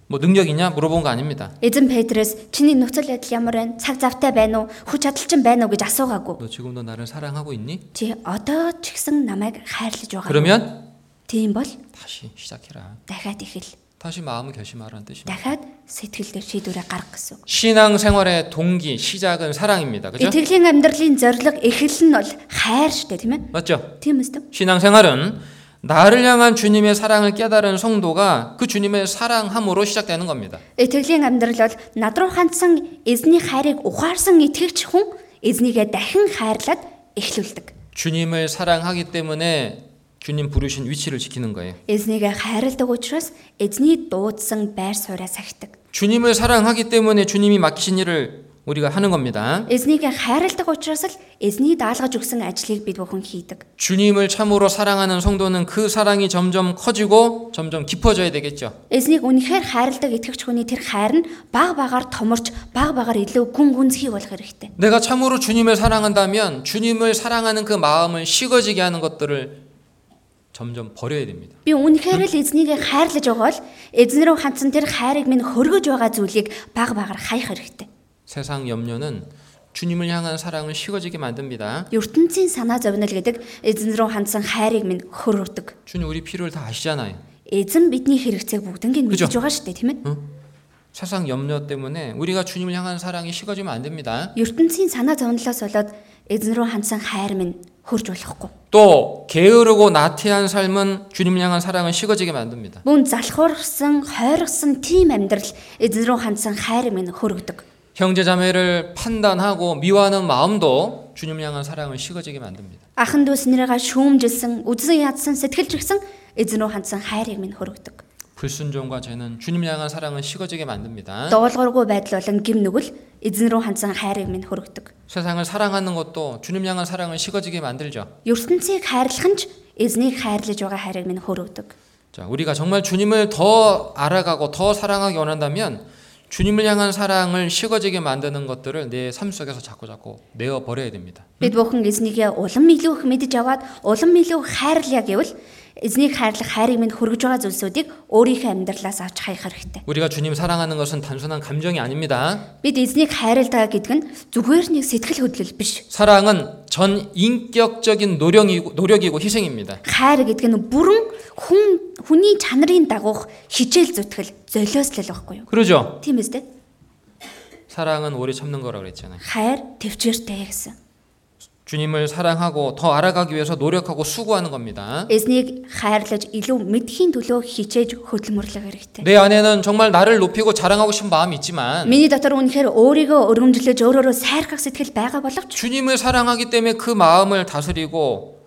Speaker 1: 뭐 능력 있냐? 물어본 거 아닙니다.
Speaker 2: Эзэн Петрэс чиний нөхцөл байдал ямар байна? Цаг завтай байна уу? Хүч чадалчин байна уу гэж асуугаагүй.
Speaker 1: 너 지금도 나를 사랑하고 있니?
Speaker 2: Чи одоо ч гэсэн намайг хайрлаж байгаа.
Speaker 1: 그러면
Speaker 2: Тийм бол
Speaker 1: 다시 시작해라.
Speaker 2: дахиад ихэл.
Speaker 1: 다시 마음을 결심하라는 뜻입니다.
Speaker 2: Дахиад сэтгэл дээр шийдвэрээ гаргах гэсэн. үг.
Speaker 1: 신앙생활의 동기, 시작은 사랑입니다. 그죠?
Speaker 2: Итгэлийн амьдралын зорилго эхлэл нь бол хайр штэ тийм ээ.
Speaker 1: 맞죠?
Speaker 2: Тийм үстэй.
Speaker 1: 신앙생활은 나를 향한 주님의 사랑을 깨달은 성도가 그 주님의 사랑함으로 시작되는 겁니다.
Speaker 2: Итгэлийн амьдрал бол над руу хандсан эзний хайрыг ухаарсан итгэгч хүн эзнийгээ дахин хайрлаад эхлүүлдэг.
Speaker 1: 주님을 사랑하기 때문에 주님 부르신 위치를 지키는 거예요.
Speaker 2: Эзнийгээ хайрладаг учраас эзний дуудсан байр сууриа сахидаг.
Speaker 1: 주님을 사랑하기 때문에 주님이 맡기신 일을 우리가 하는 겁니다.
Speaker 2: Эзнийгээ хайрладаг учраас л эзний даалгаж өгсөн ажлыг бид бүхэн хийдэг.
Speaker 1: 주님을 참으로 사랑하는 성도는 그 사랑이 점점 커지고 점점 깊어져야 되겠죠.
Speaker 2: Эзнийг үнэхээр хайрладаг итгэгч хүний тэр хайр нь баг багаар томорч баг багаар илүү гүн гүнзгий болох хэрэгтэй.
Speaker 1: 내가 참으로 주님을 사랑한다면 주님을 사랑하는 그 마음을 식어지게 하는 것들을 점점 버려야 됩니다.
Speaker 2: Би үнэхээр л эзнийг хайрлаж байгаа бол эзнэрүү хандсан тэр хайрыг минь хөргөж байгаа зүйлийг баг багаар хаях хэрэгтэй.
Speaker 1: 세상 염려는 주님을 향한 사랑을 식어지게 만듭니다.
Speaker 2: ертөнцийн санаа зовнил гэдэг эзэн рүү хандсан хайрыг минь хөрөвдөг.
Speaker 1: 주님 우리 필요를 다 아시잖아요.
Speaker 2: Эзэн бидний хэрэгцээг бүгднийг
Speaker 1: Кэжо.
Speaker 2: мэдж байгаа шүү дээ, тийм ээ.
Speaker 1: 세상 염려 때문에 우리가 주님을 향한 사랑이 식어지면 안 됩니다.
Speaker 2: ертөнцийн санаа зовнилоос болоод эзэн рүү хандсан хайр минь хөрж болохгүй.
Speaker 1: 또 게으르고 나태한 삶은 주님을 향한 사랑을 식어지게 만듭니다.
Speaker 2: Мөн залхуурсан, хойргсан тийм амьдрал эзэн рүү хандсан хайр минь хөрөвдөг.
Speaker 1: 형제자매를 판단하고 미워하는 마음도 주님을 향한 사랑을 식어지게 만듭니다.
Speaker 2: Ахан дүүс нэрээ шүүмжилсэн, үдсэн ядсан, сэтгэлжигсэн эзэн рүү хандсан хайрыг минь хөрөвдөг.
Speaker 1: 불순종과 죄는 주님을 향한 사랑을 식어지게 만듭니다.
Speaker 2: Дуулгаргүй байдал болон гим нүгэл эзэн рүү хандсан хайрыг минь хөрөвдөг.
Speaker 1: 세상을 사랑하는 것도 주님 향한 사랑을 식어지게 만들죠.
Speaker 2: ертөнцийг хайрлах нь ч эзнийг хайрлаж байгаа хайрыг минь хөрөвдөг.
Speaker 1: 자, 우리가 정말 주님을 더 알아가고 더 사랑하기 원한다면 주님을 향한 사랑을 식어지게 만드는 것들을 내 삶 속에서 자꾸 자꾸 내어 버려야 됩니다.
Speaker 2: Бид бүхэн эзнийгээ улам илүү их мэдж аваад улам илүү хайрлаа гэвэл эзнийг хайрлах хайрыг минь хүргэж байгаа зүйлсүүдийг өөрийнхөө амьдралаас авч хаях хэрэгтэй.
Speaker 1: 우리가 주님 사랑하는 것은 단순한 감정이 아닙니다.
Speaker 2: Бид эзнийг хайрлаа гэдэг нь зүгээр нэг сэтгэл хөдлөл биш.
Speaker 1: 사랑은 전 인격적인 노력이고, 노력이고 희생입니다.
Speaker 2: Хайр гэдэг нь бүрэн хүн хүний чанарын дагуух хичээл зүтгэл, золиослол байхгүй юу?
Speaker 1: 그러죠?
Speaker 2: Тийм биз дээ.
Speaker 1: 사랑은 오래 참는 거라고 그랬잖아요.
Speaker 2: Хайр төвчээртэй гэсэн.
Speaker 1: 주님을 사랑하고 더 알아가기 위해서 노력하고 수고하는 겁니다.
Speaker 2: Эзнийг хайрлаж илүү мэдхийн төлөө хичээж хөдөлмөрлөх хэрэгтэй.
Speaker 1: 내 안에는 정말 나를 높이고 자랑하고 싶은 마음이 있지만
Speaker 2: Миний дотор үнэхээр өөрийгөө өргөмжлөж өөрөөрөө сайрхах сэтгэл байгаа боловч
Speaker 1: 주님을 사랑하기 때문에 그 마음을 다스리고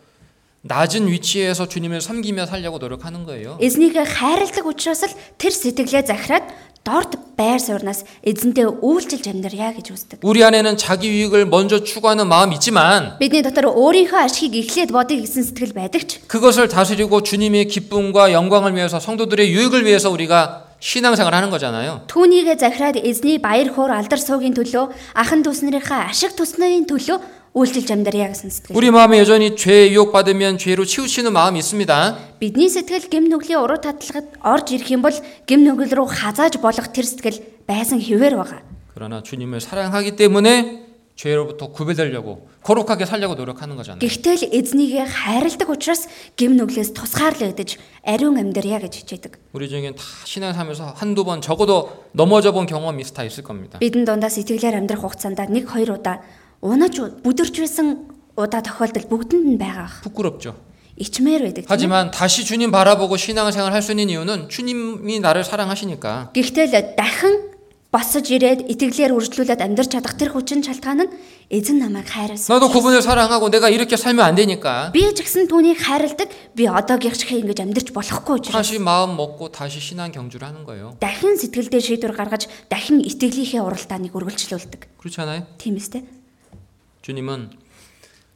Speaker 1: 낮은 위치에서 주님을 섬기며 살려고 노력하는 거예요.
Speaker 2: эзнийг хайрладаг учраас л тэр сэтгэлээ захираад дорд байр суурнаас эзэнтэй үйлчилж амьдрья гэж үздэг.
Speaker 1: 우리 안에는 자기 유익을 먼저 추구하는 마음이 있지만
Speaker 2: Бидний дотор өөрийнхөө ашигыг эхлээд бодъё гэсэн сэтгэл байдаг ч
Speaker 1: 그것을 다스리고 주님의 기쁨과 영광을 위해서 성도들의 유익을 위해서 우리가 신앙생활 하는 거잖아요.
Speaker 2: түүнийгээ захираад эзний баяр хөөр алдар суугийн төлөө ахан дүүснэрийнхээ ашиг туснарын төлөө үйлчилж амьдрья гэсэн сэтгэл.
Speaker 1: 우리 마음에 여전히 죄 유혹 받으면 죄로 치우치는 마음이 있습니다.
Speaker 2: Бидний сэтгэл гим нүглийн уруу татлагад орж ирэх юм бол гим нүгэл рүү хазааж болох тэр сэтгэл байсан хിവэр байгаа.
Speaker 1: 그러나 주님을 사랑하기 때문에 죄로부터 구별되려고 거룩하게 살려고 노력하는 거잖아요.
Speaker 2: Гэхдээ л эзнийгээ хайрладаг учраас гим нүглээс тусгаарлаа гэдэж ариун амьдрья гэж хичээдэг.
Speaker 1: 우리 중엔 다 신앙 살면서 한두 번 적어도 넘어져 본 경험이 다 있을 겁니다.
Speaker 2: Бидэн дундаас итгэлээр амьдрах хугацаанд 1 2 удаа унаж бүдэрч байсан удаа тохиолдол бүгдэнд нь байгаа. бах.
Speaker 1: 부끄럽죠.
Speaker 2: Ичмээр байдаг. тийм ээ?
Speaker 1: 하지만 다시 주님 바라보고 신앙생활 할 수 있는 이유는 주님이 나를 사랑하시니까
Speaker 2: Гэхдээ л дахин босож ирээд итгэлээр үржлүүлээд амьдрч чадах тэр хүчин шалтгаан нь эзэн намайг хайрласан.
Speaker 1: 나도 그분을 사랑하고 내가 이렇게 살면 안 되니까
Speaker 2: Би ч гэсэн түүнийг хайрладаг. Би одоогийнх шиг ингэж амьдрч болохгүй ч.
Speaker 1: 다시 마음 먹고 다시 신앙 경주를 하는 거예요.
Speaker 2: Дахин сэтгэлдээ шийдвэр гаргаж дахин итгэлийнхээ уралдааныг үргэлжлүүлдэг.
Speaker 1: 그렇지 않아요?
Speaker 2: Тийм ээ.
Speaker 1: 주님은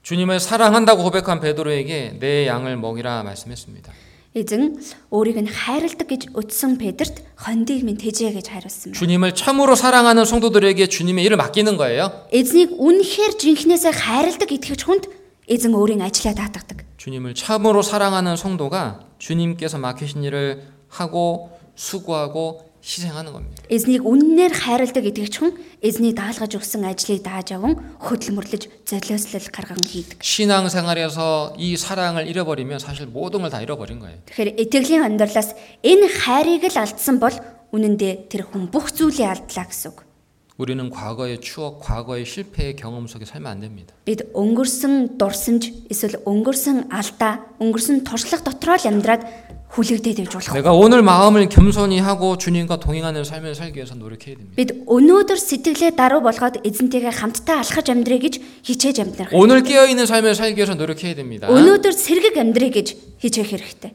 Speaker 1: 주님을 사랑한다고 고백한 베드로에게 내 양을 먹이라 말씀했습니다.
Speaker 2: Эзэн өөрийг нь хайрладаг гэж өдсөн Петерт хондийг минь тэжээ гэж хариулсан. байна.
Speaker 1: 주님을 참으로 사랑하는 성도들에게 주님의 일을 맡기는 거예요.
Speaker 2: Эзнийг үнэхээр жинхнээсээ хайрладаг итгэж хүнд эзэн өөрийн ажлаа даатгадаг.
Speaker 1: 주님을 참으로 사랑하는 성도가 주님께서 맡기신 일을 하고 수고하고 희생하는 겁니다.
Speaker 2: Эзнийг үннээр хайрладаг итгэж хүн эзний даалгаж өгсөн ажлыг дааж аван хөдөлмөрлөж золиослол гарган хийдэг.
Speaker 1: 신앙생활에서 이 사랑을 잃어버리면 사실 모든 걸 다 잃어버린 거예요.
Speaker 2: Тэгэхээр итгэлийн амьдралаас энэ хайрыг л алдсан бол үнэн дээр тэр хүн бүх зүйлийг алдлаа гэсэн үг.
Speaker 1: 우리는 과거의 추억, 과거의 실패의 경험 속에 살면 안 됩니다.
Speaker 2: Бид өнгөрсөн дурсамж эсвэл өнгөрсөн алдаа, өнгөрсөн туршлага дотроо л амьдраад хүлэгдээд явж болох.
Speaker 1: 내가 오늘 마음을 겸손히 하고 주님과 동행하는 삶을 살기 위해서 노력해야 됩니다.
Speaker 2: Бид өнөөдөр сэтгэлээ даруй болгоод эзэнтэйгээ хамтдаа алхаж амьдрэ гэж хичээж амьдрах.
Speaker 1: 오늘 깨어 있는 삶을 살기 위해서 노력해야 됩니다.
Speaker 2: Өнөөдөр сэргэг амьдрэ гэж хичээх хэрэгтэй.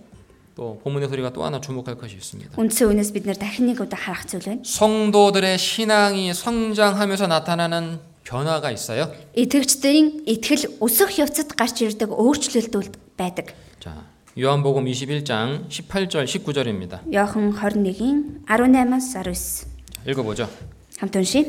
Speaker 1: 또 본문의 소리가 또 하나 주목할 것이 있습니다.
Speaker 2: Үндсэн үнээс бид нэр дахин нэг удаа харах зүйл байна.
Speaker 1: 성도들의 신앙이 성장하면서 나타나는 변화가 있어요.
Speaker 2: Итгэгчдийн итгэл өсөх явцад гарч ирдэг өөрчлөлтүүд байдаг.
Speaker 1: 자, 요한복음 21장 18절 19절입니다.
Speaker 2: Йохан 21-ийн 18-аас 19
Speaker 1: 읽어보죠.
Speaker 2: хамт уншия.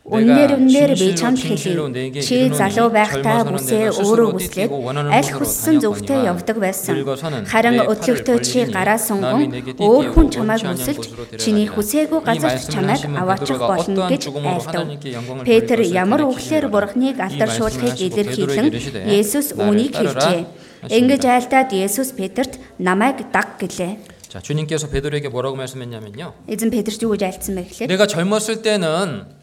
Speaker 1: 내가
Speaker 2: Үнээр үнээр би
Speaker 1: 진실로
Speaker 2: чамд
Speaker 1: 진실로
Speaker 2: хэлье.
Speaker 1: 내게
Speaker 2: Чи
Speaker 1: 이르노니
Speaker 2: залуу байхдаа
Speaker 1: 젊어서는
Speaker 2: бүсээ
Speaker 1: 내가 스스로
Speaker 2: өөрөө
Speaker 1: 띠띠고
Speaker 2: бүслээд
Speaker 1: 원하는
Speaker 2: аль
Speaker 1: 곳으로
Speaker 2: хүссэн
Speaker 1: 다녔거니와
Speaker 2: зүгтээ явдаг байсан.
Speaker 1: 늙어서는
Speaker 2: Харин
Speaker 1: 내 팔을
Speaker 2: өдлөгтөө чи
Speaker 1: 벌리니
Speaker 2: гараа
Speaker 1: 남이
Speaker 2: сунгон
Speaker 1: 내게 띠띠고
Speaker 2: өөр хүн
Speaker 1: 원치
Speaker 2: чамайг
Speaker 1: 않은 곳으로
Speaker 2: бүсэлж
Speaker 1: 데려가리라.
Speaker 2: чиний хүсээгүй
Speaker 1: 이
Speaker 2: газарт
Speaker 1: 말씀을
Speaker 2: чамайг
Speaker 1: 하시면
Speaker 2: аваачих
Speaker 1: 베드로가
Speaker 2: болно
Speaker 1: 어떠한
Speaker 2: гэж
Speaker 1: 죽음으로
Speaker 2: айлдав.
Speaker 1: 하나님께 영광을
Speaker 2: Петр
Speaker 1: 돌릴 것을
Speaker 2: ямар
Speaker 1: 내게
Speaker 2: үхлээр
Speaker 1: 기록하라.
Speaker 2: бурхныг
Speaker 1: 이
Speaker 2: алдар
Speaker 1: 말씀을
Speaker 2: шуулахыг
Speaker 1: 하시고 베드로에게
Speaker 2: илэрхийлэн
Speaker 1: 이르시되,
Speaker 2: Есүс
Speaker 1: 나를
Speaker 2: үнийг
Speaker 1: 따르라
Speaker 2: хэлжээ.
Speaker 1: 하십니다.
Speaker 2: Ингэж айлдаад Есүс Петерт намайг даг гэлээ.
Speaker 1: 자, 주님께서 베드로에게 뭐라고 말씀했냐면요.
Speaker 2: Эзэн Петерт юу гэж айлдсан бэ гэхлээр
Speaker 1: 내가 젊었을 때는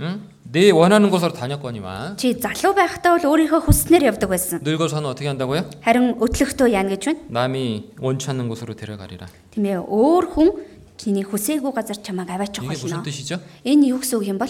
Speaker 1: 응? 네 원하는 곳으로 다녔거니와
Speaker 2: чи залуу байхдаа бол өөрийнхөө хүснээр явдаг байсан.
Speaker 1: 늙어서는 어떻게 한다고요?
Speaker 2: Харин өдлөгтөө яана гэж байна.
Speaker 1: 남이 원치 않는 곳으로 데려가리라.
Speaker 2: Тийм ээ өөр хүн чиний хүсээгүй газар чамайг аваачих
Speaker 1: 이게 무슨
Speaker 2: болно.
Speaker 1: 뜻이죠?
Speaker 2: Энэ юу гэсэн үг юм бол?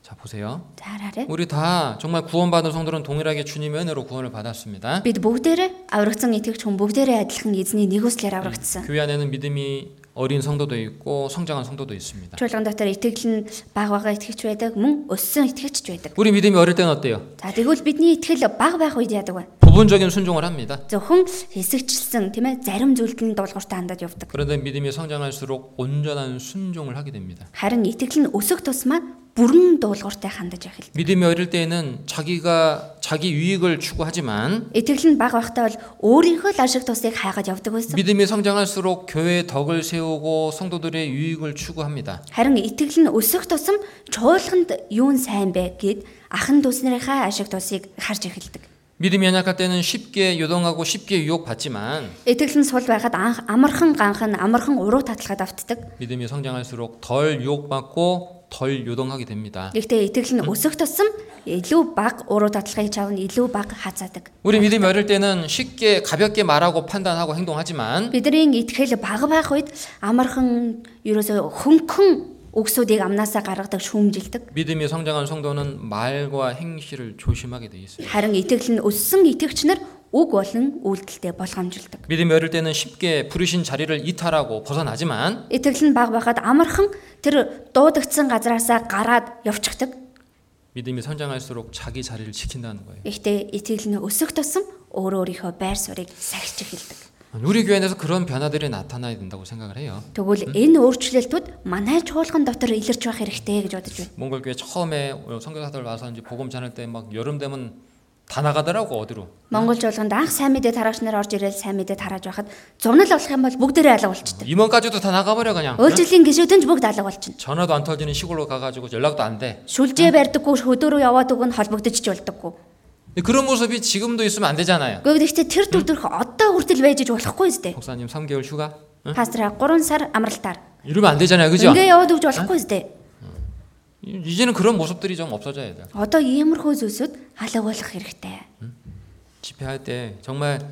Speaker 1: 자, 보세요.
Speaker 2: Заараарэ.
Speaker 1: 우리 다 정말 구원받은 성들은 동일하게 주님의 은혜로 구원을 받았습니다.
Speaker 2: Бид бүгдээрээ аврагдсан итгэгч хүн бүгдээрээ адилхан эзний нэг үслээр аврагдсан.
Speaker 1: 교회 안에는 믿음이 어린 성도도 있고 성장한 성도도 있습니다.
Speaker 2: Чуулган дотор итгэл нь баг бага итгэгч байдаг, мөн өссөн итгэгч ч байдаг.
Speaker 1: 우리 믿음이 어릴 때는 어때요?
Speaker 2: За тэгвэл бидний итгэл баг байх үед яадаг вэ?
Speaker 1: 부부 부분적인 순종을 합니다.
Speaker 2: зөвхөн хэсэгчлсэн тийм ээ зарим зүйлд нь дуулууртаа хандаад явдаг.
Speaker 1: 그런데 믿음이 성장할수록 온전한 순종을 하게 됩니다.
Speaker 2: Харин итгэл нь өсөх тусмаа бүрэн дуулууртай хандаж эхэлдэг.
Speaker 1: 믿음이 어릴 때에는 자기가 자기 유익을 추구하지만
Speaker 2: Итгэл нь баг байхдаа бол өөрийнхөө л ашиг тусыг хайгаад явдаг байсан.
Speaker 1: 믿음이 성장할수록 교회의 덕을 세우고 성도들의 유익을 추구합니다.
Speaker 2: Харин итгэл нь өсөх тусам чуулганд юу нь сайн бэ гэд ахын дүүс нарынхаа ашиг тусыг харж эхэлдэг.
Speaker 1: 믿음이 연약할 때는 쉽게 요동하고 쉽게 유혹받지만
Speaker 2: Итгэл нь сул байхад анх амархан ганхан амархан уруу татлагад автдаг.
Speaker 1: 믿음이 성장할수록 덜 유혹받고 덜 요동하게 됩니다.
Speaker 2: Гэхдээ итгэл нь өсөх тусам илүү баг уруу татлагыг чавна илүү баг хазаадаг.
Speaker 1: 우리 믿음이 어릴 때는 쉽게 가볍게 말하고 판단하고 행동하지만
Speaker 2: Бидний итгэл баг байх үед амархан ерөөсөө хөнгөн өгсүүдийг амнаасаа гаргадаг шүүмжилдэг.
Speaker 1: 믿음이 성장한 성도는 말과 행실을 조심하게 돼 있어요.
Speaker 2: Харин итгэл нь өссөн итгэгч нар үг болон үйлдэлтэй болгоомжилдог.
Speaker 1: 믿음이 어릴 때는 쉽게 부르신 자리를 이탈하고 벗어나지만
Speaker 2: Итгэл нь баг байхад амархан тэр дуудагдсан газраасаа гараад явчихдаг.
Speaker 1: 믿음이 성장할수록 자기 자리를 지킨다는 거예요.
Speaker 2: Гэхдээ итгэл нь өсөх тусам өөр өөрийнхөө байр суурийг сахиж эхэлдэг.
Speaker 1: 우리 교회에서 그런 변화들이 나타나야 된다고 생각을 해요.
Speaker 2: Тэгвэл энэ өөрчлөлтүүд манай чуулган дотор илэрч байх хэрэгтэй гэж бодож байна.
Speaker 1: 몽골 교회 처음에 선교사들 와서 이제 복음 전할 때 막 여름 되면 다 나가더라고 어디로.
Speaker 2: Монгол чуулганд анх сайн мэдээ тараагч нар орж ирээл сайн мэдээ тарааж байхад зунал болох юм бол бүгдээрээ алга болчихдээ.
Speaker 1: 임원까지도 다 나가버려 그냥.
Speaker 2: Үйлчлийн гишүүдэн ч бүгд алга болчихно.
Speaker 1: 전화도 안 터지는 시골로 가가지고 연락도 안 돼.
Speaker 2: Шүлжээ барьдаггүй хөдөө рүү яваад өгөн холбогдож ч болдоггүй.
Speaker 1: 근데 그런 모습이 지금도 있으면 안 되잖아요.
Speaker 2: Гэхдээ гэхдээ тэр төвдөрх одоо хүртэл байж иж болохгүй зү дээ.
Speaker 1: 목사님 3개월 휴가
Speaker 2: Пастра 3 сар амралтаар.
Speaker 1: 이러면 안 되잖아요, 그죠?
Speaker 2: Ингээ яваад өгч болохгүй зү дээ.
Speaker 1: 이제는 그런 모습들이 좀 없어져야 돼요.
Speaker 2: Одоо иймэрхүү зүйлсүүд алга болох хэрэгтэй.
Speaker 1: 집회할 때 정말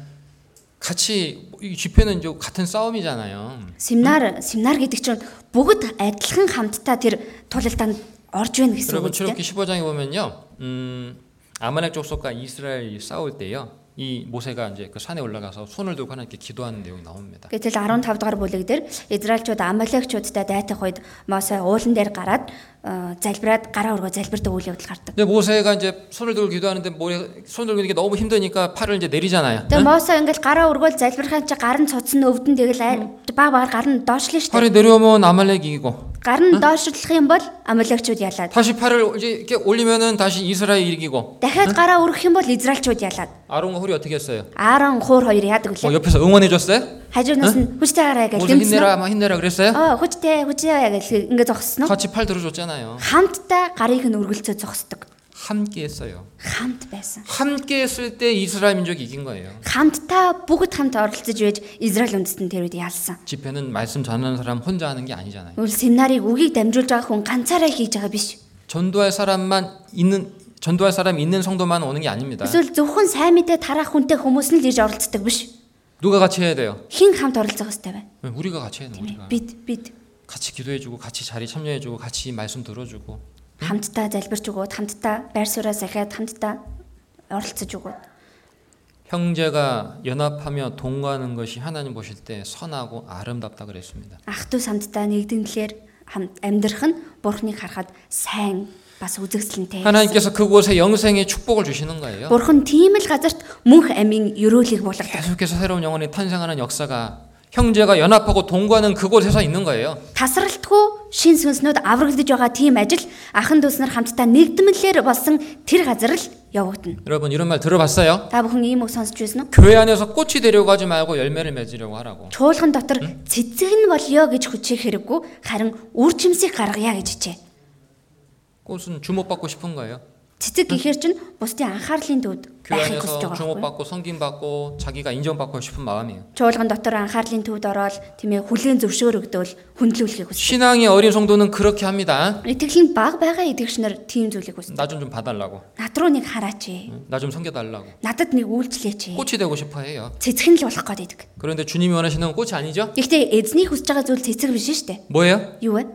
Speaker 1: 같이 이 집회는 이제 같은 싸움이잖아요.
Speaker 2: Семинар семинар гэдэг чинь бүгд адилхан хамтдаа тэр тулалдаанд орж байна гэсэн
Speaker 1: 여러분
Speaker 2: үг үү?
Speaker 1: 출애굽기 15장에 보면요, 음, 아말렉 족속과 이스라엘이 싸울 때요, 이 모세가 이제 그 산에 올라가서 손을 들고 하나님께 기도하는 내용이 나옵니다.
Speaker 2: Гэтэл 15 дугаар бүлэг дээр Израильчууд Амалекчуудтай дайтах үед Мосе уулан дээр гараад э, залбираад гараа өргөө залбирдаг үйл явдал гардаг.
Speaker 1: 근데 모세가 이제 손을 들고 기도하는데 모래 손 들고 있는 게 너무 힘드니까 팔을 이제 내리잖아요.
Speaker 2: Тэгээ Мосе ингээл гараа өргөөл залбирхаан чи гар нь цуцсан өвдөн тэгэл ай- баг багаар гар нь доошлоо шүү дээ.
Speaker 1: 팔이 내려오면 아말렉 이기고
Speaker 2: Гар нь доошлох юм бол Амалекчууд ялаад.
Speaker 1: 다시 팔을 이제 이렇게 올리면은 다시 이스라엘 이기고
Speaker 2: Дахиад гараа өргөх юм бол Израильчууд ялаад.
Speaker 1: 아론과 홀이 어떻게 했어요?
Speaker 2: Аарон хуур хоёр яадаг
Speaker 1: 어,
Speaker 2: үлээ.
Speaker 1: 옆에서 응원해 줬어요?
Speaker 2: Хажуунаас нь хүчтэй гараа гэж
Speaker 1: 모세
Speaker 2: дэмжсэн.
Speaker 1: 힘내라, 막 힘내라 그랬어요?
Speaker 2: Аа хүчтэй хүчтэй гэж ингээд зогссноо.
Speaker 1: 같이 팔 들어줬잖아요.
Speaker 2: Хамтдаа гарыг нь өргөлцөө зогсдог.
Speaker 1: 함께 했어요.
Speaker 2: Хамт байсан.
Speaker 1: 함께 했을 때 이스라엘 민족이 이긴 거예요.
Speaker 2: хамтдаа бүгд хамт оролцож байж Израиль үндэстэн тэр үед ялсан.
Speaker 1: 집회는 말씀 전하는 사람 혼자 하는 게 아니잖아요.
Speaker 2: Үл семинарыг үгийг дамжуулж байгаа хүн ганцаараа хийж байгаа биш.
Speaker 1: 전도할 사람만 있는 전도할 사람 있는 성도만 오는 게 아닙니다.
Speaker 2: Эсвэл зөвхөн сайн мэдээ тараах хүнтэй хүмүүс нь л ирж оролцдог биш.
Speaker 1: 누가 같이 해야 돼요?
Speaker 2: Хин хамт оролцох хэрэгтэй байна.
Speaker 1: 우리가 같이 해야 돼요. 우리가
Speaker 2: Бид бид
Speaker 1: 같이 기도해주고 같이 자리 참여해주고 같이 말씀 들어주고
Speaker 2: хамтдаа залбирч өгөөд хамтдаа байр сууриа сахиад хамтдаа оролцож өгөөд
Speaker 1: 형제가 연합하며 동거하는 것이 하나님 보실 때 선하고 아름답다 그랬습니다.
Speaker 2: ах トゥ самтдаа нэгдэнлэр хамт амьдрах нь бурхныг харахад сайн бас үзэгсэлнтэй.
Speaker 1: 하나님께서 그곳에 영생의 축복을 주시는 거예요.
Speaker 2: Бурхан тийм л газарт мөнх амийн өрөөлийг болгодог.
Speaker 1: 계속해서 새로운 영혼이 탄생하는 역사가 형제가 연합하고 동거하는 그곳에서 있는 거예요.
Speaker 2: тасралтгүй шин сүнснүүд аврагдж байгаа тийм ажил ахын дүүс нар хамтдаа нэгдмэлээр болсон тэр газар л явагдана.
Speaker 1: 여러분 이런 말 들어봤어요?
Speaker 2: Та бүхэн ийм үг сонсч байсан уу?
Speaker 1: 교회 안에서 꽃이 되려고 하지 말고 열매를 맺으려고 하라고.
Speaker 2: Чуулган дотор цэцэг нь болёо гэж хүчээх хэрэггүй харин үр жимсийг гаргая гэж хичээ.
Speaker 1: 꽃은 주목받고 싶은 거예요.
Speaker 2: Цэцэг гэхэр чинь бусдын анхаарлын төвд
Speaker 1: 교회
Speaker 2: байхыг хүсэж
Speaker 1: 안에서
Speaker 2: байгаа байхгүй юу?
Speaker 1: 주목받고 성김받고 자기가 인정받고 싶은 마음이에요.
Speaker 2: Чуулган дотор анхаарлын төвд ороод тийм ээ хүлэн зөвшөөр өгдөөл хүндлүүлэхийг хүсэж.
Speaker 1: 신앙이 어린 성도는 그렇게 합니다.
Speaker 2: Итгэл нь баг байгаа итгэгч нар тийм зүйлийг хүсдэг.
Speaker 1: 나 좀 좀 봐달라고.
Speaker 2: Над руу нэг хараач ээ.
Speaker 1: 나 좀 섬겨달라고.
Speaker 2: Надад нэг үйлчлээч ээ.
Speaker 1: 꽃이 되고 싶어 해요.
Speaker 2: Цэцэг нь л болох гээд байдаг.
Speaker 1: 그런데 주님이 원하시는 건 꽃이 아니죠?
Speaker 2: Гэхдээ эзний хүсэж байгаа зүйл цэцэг биш шүү дээ.
Speaker 1: 뭐예요?
Speaker 2: Юу вэ?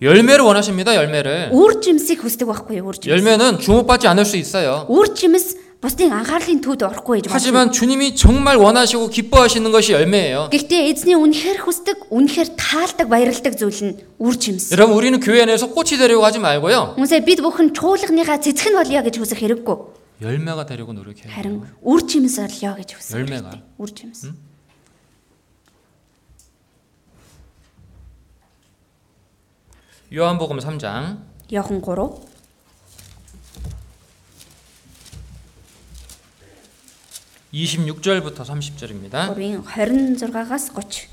Speaker 1: 열매를 원하십니다. 열매를.
Speaker 2: Үр жимсийг хүсдэг байхгүй юу? Үр жимс.
Speaker 1: 열매는 주목받지 않을 수 있어요.
Speaker 2: Үр жимс бусдын анхаарлын төвд орохгүй гэж байна.
Speaker 1: 하지만 주님이 정말 원하시고 기뻐하시는 것이 열매예요.
Speaker 2: Гэхдээ эзний үнэхээр хүсдэг, үнэхээр таалдаг, баярлагдаг зүйл нь үр жимс.
Speaker 1: 여러분 우리는 교회 안에서 꽃이 되려고 하지 말고요.
Speaker 2: Хүмүүсээ бид бүхэн чуулганыхаа цэцэг нь болъё гэж хүсэх хэрэггүй.
Speaker 1: 열매가 되려고 노력해야
Speaker 2: Харин
Speaker 1: 돼요.
Speaker 2: үр жимс орлоо гэж хүсэж
Speaker 1: Ярмайгаа.
Speaker 2: байна. Үр жимс.
Speaker 1: 요한복음 3장
Speaker 2: Явхан 3
Speaker 1: 26절부터 30절입니다.
Speaker 2: 3-ын 26-аас 30.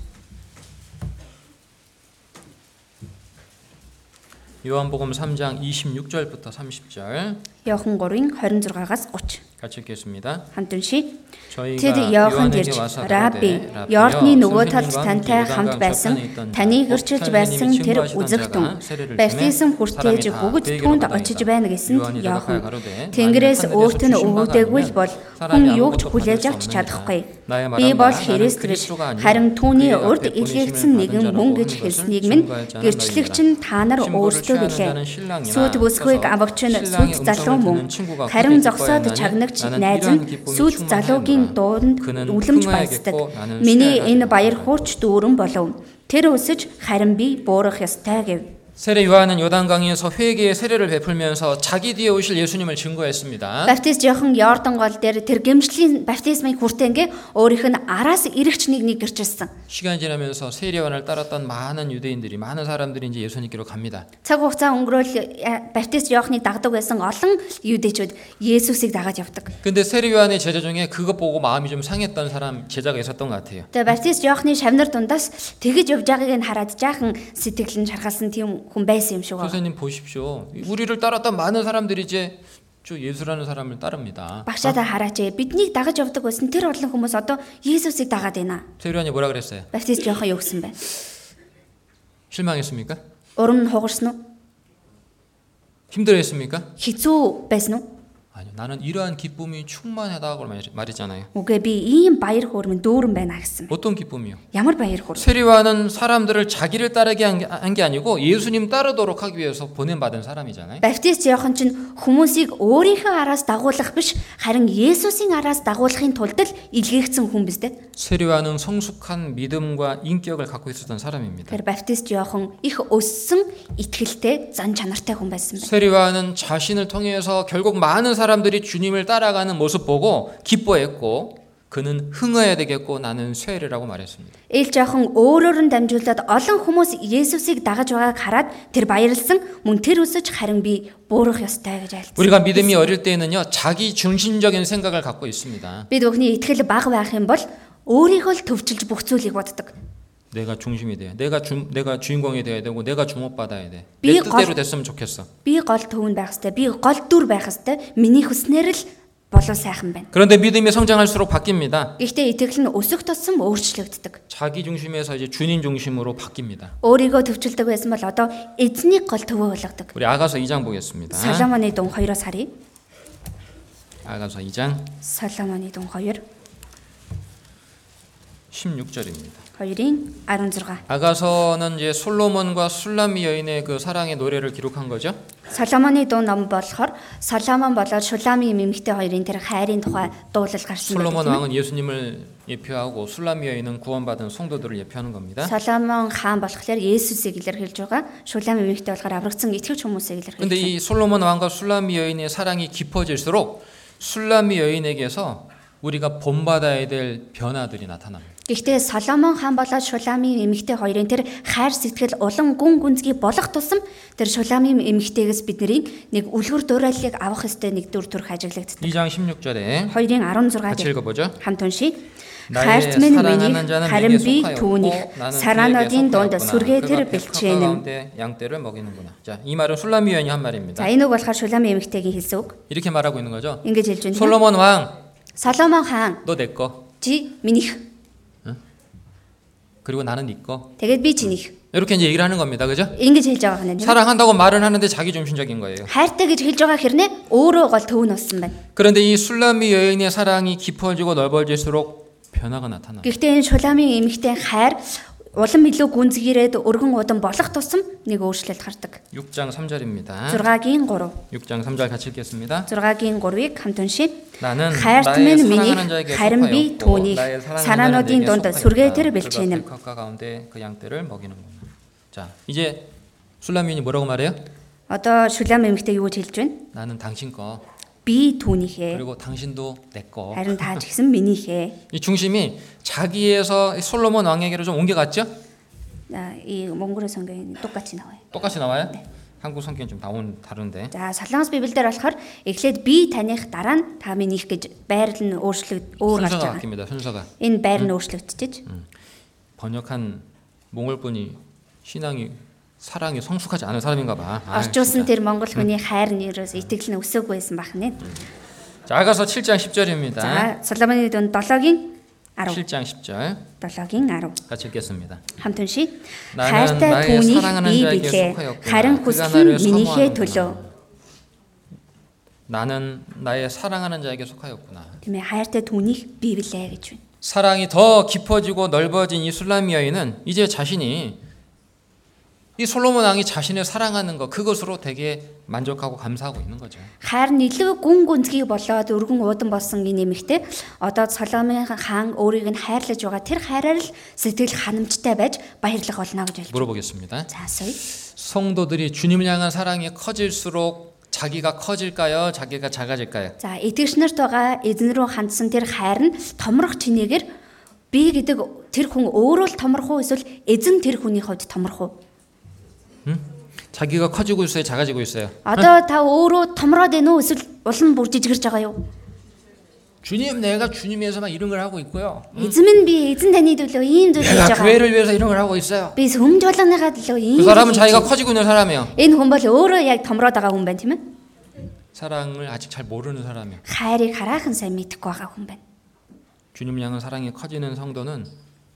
Speaker 1: 요한복음 3장 26절부터 30절
Speaker 2: Явхан 3-ын 26-аас 30.
Speaker 1: 같이 읽겠습니다.
Speaker 2: Хамт уншия. Тэд
Speaker 1: 저희가
Speaker 2: Иоханд
Speaker 1: 요한에게
Speaker 2: ирж,
Speaker 1: 와서
Speaker 2: "Раби,
Speaker 1: 그러되, 라비여,
Speaker 2: Йордны нөгөө талд
Speaker 1: 선생님과
Speaker 2: тантай
Speaker 1: 함께
Speaker 2: хамт
Speaker 1: 요단강
Speaker 2: байсан,
Speaker 1: 적산에 있던
Speaker 2: таныг
Speaker 1: 자,
Speaker 2: өрчилж
Speaker 1: 곧
Speaker 2: байсан
Speaker 1: 하나님이
Speaker 2: тэр
Speaker 1: 증거하시던
Speaker 2: үзэгтэн,
Speaker 1: 자가 세례를
Speaker 2: баптизм
Speaker 1: 주매 사람이
Speaker 2: хүртээж
Speaker 1: 다
Speaker 2: бүгд
Speaker 1: 그에게로
Speaker 2: түүнд
Speaker 1: 가더이다.
Speaker 2: очиж байна гэсэнд
Speaker 1: 요한이
Speaker 2: Иохан,
Speaker 1: 대답하여 가로되,
Speaker 2: "Тэнгэрээс
Speaker 1: 만일
Speaker 2: өөрт нь
Speaker 1: 하늘에서 주신 바가
Speaker 2: өгөөдэггүй л
Speaker 1: 아니면
Speaker 2: бол хүн
Speaker 1: 사람이
Speaker 2: юу ч
Speaker 1: 아무것도
Speaker 2: хүлээж
Speaker 1: 받을
Speaker 2: авч
Speaker 1: 수 없느니라.
Speaker 2: чадахгүй.
Speaker 1: 나의
Speaker 2: Би
Speaker 1: 말한
Speaker 2: бол
Speaker 1: 바는
Speaker 2: Христ биш.
Speaker 1: 그리스도가 아니요.
Speaker 2: Харин түүний
Speaker 1: 그의
Speaker 2: урд
Speaker 1: 앞에
Speaker 2: илгээгдсэн
Speaker 1: 보내심을
Speaker 2: нэгэн
Speaker 1: 받은
Speaker 2: мөн
Speaker 1: 자라고
Speaker 2: гэж
Speaker 1: 하는
Speaker 2: хэлснийг
Speaker 1: 것을
Speaker 2: минь
Speaker 1: 증거하지 않은
Speaker 2: гэрчлэгч
Speaker 1: 바입니다.
Speaker 2: нь та нар
Speaker 1: 신고를
Speaker 2: өөртөө
Speaker 1: 취하는
Speaker 2: билээ.
Speaker 1: 자는 신랑이나
Speaker 2: Сүд бүсгүйг
Speaker 1: 엎어서
Speaker 2: авагч нь
Speaker 1: 신랑의 음성을
Speaker 2: сүд залуу мөн
Speaker 1: 듣는 친구가
Speaker 2: харин
Speaker 1: 크게
Speaker 2: зогсоод
Speaker 1: 기뻐하나니
Speaker 2: чагнагч
Speaker 1: 나는
Speaker 2: найз
Speaker 1: 이러한
Speaker 2: нь
Speaker 1: 기쁨이
Speaker 2: сүд
Speaker 1: 충만하노라.
Speaker 2: залуугийн дуунд
Speaker 1: 그는
Speaker 2: үлэмж
Speaker 1: 풍요하겠고
Speaker 2: баясдаг.
Speaker 1: 나는
Speaker 2: Миний
Speaker 1: 수혜하겠노라.
Speaker 2: энэ баяр хуурч дүүрэн болов. Тэр өсөж харин би буурах ёстой гэв.
Speaker 1: 세례 요한은 요단강에서 회개의 세례를 베풀면서 자기 뒤에 오실 예수님을 증거했습니다.
Speaker 2: Баптист Иохан Йордан гол дээр тэр гэмшлийн баптизмыг хүртэнгээ өөрийнх нь араас ирэгч нэг нэг гэрчилсэн.
Speaker 1: 시간이 지나면서 세례 요한을 따랐던 많은 유대인들이 많은 사람들이 이제 예수님께로 갑니다.
Speaker 2: Цаг хугацаа өнгөрөөл э, баптист Иохны дагдаг байсан олон юдэчүүд Есүсийг дагаад явдаг.
Speaker 1: 근데 세례 요한의 제자 중에 그것 보고 마음이 좀 상했던 사람 제자가 있었던 것 같아요.
Speaker 2: Тэгээ баптист Иохны шавнар дундаас тэгэж явж байгааг нь хараад жаахан сэтгэл нь шархалсан тийм хүн байсан юм шиг байна.
Speaker 1: 선생님 보십시오. 우리를 따랐던 많은 사람들이 이제 저 예수라는 사람을 따릅니다. 아,
Speaker 2: Багшаадаа хараач ээ биднийг дагаж явдаг байсан тэр олон хүмүүс одоо Есүсийг дагаад байна.
Speaker 1: 세례 요한이 뭐라 그랬어요?
Speaker 2: Баптист Иохан юу гэсэн бэ?
Speaker 1: 실망했습니까?
Speaker 2: Урам нь хугарсан уу?
Speaker 1: 힘들어했습니까?
Speaker 2: Хизүү байсан уу?
Speaker 1: 아니요. 나는 이러한 기쁨이 충만하다고 말- 말했잖아요.
Speaker 2: Үгүй би ийм баяр хөөрмөнд дүүрэн байна гэсэн.
Speaker 1: 어떤 기쁨이요?
Speaker 2: Ямар баяр хөөр?
Speaker 1: 세례와는 사람들을 자기를 따르게 한 게 아니고 예수님 따르도록 하기 위해서 보낸받은 사람이잖아요.
Speaker 2: Баптист Иохан ч хүмүүсийг өөрийнхөө араас дагуулах биш харин Есүсийн араас дагуулахын тулд л илгээгдсэн хүн биз дээ.
Speaker 1: 세례와는 성숙한 믿음과 인격을 갖고 있었던 사람입니다.
Speaker 2: Тэгэхээр Баптист Иохан их өссөн итгэлтэй зан чанартай хүн байсан байна.
Speaker 1: 세례와는 자신을 통해서 결국 많은 사람들이 주님을 따라가는 모습 보고 기뻐했고 그는 흥해야 되겠고 나는 쇠례라고 말했습니다.
Speaker 2: Ээлж Иохан өөрөөр нь дамжуулаад олон хүмүүс Есүсийг дагаж байгааг хараад тэр баярлсан мөн тэр өсөж харин би буурах ёстой гэж айлцсан.
Speaker 1: 우리가 믿음이 어릴 때에는요 자기 중심적인 생각을 갖고 있습니다.
Speaker 2: Бид бүхний итгэл бага байх юм бол өөрийгөө л төвчилж бүх зүйлийг боддог.
Speaker 1: 내가 중심이 돼야 내가 주, 내가 주인공이 돼야 되고 내가 주목받아야 돼. 내
Speaker 2: 삐걱.
Speaker 1: 뜻대로 됐으면 좋겠어.
Speaker 2: Би гол төвөнд байх хэвээр, би гол дүр байх хэвээр, миний хүснээр л болов сайхан байна.
Speaker 1: 그런데 믿음이 성장할수록 바뀝니다.
Speaker 2: Гэхдээ итгэл нь өсөх тусам өөрчлөгддөг.
Speaker 1: 자기 중심에서 이제 주님 중심으로 바뀝니다.
Speaker 2: Өөрийгөө төвчилдэг байсан бол одоо эзнийг гол төвөө болгодог.
Speaker 1: 우리 아가서 2장 보겠습니다.
Speaker 2: Соломоны дүн 2-оос харъя.
Speaker 1: 아가서 2장
Speaker 2: Соломоны дүн 2,
Speaker 1: 16절입니다.
Speaker 2: 2-ын 16.
Speaker 1: 아가서는 이제 솔로몬과 술람미 여인의 그 사랑의 노래를 기록한 거죠.
Speaker 2: Соломоны дүн ном болохоор Соломон болоод Шулами эмэгтэй хоёрын тэр хайрын тухай дуулал гарсан байдаг
Speaker 1: 솔로몬
Speaker 2: тийм ээ.
Speaker 1: 왕은 예수님을 예표하고 술람미 여인은 구원받은 성도들을 예표하는 겁니다.
Speaker 2: Соломон хаан болохоор Есүсийг илэрхийлж байгаа. Шулами эмэгтэй болохоор аврагдсан итгэвч хүмүүсийг
Speaker 1: 근데
Speaker 2: илэрхийлж.
Speaker 1: 이 솔로몬 왕과 술람미 여인의 사랑이 깊어질수록 술람미 여인에게서 우리가 본받아야 될 변화들이 나타납니다.
Speaker 2: Гэхдээ Соломон хаан болоод Шулами эмэгтэй хоёрын тэр хайр сэтгэл улам гүн гүнзгий болох тусам тэр Шулами эмэгтэйгээс бидний нэг үлгэр дуурайлыг авах ёстой нэг дүр төрх ажиглагддаг.
Speaker 1: 2장 16절에
Speaker 2: Хоёрын
Speaker 1: 같이
Speaker 2: 16-д
Speaker 1: 읽어보죠.
Speaker 2: хамт уншия.
Speaker 1: 나의
Speaker 2: Хайрт минь миний
Speaker 1: 사랑하는 자는
Speaker 2: харин
Speaker 1: 내게
Speaker 2: би
Speaker 1: 속하였고
Speaker 2: түүнийх
Speaker 1: 나는
Speaker 2: сараануудын
Speaker 1: 그에게
Speaker 2: дунд
Speaker 1: 속하였구나.
Speaker 2: сүргээ
Speaker 1: 그가
Speaker 2: тэр
Speaker 1: 백합화
Speaker 2: бэлчээнэм.
Speaker 1: 가운데 양떼를 먹이는구나. 자, 이 말은 술람미 여인이 한 말입니다.
Speaker 2: За энэ үг болохоор Шулами эмэгтэйгийн хэлсэн үг.
Speaker 1: 이렇게 말하고 있는 거죠.
Speaker 2: Ингэж хэлж байна.
Speaker 1: 솔로몬 왕,
Speaker 2: Соломон хаан
Speaker 1: 너 내 거.
Speaker 2: чи минийх.
Speaker 1: 그리고 나는 네 거.
Speaker 2: Тэгээд би чинийх.
Speaker 1: 이렇게 이제 얘기를 하는 겁니다. 그죠?
Speaker 2: Ингэж хэлж байгаа юм байна.
Speaker 1: 사랑한다고 말은 하는데 자기 중심적인 거예요.
Speaker 2: Хайртай гэж хэлж байгаа хэрнээ өөрөө гол төв нь болсон байна.
Speaker 1: 그런데 이 술람미 여인의 사랑이 깊어지고 넓어질수록 변화가 나타나요.
Speaker 2: Гэхдээ энэ Шуламын эмэгтэй хайр улам илүү гүнзгийрээд өргөн удам болох тусам нэг өөрчлөлт гардаг.
Speaker 1: 6장 3절입니다.
Speaker 2: 6-гийн 3.
Speaker 1: 6장 3절 같이 읽겠습니다.
Speaker 2: 6-гийн 3-ыг хамт уншия.
Speaker 1: 나는
Speaker 2: Хайрт
Speaker 1: 나의
Speaker 2: минь
Speaker 1: 사랑하는
Speaker 2: миний
Speaker 1: 자에게
Speaker 2: харин би
Speaker 1: 속하였고
Speaker 2: түүнийг
Speaker 1: 나의 사랑하는 자는
Speaker 2: 사나노딘 돈다
Speaker 1: 내게
Speaker 2: сүргээ
Speaker 1: 속하였다.
Speaker 2: тэр
Speaker 1: 그가
Speaker 2: 밀치는.
Speaker 1: 백합과 가운데 그 양떼를 먹이는구나. 자, 이제 술람민이 뭐라고 말해요?
Speaker 2: Одоо Шулам эмэгтэй юу гэж хэлж байна?
Speaker 1: 나는 당신 거.
Speaker 2: би түүнийхээ
Speaker 1: 그리고 당신도 내 거.
Speaker 2: харин та ч гэсэн минийхээ.
Speaker 1: 이 중심이 자기에서 솔로몬 왕에게로 좀 옮겨갔죠?
Speaker 2: За 이 몽골의 성경에는 똑같이 나와요.
Speaker 1: 똑같이 나와요? 한국 성경은 좀 다운 다른데.
Speaker 2: За солонгос библиэлд болохоор эхлээд би таних дараа нь та минийх гэж байрал нь өөрчлөг өөр гарч
Speaker 1: 순서가
Speaker 2: байгаа.
Speaker 1: 바뀝니다. 순서가
Speaker 2: Энэ байр нь өөрчлөгдөж.
Speaker 1: 번역한 몽골분이 신앙이 사랑이 성숙하지 않은 사람인가 봐. 아이,
Speaker 2: Орчуулсан
Speaker 1: 진짜.
Speaker 2: тэр монгол хүний хайр нь ерөөс итгэл нь өсөөгүй байсан байх нэ.
Speaker 1: 자, 아가서 7장 10절입니다.
Speaker 2: За Соломоны дүнд 7-гийн 10,
Speaker 1: 7장 10절
Speaker 2: 7-гийн 10
Speaker 1: 같이 읽겠습니다.
Speaker 2: хамт уншия.
Speaker 1: 나는
Speaker 2: Хайртай
Speaker 1: 나의
Speaker 2: түүнийг
Speaker 1: 사랑하는
Speaker 2: би
Speaker 1: 자에게
Speaker 2: билээ.
Speaker 1: 속하였구나.
Speaker 2: Харин
Speaker 1: 그가
Speaker 2: хүсэл
Speaker 1: 나를
Speaker 2: нь минийхээ
Speaker 1: 사모하는구나.
Speaker 2: төлөө.
Speaker 1: 나는 나의 사랑하는 자에게 속하였구나.
Speaker 2: Тийм ээ хайртай түүнийг би билээ гэж байна.
Speaker 1: 사랑이 더 깊어지고 넓어진 이 술람 여인은 이제 자신이 이 솔로몬 왕이 자신을 사랑하는 것 그것으로 되게 만족하고 감사하고 있는 거죠.
Speaker 2: Хайр нь илүү гүн гүнзгий болоод өргөн уудан болсон гээ нэмэгтэй. Одоо Соломын хаан өөрийг нь хайрлаж байгаа тэр хайраар л сэтгэл ханамжтай байж баярлах болно гэж байна.
Speaker 1: 물어보겠습니다.
Speaker 2: За сая.
Speaker 1: 성도들이 주님을 향한 사랑이 커질수록 자기가 커질까요? 자기가 작아질까요?
Speaker 2: За эдгэгч нарт байгаа эзэн рүү хандсан тэр хайр нь томрох чинээгээр би гэдэг тэр хүн өөрөө л томрох уу эсвэл эзэн тэр хүний хувьд томрох уу?
Speaker 1: 자기가 커지고 있어요, 작아지고 있어요.
Speaker 2: Одоо та өөрөө томроод байна уу эсвэл улам бүр жижигэрж байгаа юу?
Speaker 1: 주님, 내가 주님에서 막 이런 걸 하고 있고요.
Speaker 2: Эзэн минь би эзэн таны төлөө ийм зүйл хийж
Speaker 1: 내가
Speaker 2: байгаа.
Speaker 1: 교회를 위해서 이런 걸 하고 있어요.
Speaker 2: Би сүмж болгоныхаа төлөө ийм
Speaker 1: 그 사람은
Speaker 2: зүйл хийж
Speaker 1: 자기가
Speaker 2: байна.
Speaker 1: 커지고 있는 사람이에요.
Speaker 2: Энэ хүн бол өөрөө яг томроод байгаа хүн байна тийм ээ?
Speaker 1: 사랑을 아직 잘 모르는 사람이에요.
Speaker 2: хайрыг хараахан сайн мэдэхгүй байгаа хүн байна.
Speaker 1: 주님 향한 사랑이 커지는 성도는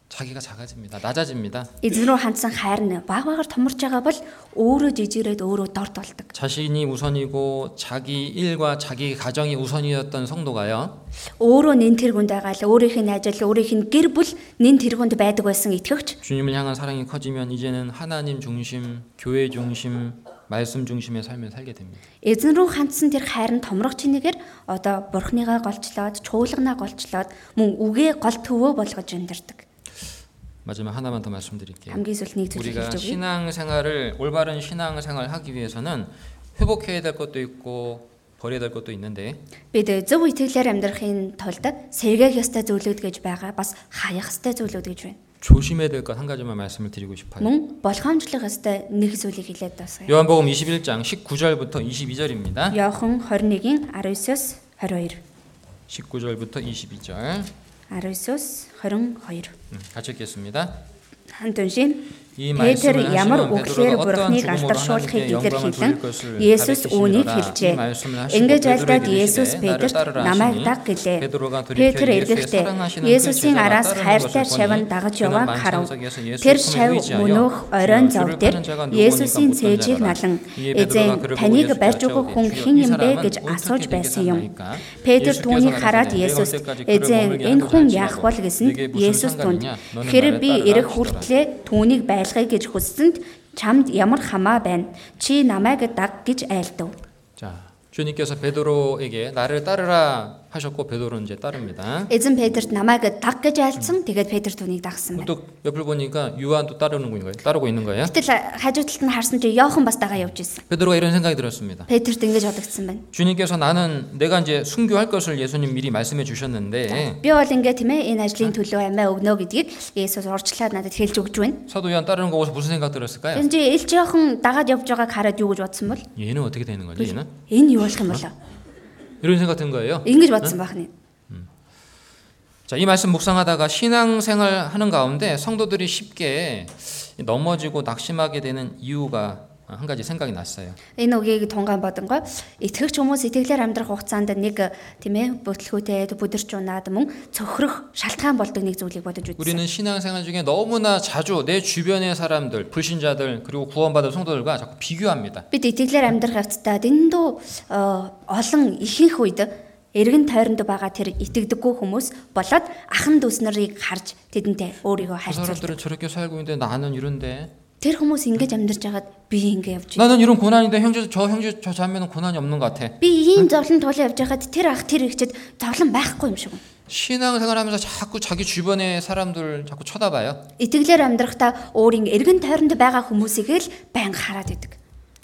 Speaker 1: 자기가 작아집니다. 낮아집니다.
Speaker 2: Эзэн рүү хандсан хайр нь баг багаар томорж байгаа бол өөрөө жижигрээд өөрөө дорд болдог.
Speaker 1: 자신이 우선이고 자기 일과 자기 가정이 우선이었던 성도가요.
Speaker 2: Өөрөө нэн тэргүнд байгаа л өөрийнх нь ажил, өөрийнх нь гэр бүл нэн тэргүнд байдаг байсан итгэгч.
Speaker 1: 주님을 향한 사랑이 커지면 이제는 하나님 중심, 교회 중심, 말씀 중심의 삶을 살게 됩니다.
Speaker 2: Эзэн рүү хандсан тэр хайр нь томрох чинээгээр одоо бурхныгаа голчлоод, чуулганаа голчлоод, мөн үгээ гол төвөө болгож амьдардаг.
Speaker 1: 마지막 하나만 더 말씀드릴게요.
Speaker 2: Хамгийн сүүлд нэг зүйл
Speaker 1: 우리가
Speaker 2: хэлж өгье.
Speaker 1: 신앙생활을 올바른 신앙생활을 하기 위해서는 회복해야 될 것도 있고 버려야 될 것도 있는데
Speaker 2: Бид зөв итгэлээр амьдрахын тулд сэргээх ёстой зүйлүүд гэж байгаа, бас хаях ёстой зүйлүүд гэж байна.
Speaker 1: 조심해야 될 것 한 가지만 말씀을 드리고 싶어요.
Speaker 2: Мөн болгоомжлох ёстой нэг зүйлийг хэлээд басна.
Speaker 1: 요한복음 21장 19절부터 22절입니다.
Speaker 2: Явхан 21-ийн 19-с 22.
Speaker 1: 19절부터 22절 음,
Speaker 2: 19-с 22.
Speaker 1: 같이 읽겠습니다.
Speaker 2: Хамт уншийн.
Speaker 1: 이
Speaker 2: Петр
Speaker 1: 말씀을
Speaker 2: ямар
Speaker 1: 하시면
Speaker 2: үгээр
Speaker 1: 베드로가 어떠한
Speaker 2: бурхныг
Speaker 1: 죽음으로
Speaker 2: алдаршуулахыг
Speaker 1: 하나님께 영광을
Speaker 2: илэрхийлэн
Speaker 1: 돌릴 것을
Speaker 2: Есүс үүнийг
Speaker 1: 가르치시니라.
Speaker 2: хэлжээ.
Speaker 1: 이 말씀을 하시고
Speaker 2: Ингээд айлдаад
Speaker 1: 베드로에게
Speaker 2: Есүс
Speaker 1: 이르시되 나를
Speaker 2: Петрт
Speaker 1: 따르라
Speaker 2: намайг
Speaker 1: 하시니
Speaker 2: даг гэлээ.
Speaker 1: 베드로가 돌이켜
Speaker 2: Петр
Speaker 1: 예수의
Speaker 2: элэхдээ
Speaker 1: 사랑하시는
Speaker 2: Есүсийн
Speaker 1: 그
Speaker 2: араас
Speaker 1: 제자가 따르는
Speaker 2: хайртай
Speaker 1: 것을
Speaker 2: шавь
Speaker 1: 보니
Speaker 2: нь дагаж
Speaker 1: 그는
Speaker 2: яваа харав.
Speaker 1: 만찬석에서 예수의
Speaker 2: Тэр
Speaker 1: 품에
Speaker 2: шавь
Speaker 1: 의지하여
Speaker 2: мөнөөх
Speaker 1: 주를
Speaker 2: оройн
Speaker 1: 파는
Speaker 2: зов
Speaker 1: 자가
Speaker 2: дээр
Speaker 1: 누구니까
Speaker 2: Есүсийн
Speaker 1: 묻던
Speaker 2: цээжийг
Speaker 1: 자라.
Speaker 2: налан
Speaker 1: 이에 베드로가
Speaker 2: эзэн
Speaker 1: 그를 보고
Speaker 2: таныг
Speaker 1: 예수께
Speaker 2: барьж өгөх хүн
Speaker 1: 여쭤오되,
Speaker 2: хэн
Speaker 1: "주여, 이
Speaker 2: юм
Speaker 1: 사람은
Speaker 2: бэ гэж
Speaker 1: 어떻게
Speaker 2: асууж
Speaker 1: 되게
Speaker 2: байсан юм.
Speaker 1: 사나이까?"
Speaker 2: Петр
Speaker 1: 예수께서
Speaker 2: түүнийг хараад
Speaker 1: 가라사대,
Speaker 2: Есүс
Speaker 1: "내가 언제까지 그를
Speaker 2: эзэн
Speaker 1: 머물게
Speaker 2: энэ
Speaker 1: 하고자
Speaker 2: хүн
Speaker 1: 하느냐?
Speaker 2: яах бол
Speaker 1: 네게
Speaker 2: гэсэнд
Speaker 1: 무슨
Speaker 2: Есүс
Speaker 1: 상관이냐?
Speaker 2: түнд
Speaker 1: 너는
Speaker 2: хэрэг
Speaker 1: 나를
Speaker 2: би
Speaker 1: 따르라
Speaker 2: ирэх
Speaker 1: 하시더라."
Speaker 2: хүртлээр түүнийг байлгая гэж хүссэнд чамд ямар хамаа байна? Чи намайг даг гэж айлдав.
Speaker 1: 자, 주님께서 베드로에게 나를 따르라 하셨고 베드로는 이제 따릅니다.
Speaker 2: Эзэн Петрт намайг даг гэж айлцсан. Тэгээд Петр түүнийг дагсан байна.
Speaker 1: 문득 옆을 보니까 유한도 따르는 거예요. 따르고 있는 거예요.
Speaker 2: Гэтэл хажуу талд нь харсан чи Йохан бас дагаа явж ирсэн.
Speaker 1: 베드로가 이런 생각이 들었습니다.
Speaker 2: Петрт ингэж бодогдсон байна.
Speaker 1: 주님께서 나는 내가 이제 순교할 것을 예수님 미리 말씀해 주셨는데
Speaker 2: Би бол ингээ тийм ээ энэ ажлын төлөө амиа өгнө гэдгийг Есүс урьдчилаад надад хэлж өгч байна.
Speaker 1: 사도 요한 따르는 거 보고서 무슨 생각 들었을까요?
Speaker 2: Тэгвэл чи ил жоохон дагаад явж байгааг хараад юу гэж бодсон бол
Speaker 1: 얘는 어떻게 되는 거지? 얘는
Speaker 2: энэ юу болох юм болоо?
Speaker 1: 이런 생각 든 거예요.
Speaker 2: Ингэж бодсон байх нь.
Speaker 1: 자, 이 말씀 묵상하다가 신앙생활 하는 가운데 성도들이 쉽게 넘어지고 낙심하게 되는 이유가 한 가지 생각이 났어요.
Speaker 2: Энэ үгийг тунгаан бодонгой итгэгч хүмүүс итгэлээр амьдрах хугацаанд нэг тийм ээ бүтлгүүтэй бүдэрч унаад мөн цөхрөх шалтгаан болдог нэг зүйлийг бодож үзсэн.
Speaker 1: 우리는 신앙생활 중에 너무나 자주 내 주변의 사람들, 불신자들 그리고 구원받은 성도들과 자꾸 비교합니다.
Speaker 2: Бид итгэлээр амьдрах явцдаа дэндүү э, олон ихэнх үед эргэн тойронд байгаа тэр итгэдэггүй хүмүүс болоод ахан дүүс нарыг харж тэдэнтэй өөрийгөө
Speaker 1: 그
Speaker 2: харьцуулдаг.
Speaker 1: 사람들은 저렇게 살고 있는데 나는 이런데
Speaker 2: Тэр хүмүүс ингэж амьдарч хагаад би ингэ явж байна.
Speaker 1: 나는 이런 고난인데 형제 저 형제 저 자매는 고난이 없는 것 같아.
Speaker 2: Би ийм зовлон тулан явж байгаад тэр ах тэр ихчэд зовлон байхгүй юм шиг байна.
Speaker 1: 신앙생활하면서 자꾸 자기 주변의 사람들 자꾸 쳐다봐요.
Speaker 2: Итгэлээр амьдрахдаа өөрийн эргэн тойронд байгаа хүмүүсийг л байнга хараад идэг.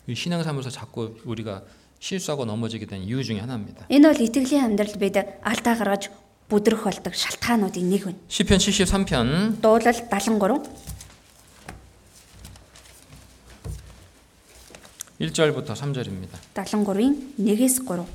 Speaker 1: 이 신앙생활하면서 자꾸 우리가 실수하고 넘어지게 된 이유 중에 하나입니다.
Speaker 2: Энэ бол итгэлийн амьдралд бид алдаа гаргаж бүдрэх болдог шалтгаануудын нэг байна.
Speaker 1: 시편 73편
Speaker 2: Дуулал 73
Speaker 1: 1절부터 3절입니다.
Speaker 2: 73-ийн 1-ээс 3.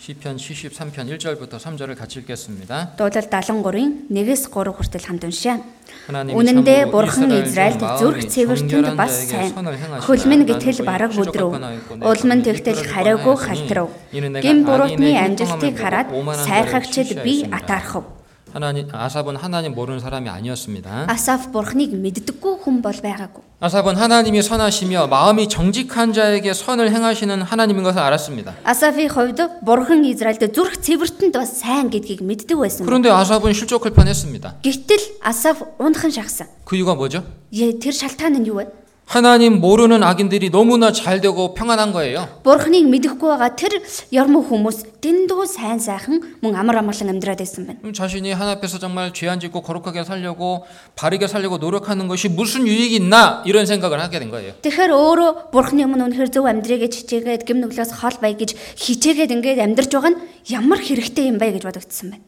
Speaker 1: 시편 73편 1절부터 3절을 같이 읽겠습니다.
Speaker 2: Дуулал 73-ийн 1-ээс 3 хүртэл хамт уншъя.
Speaker 1: 하나님
Speaker 2: Үнэндээ бурхан Израильд зүрх цэвэртэнд бас сайн. Хөлмөн гэтэл бараг өдрөв. Улман тэгтэл хариагүй халтрав. Гим буруутны амжилтыг хараад сайрхагчд би атаархав.
Speaker 1: 하나님 아삽은 하나님 모르는 사람이 아니었습니다.
Speaker 2: Асаф бурхныг мэддэггүй хүн бол байгаагүй.
Speaker 1: 아삽은 하나님이 선하시며 마음이 정직한 자에게 선을 행하시는 하나님인 것을 알았습니다.
Speaker 2: Асафи хувьд бурхан Израильд зүрх цэвэртэнд бас сайн гэдгийг мэддэг байсан.
Speaker 1: 그런데 아삽은 실족할 뻔했습니다.
Speaker 2: Гэвтэл Асаф унтхан шахсан.
Speaker 1: 그 이유가 뭐죠?
Speaker 2: Яа, Тэр шалтгаан нь юу вэ?
Speaker 1: 하나님 모르는 악인들이 너무나 잘 되고 평안한 거예요.
Speaker 2: Бурхныг мэдэхгүй байгаа тэр ярмо хүмүүс дэндүү сайн сайхан мөн амар амгалан амьдраад байсан байна.
Speaker 1: 음, 자신이 하나님 앞에서 정말 죄안 짓고 거룩하게 살려고 바르게 살려고 노력하는 것이 무슨 유익이 있나 이런 생각을 하게 된 거예요.
Speaker 2: Тэгэхээр өөрөө бурхны өмнө үнэхээр зөв амьдрийг хичээгээд гэм нүглээс хол бай гэж хичээгээд ингээд амьдрж байгаа нь ямар хэрэгтэй юм бэ гэж бодогдсон байна.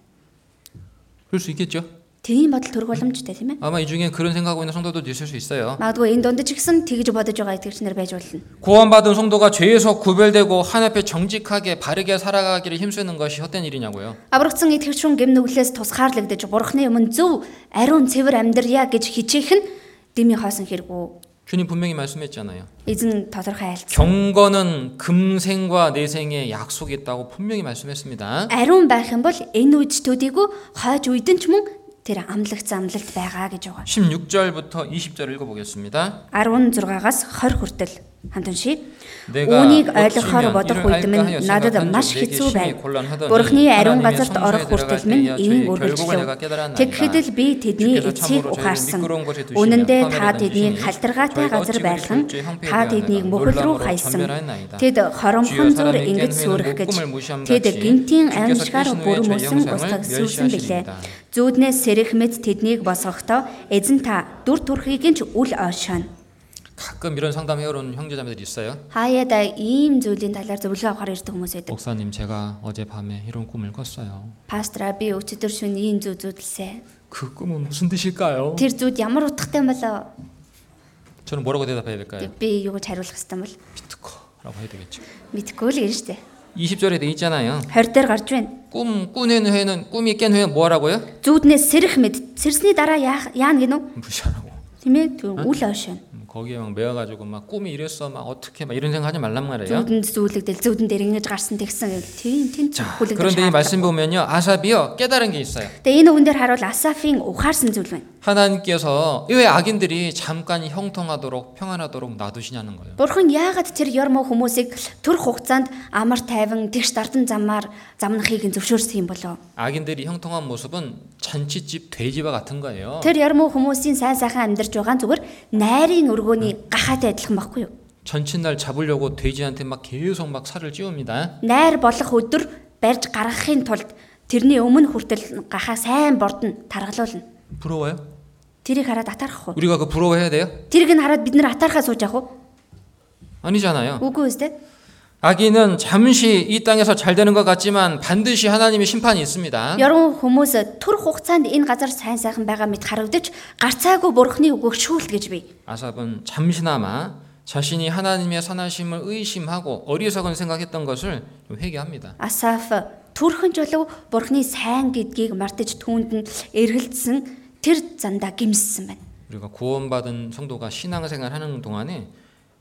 Speaker 1: 그럴 수 있겠죠.
Speaker 2: Тэний бодол төрөх боломжтой тийм ээ.
Speaker 1: 아마 이 중에 그런 생각하고 있는 성도도 있을 수 있어요.
Speaker 2: Магадгүй энэ дунд ч гэсэн тэгж bodож байгаа итгэгчнэр байж болно.
Speaker 1: 구원받은 성도가 죄에서 구별되고 하나님 앞에 정직하게 바르게 살아가기를 힘쓰는 것이 헛된 일이냐고요.
Speaker 2: Аврагдсан итгэгч хүн гэм нүглээс тусгаарлагдаж бурхны өмнө зөв ариун цэвэр амьдрья гэж хичээх нь дэмий хоосон хэрэггүй.
Speaker 1: 주님 분명히 말씀했잖아요.
Speaker 2: Эзэн тодорхой айлц.
Speaker 1: 경건은 금생과 내생에 약속이 있다고 분명히 말씀했습니다.
Speaker 2: Ариун байх юм бол энэ үед ч төдийгүй хойч үед нь ч мөн тэр амлах замлалт байгаа гэж байгаа.
Speaker 1: 16절부터 20절 읽어보겠습니다.
Speaker 2: 16-аас 20 хүртэл хамт уншия.
Speaker 1: 내가
Speaker 2: Үүнийг
Speaker 1: 어찌면
Speaker 2: ойлгохоор бодох
Speaker 1: 이를
Speaker 2: үед минь
Speaker 1: 알까 하여
Speaker 2: надад
Speaker 1: 생각한
Speaker 2: маш
Speaker 1: 즉 내게
Speaker 2: хэцүү
Speaker 1: 심히
Speaker 2: байв.
Speaker 1: 곤란하더니
Speaker 2: Бурхны ариун
Speaker 1: 하나님의
Speaker 2: газарт орох
Speaker 1: 성소에
Speaker 2: хүртэл
Speaker 1: 들어갈
Speaker 2: минь
Speaker 1: 때야
Speaker 2: ивийн
Speaker 1: 주의 결국을
Speaker 2: үргэлжлэв.
Speaker 1: 내가 깨달았나이다.
Speaker 2: Тэгэхэд л би тэдний
Speaker 1: 주께서
Speaker 2: эцгийг
Speaker 1: 참으로 저희를
Speaker 2: ухаарсан.
Speaker 1: 미끄러운 곳에 두시며
Speaker 2: Үнэн дээр
Speaker 1: 파멸에
Speaker 2: та
Speaker 1: 던지시니
Speaker 2: тэднийг халтргаатай
Speaker 1: 저희가
Speaker 2: газар
Speaker 1: 어찌 그리
Speaker 2: байлхан
Speaker 1: 둘째 형편에
Speaker 2: та
Speaker 1: 대하여
Speaker 2: тэднийг мөхөл рүү
Speaker 1: 놀라움으로
Speaker 2: хайсан.
Speaker 1: 전멸하였나이다.
Speaker 2: Тэд хоромхон
Speaker 1: 주여
Speaker 2: зүр
Speaker 1: 사람이
Speaker 2: ингэж
Speaker 1: 깬
Speaker 2: сүрэх
Speaker 1: 후에는
Speaker 2: гэж
Speaker 1: 목금을 무시함같이
Speaker 2: тэд гинтийн
Speaker 1: 주께서
Speaker 2: амьсгаар
Speaker 1: 깨신 후에
Speaker 2: бүрэн
Speaker 1: 저희
Speaker 2: өсөн
Speaker 1: 형상을
Speaker 2: услах сүрсэн билээ.
Speaker 1: 멸시하시나이다.
Speaker 2: Зүуднээс сэрэх мэд тэднийг босгохдоо эзэн та дүр төрхийг нь ч үл ойшооно.
Speaker 1: 가끔 이런 상담 해오는 형제자매들이 있어요.
Speaker 2: Хаяада ийм зүйлийн талаар зөвлөгөө авахар ирдэг хүмүүс байдаг.
Speaker 1: 목사님 제가 어젯밤에 이런 꿈을 꿨어요.
Speaker 2: Пастора би өчигдөр шөнө ийм зүйл зүүдэлсэн.
Speaker 1: 그 꿈은 무슨 뜻일까요?
Speaker 2: Тэр зүуд ямар утгатай юм болоо?
Speaker 1: 저는 뭐라고 대답해야 될까요?
Speaker 2: Би юу гэж хариулах хэвтан бол
Speaker 1: 비트코라고 해야 되겠죠.
Speaker 2: мэдэхгүй л гэн штэ.
Speaker 1: 20절에 돼 있잖아요.
Speaker 2: 20 дээр гарч байна.
Speaker 1: 꿈 꾸는 회는 꿈이 깬 회는 뭐하라고요?
Speaker 2: Зүуднээс сэрэх мэд сэрсний дараа яах- яана гинөө?
Speaker 1: 무시하라고.
Speaker 2: Тийм ээ түр үл ойшоо.
Speaker 1: 음, 거기에 막 매여가지고 막 꿈이 이랬어 막 어떻게 막 이런 생각하지 말란 말이에요.
Speaker 2: Зүудэнд зүйлэгдэл зүудэн дээр ингэж гарсан тэгсэн гэвэл тийм тийм хүлэгдэж
Speaker 1: 그런데 이 말씀
Speaker 2: шаардлагагүй.
Speaker 1: 보면요 아삽이요 깨달은 게 있어요.
Speaker 2: Тэгээ энэ үгэн дээр харуул Асафийн ухаарсан зүйл байна.
Speaker 1: 하나님께서 왜 악인들이 잠깐 형통하도록 평안하도록 놔두시냐는 거예요.
Speaker 2: Бурхан яагаад тэр ярмо хүмүүсийг төрөх хугацаанд амар тайван тэгш дардан замаар замнахыг нь зөвшөөрсөн юм болов?
Speaker 1: 악인들이 형통한 모습은 잔치집 돼지와 같은 거예요.
Speaker 2: Тэр ярмо хүмүүсийн сайн сайхан амьдарч байгаа нь зүгээр найрын өргөөний гахаатай адилхан байхгүй юу?
Speaker 1: 전칫날 잡으려고 돼지한테 막 계속 막 살을 찌웁니다.
Speaker 2: Найр болох өдөр барьж гаргахын тулд тэрний өмнө хүртэл гахаа сайн бордно таргалуулна.
Speaker 1: 부러워요?
Speaker 2: Тэрийг хараад атарах уу?
Speaker 1: 우리가 그 부러워해야 돼요?
Speaker 2: Тэрийг нь хараад бид нэр атархаа сууж явах уу?
Speaker 1: 아니잖아요.
Speaker 2: Үгүй үстэй.
Speaker 1: 악인은 잠시 이 땅에서 잘 되는 것 같지만 반드시 하나님의 심판이 있습니다.
Speaker 2: Яруу хүмүүс төр хугацаанд энэ газар сайн сайхан байгаа мэт харагдаж гарцаагүй бурхны үгөөх шүүлт гэж бий.
Speaker 1: 아삽은 잠시나마 자신이 하나님의 선하심을 의심하고 어리석은 생각했던 것을 좀 회개합니다.
Speaker 2: Асаф төрхөн жолов бурхны сайн гэдгийг мартаж түүнд нь эргэлдсэн тэр зандаа гимссэн байна.
Speaker 1: 우리가 구원받은 성도가 신앙생활 하는 동안에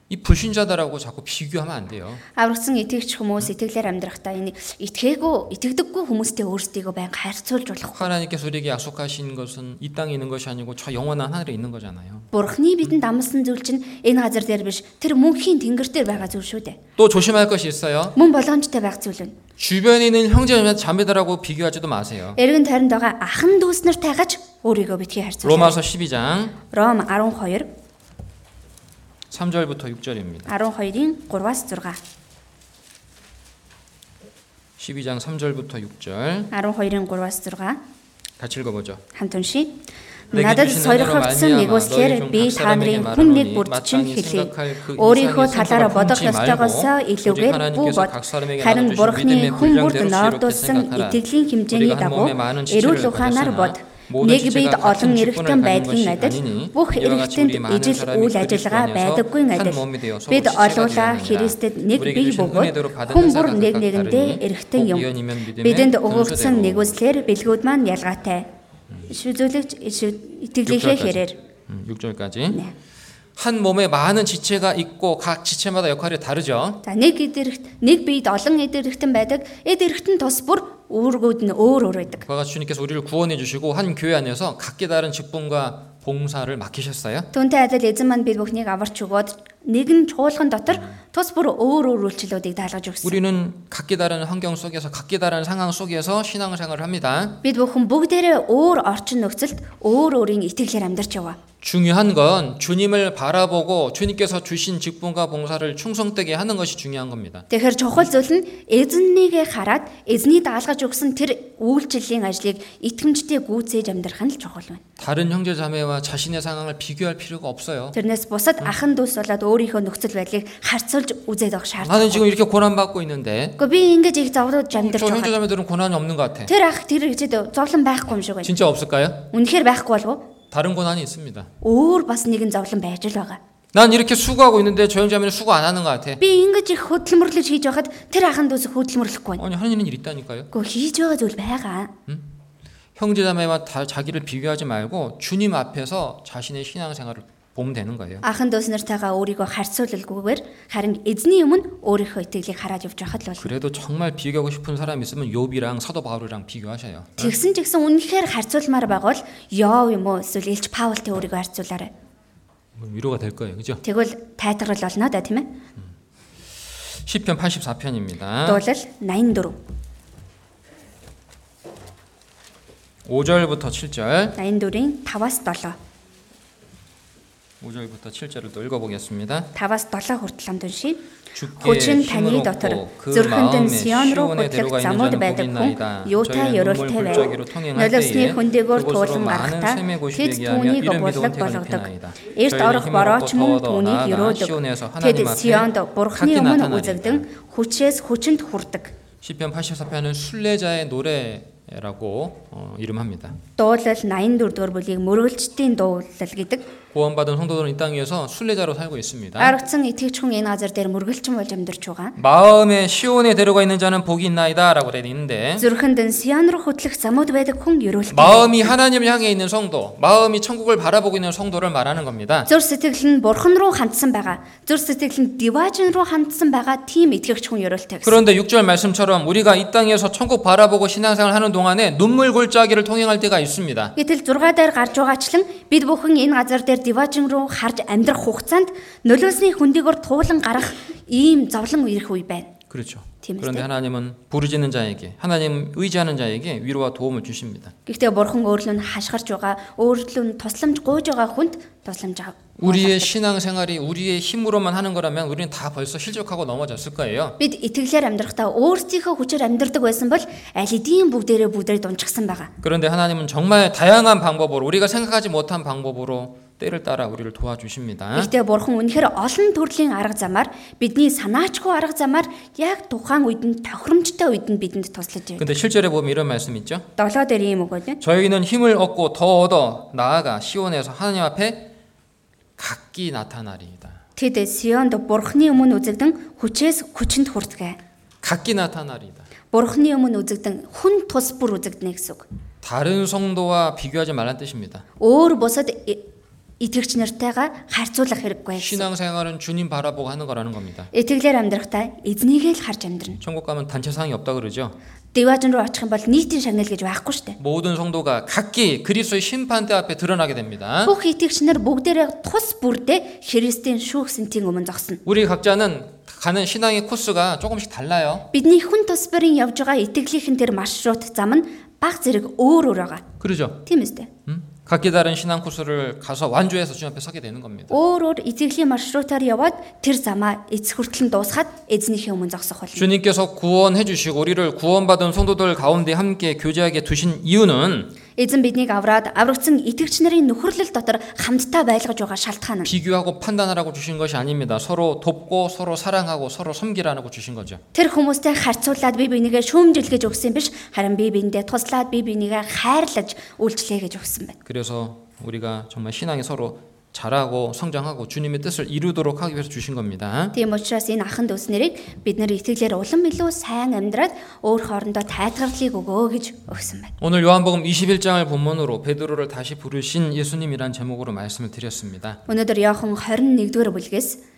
Speaker 1: 이 불신자다라고 자꾸 비교하면 안 돼요.
Speaker 2: Аврагдсан итгэгч хүмүүс итгэлээр амьдрахдаа энэ итгээгүй, итгэдэггүй хүмүүстэй өөрсдийгөө байнга харьцуулж болохгүй.
Speaker 1: 하나님께서 우리에게 약속하신 것은 이 땅에 있는 것이 아니고 저 영원한 하늘에 있는 거잖아요.
Speaker 2: Бурхны бидэнд амласан зүйл чинь энэ газар дээр биш, тэр мөнхийн тэнгэр дээр байгаа зүйл шүү дээ.
Speaker 1: 또 조심할 것이 있어요.
Speaker 2: Мөн болгоомжтой байх зүйл байна.
Speaker 1: 주변에 있는 형제나 자매들하고 비교하지도 마세요.
Speaker 2: Эргэн тойронд байгаа ахан дүүснэр тайгаж өөрийгөө битгий харьцуулж.
Speaker 1: 로마서 12장
Speaker 2: Ром 12,
Speaker 1: 3절부터 6절입니다.
Speaker 2: 12-ийн 3-аас 6.
Speaker 1: 12장 3절부터 6절
Speaker 2: 12-ийн 3-аас 6
Speaker 1: 같이 읽어보죠.
Speaker 2: хамт уншия. Надад сорихогдсон нэг үслээр би та нарын хүн нэг бүрд чинь хэлээ. Өөрийнхөө талаараа бодох ёстойгоосоо илүүгээр бүү бод. Харин Бурхны хүн бүрд нордуулсан итгэлийн хэмжээний дагуу эрүүл ухаанаар бод. Нэг бид олон эрэгтэн байдлын адил бүх эрэгтэнд ижил үйл ажиллагаа байдаггүй адил бид олуулаа Христэд нэг бие бөгөөд хүн бүр нэг нэгэндээ эрэгтэн юм. Бидэнд өгөгдсөн нэгүслэр бэлгүүд маань ялгаатай. Шүзүүлэгч итгэлийнхээ хэрээр
Speaker 1: 음, 6절까지. 한 몸에 많은 지체가 있고 각 지체마다 역할이 다르죠.
Speaker 2: За нэг эд эрэгт нэг биед олон эд эрэгтэн байдаг. Эд эрэгтэн тус бүр үүргүүд нь өөр өөр байдаг.
Speaker 1: 그와 같이 주님께서 우리를 구원해 주시고 한 교회 안에서 각기 다른 직분과 봉사를 맡기셨어요.
Speaker 2: Түүнтэй адил эзэн маань бид бүхнийг аварч өгөөд нэгэн чуулган дотор тус бүр өөр өөр үйлчлүүдийг даалгаж өгсөн.
Speaker 1: 우리는 각기 다른 환경 속에서 각기 다른 상황 속에서 신앙생활을 합니다.
Speaker 2: Бид бүхэн бүгдээрээ өөр орчин нөхцөлд өөр өөрийн итгэлээр амьдарч яваа.
Speaker 1: 중요한 건 주님을 바라보고 주님께서 주신 직분과 봉사를 충성되게 하는 것이 중요한 겁니다.
Speaker 2: Тэгэхээр чухал зүйл нь эзэннийгээ хараад эзний даалгаж өгсөн тэр үйлчлэлийн ажлыг итгэмжтэй гүйцээж амьдрах нь л чухал байна.
Speaker 1: 다른 형제 자매와 자신의 상황을 비교할 필요가 없어요.
Speaker 2: Тэрнээс бусад ахын дүүс болоод өөрийнхөө нөхцөл байдлыг харьцуулж үзээд авах
Speaker 1: 나는
Speaker 2: шаардлагагүй.
Speaker 1: 지금 이렇게 고난 받고 있는데
Speaker 2: Гэхдээ би ингэж их зовлож
Speaker 1: 저
Speaker 2: амьдарч
Speaker 1: 형제
Speaker 2: байгаа.
Speaker 1: 자매들은 고난이 없는 것 같아.
Speaker 2: Тэр ах тэр хэвчээд зовлон байхгүй юм шиг байна.
Speaker 1: 진짜 없을까요?
Speaker 2: Үнэхээр байхгүй болов уу?
Speaker 1: 다른 고난이 있습니다.
Speaker 2: Өөр бас нэгэн зовлон байж л байгаа.
Speaker 1: 난 이렇게 수고하고 있는데 저 형제 자매는 수고 안 하는 것 같아.
Speaker 2: Би ингэж их хөдөлмөрлөж хийж байхад тэр ахын дүүс хөдөлмөрлөхгүй байна.
Speaker 1: 아니 하는 일 있다니까요.
Speaker 2: Гэхдээ хийж байгаа зүйл байгаа.
Speaker 1: 형제 자매와 다 자기를 비교하지 말고 주님 앞에서 자신의 신앙생활을 보면 되는 거예요.
Speaker 2: Ахын дүүс нартайгаа өөрийгөө харьцуулалгүйгээр харин эзний өмнө өөрийнхөө итгэлийг хараад явж байхад л бол
Speaker 1: 그래도 정말 비교하고 싶은 사람 있으면 욥이랑 사도 바울이랑 비교하셔요.
Speaker 2: тэгсэн ч гэсэн үнэхээр харьцуулмаар байгавал Йов юм уу эсвэл Илч Паултэй өөрийгөө харьцуулаарай.
Speaker 1: 뭐 위로가 될 거예요. 그죠?
Speaker 2: Тэгвэл тайтгарл болно да тийм ээ.
Speaker 1: 시편 84편입니다.
Speaker 2: Дуулал 84,
Speaker 1: 5절부터 7절.
Speaker 2: 84-ийн 5-аас 7,
Speaker 1: 5절부터 7절을 또 읽어 보겠습니다.
Speaker 2: 5-аас 7 хүртэл хамт уншийе.
Speaker 1: 주께
Speaker 2: Хүчин таны
Speaker 1: 힘을
Speaker 2: дотор
Speaker 1: 얻고 그
Speaker 2: зүрхэнд
Speaker 1: 마음에
Speaker 2: нь Сион руу
Speaker 1: 시온에
Speaker 2: хөдлөх
Speaker 1: 데려가
Speaker 2: замууд
Speaker 1: 있는
Speaker 2: байдаг
Speaker 1: 자는
Speaker 2: хүн
Speaker 1: 복이나이다.
Speaker 2: юутай
Speaker 1: 저희는
Speaker 2: ёрол
Speaker 1: 눈물
Speaker 2: тавиав.
Speaker 1: 불자기로 통행할
Speaker 2: Нөлөөсний
Speaker 1: 때에
Speaker 2: хөндөгөөр
Speaker 1: 그곳으로
Speaker 2: туулан
Speaker 1: 많은
Speaker 2: гарахтаа
Speaker 1: 샘의 곳이
Speaker 2: тэд
Speaker 1: 되게 하며
Speaker 2: түүнийг
Speaker 1: 이름이
Speaker 2: бодлог
Speaker 1: 돈태가
Speaker 2: болгодог.
Speaker 1: 피나이다.
Speaker 2: Эрт
Speaker 1: 저희는
Speaker 2: орох
Speaker 1: 힘을
Speaker 2: борооч
Speaker 1: 얻고
Speaker 2: мөн
Speaker 1: 더워도
Speaker 2: түүнийг
Speaker 1: 나아가
Speaker 2: юроодог.
Speaker 1: 시온에서
Speaker 2: Тэд
Speaker 1: 하나님 앞에
Speaker 2: Сионд Бурхны
Speaker 1: 각기
Speaker 2: өмнө
Speaker 1: 나타나리라.
Speaker 2: үзэгдэн хүчээс хүчинд хүрдэг.
Speaker 1: 시편 84편은 순례자의 노래라고 어, 이름합니다.
Speaker 2: Дуулал 84 дугаар бүлийг мөргөлчдийн дуулал гэдэг.
Speaker 1: 구원받은 성도들은 이 땅 위에서 순례자로 살고 있습니다.
Speaker 2: Аргацсан итгэгч хүн энэ газар дээр мөргөлчин болж амьдарч байгаа.
Speaker 1: 마음에 시온에 데려가 있는 자는 복이 있나이다라고 되어 있는데
Speaker 2: Зүрхэнд нь Сион руу хөтлөх замууд байдаг хүн юролт.
Speaker 1: 마음이 하나님을 향해 있는 성도, 마음이 천국을 바라보고 있는 성도를 말하는 겁니다.
Speaker 2: Зүр сэтгэл нь Бурхан руу хандсан байгаа. Зүр сэтгэл нь Диважин руу хандсан байгаа. Тим итгэгч хүн юролттой гэсэн.
Speaker 1: 그런데 6절 말씀처럼 우리가 이 땅에서 천국 바라보고 신앙생활 하는 동안에 눈물 골짜기를 통행할 때가 있습니다.
Speaker 2: Гэтэл 6 дээр гарч байгаачлан бид бүхэн энэ газар дээр Диважин руу харж амьдрах хугацаанд нөлөөсний хөндөгөр туулан гарах ийм зовлон ирэх үе байна.
Speaker 1: 그렇죠.
Speaker 2: 재밌어요?
Speaker 1: 그런데 하나님은 부르짖는 자에게 하나님 의지하는 자에게 위로와 도움을 주십니다.
Speaker 2: Гэхдээ Бурхан өөрлөө нь хашгирч байгаа, өөрлөө нь тусламж гуйж байгаа хүнд тусламж авах.
Speaker 1: 우리의 신앙생활이 우리의 힘으로만 하는 거라면 우리는 다 벌써 실족하고 넘어졌을 거예요.
Speaker 2: Бид итгэлээр амьдрахдаа өөрсдийнхөө хүчээр амьдрдаг байсан бол аль эдийн бүгдээрээ бүдрээд унчихсан байгаа.
Speaker 1: 그런데 하나님은 정말 다양한 방법으로 우리가 생각하지 못한 방법으로 때를 따라 우리를 도와주십니다.
Speaker 2: Гэхдээ Бурхан үнэхээр олон төрлийн арга замаар бидний санаачгүй арга замаар яг тухайн үед нь тохиромжтой үед нь бидэнд туслаж байна.
Speaker 1: 근데 실제로 보면 이런 말씀 있죠.
Speaker 2: Долоо дээр юм өгөөд.
Speaker 1: 저희는 힘을 얻고 더 얻어 나아가 시온에서 하나님 앞에 각기 나타나리이다.
Speaker 2: Тэд Сионд Бурханы өмнө үзэгдэн хүчээс хүчинд хүртгэ.
Speaker 1: 각기 나타나리이다.
Speaker 2: Бурханы өмнө үзэгдэн хүн тус бүр үзэгднэ гэсэн үг.
Speaker 1: 다른 성도와 비교하지 말란 뜻입니다.
Speaker 2: Өөр бусад и- итгэгч нартайгаа харьцуулах хэрэггүй. гэсэн.
Speaker 1: 신앙생활은 주님 바라보고 하는 거라는 겁니다.
Speaker 2: Итгэлээр амьдрахтаа эзнийгээ л харж амьдрна.
Speaker 1: 천국 가면 단체 상이 없다 그러죠.
Speaker 2: Дэважин руу очих юм бол нийтийн шагнал гэж байхгүй шүү дээ.
Speaker 1: 모든 성도가 각기 그리스도의 심판대 앞에 드러나게 됩니다.
Speaker 2: Бүх итгэгч нар бүгдээрээ тус бүрдээ Христийн шүүхсэнтийн өмнө зогсно.
Speaker 1: 우리 각자는 가는 신앙의 코스가 조금씩 달라요.
Speaker 2: Бидний хүн тус бүрийн явж байгаа итгэлийнхэн тэр маршрут зам нь баг зэрэг өөр өөр байгаа.
Speaker 1: 그러죠.
Speaker 2: Тийм үстэй.
Speaker 1: 음? 각기 다른 신앙 코스를 가서 완주해서 주님 앞에 서게 되는 겁니다.
Speaker 2: Өөр өөр итгэлийн маршрутаар яваад тэр замаа эц хүртэл нь дуусгаад эзнийхээ өмнө зогсох болно.
Speaker 1: 주님께서 구원해 주시고 우리를 구원받은 성도들 가운데 함께 교제하게 두신 이유는
Speaker 2: Эзэн биднийг авраад аврагдсан итгэгч нарын нөхөрлөл дотор хамтдаа байлгаж байгаа шалтгаан нь
Speaker 1: 비교하고 판단하라고 주신 것이 아닙니다. 서로 돕고 서로 사랑하고 서로 섬기라고 주신 거죠.
Speaker 2: Тэр хүмүүстэй харьцуулаад би бинийгээ шүүмжилгэж өгсөн биш харин би биндээ туслаад би бинийгээ хайрлаж үйлчлэе гэж өгсөн байна.
Speaker 1: 그래서 우리가 정말 신앙이 서로 자라고 성장하고 주님의 뜻을 이루도록 하기 위해서 주신 겁니다.
Speaker 2: Тийм учраас энэ аханд ус нэрийг бид нар итгэлээр улам илүү сайн амьдраад өөр хоорондоо тайлгарлыг өгөө гэж өгсөн байна.
Speaker 1: 오늘 요한복음 21장을 본문으로 베드로를 다시 부르신 예수님이란 제목으로 말씀을 드렸습니다.
Speaker 2: Өнөөдөр Иохан 21-р бүлгээс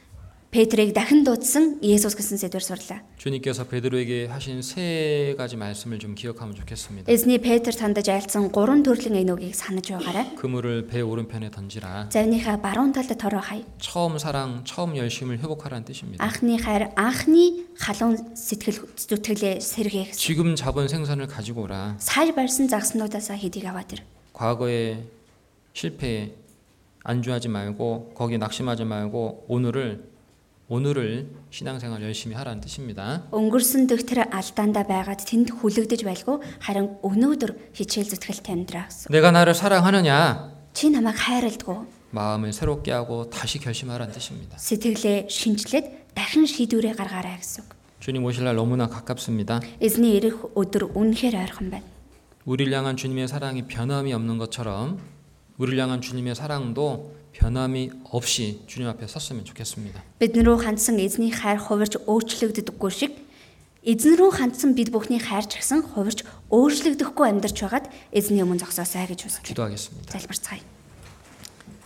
Speaker 2: Петрийг дахин дуудсан Есүс гэсэн сэдвээр сурлаа.
Speaker 1: 주님께서 베드로에게 하신 세 가지 말씀을 좀 기억하면 좋겠습니다.
Speaker 2: Эзний Петр тандаж айлцсан гурван төрлийн энүүгийг санаж байгаарай.
Speaker 1: 그물을 배 오른편에 던지라.
Speaker 2: Завныхаа баруун талд тороо хай.
Speaker 1: 처음 사랑, 처음 열심을 회복하라는 뜻입니다.
Speaker 2: Анхны хайр, анхны халуун сэтгэл зүтгэлээ сэргээх.
Speaker 1: 지금 잡은 생선을 가지고 오라.
Speaker 2: Сая барьсан загснуудаас хэдийг аваад ир.
Speaker 1: 과거의 실패에 안주하지 말고 거기에 낙심하지 말고 오늘을 오늘을 신앙생활 열심히 하라는 뜻입니다.
Speaker 2: Өнгөрсөн дэх тэр алдаандаа байгаад тэнд хүлэгдэж байлгүй харин өнөөдөр хичээл зүтгэлтэй амьдраа гэсэн.
Speaker 1: 내가 나를 사랑하느냐?
Speaker 2: Чи намайг хайрладгүй.
Speaker 1: 마음을 새롭게 하고 다시 결심하라는 뜻입니다.
Speaker 2: Сэтгэлээ шинжлээд дахин шийдвэрээ гаргаарай гэсэн. үг.
Speaker 1: 주님 오실 날 너무나 가깝습니다.
Speaker 2: Эзний ирэх өдөр үнэхээр ойрхон байна.
Speaker 1: 우리를 향한 주님의 사랑이 변함이 없는 것처럼 우리를 향한 주님의 사랑도 변함이 없이 주님 앞에 섰으면 좋겠습니다.
Speaker 2: Бид нрүү хандсан эзний хайр хувирч өөрчлөгддөггүй шиг эзэн рүү хандсан бид бүхний хайр ч гэсэн хувирч өөрчлөгдөхгүй амьдарч байгаад эзний өмнө зогсоосай гэж хүсэж байна.
Speaker 1: 기도하겠습니다.
Speaker 2: залбирцгаая.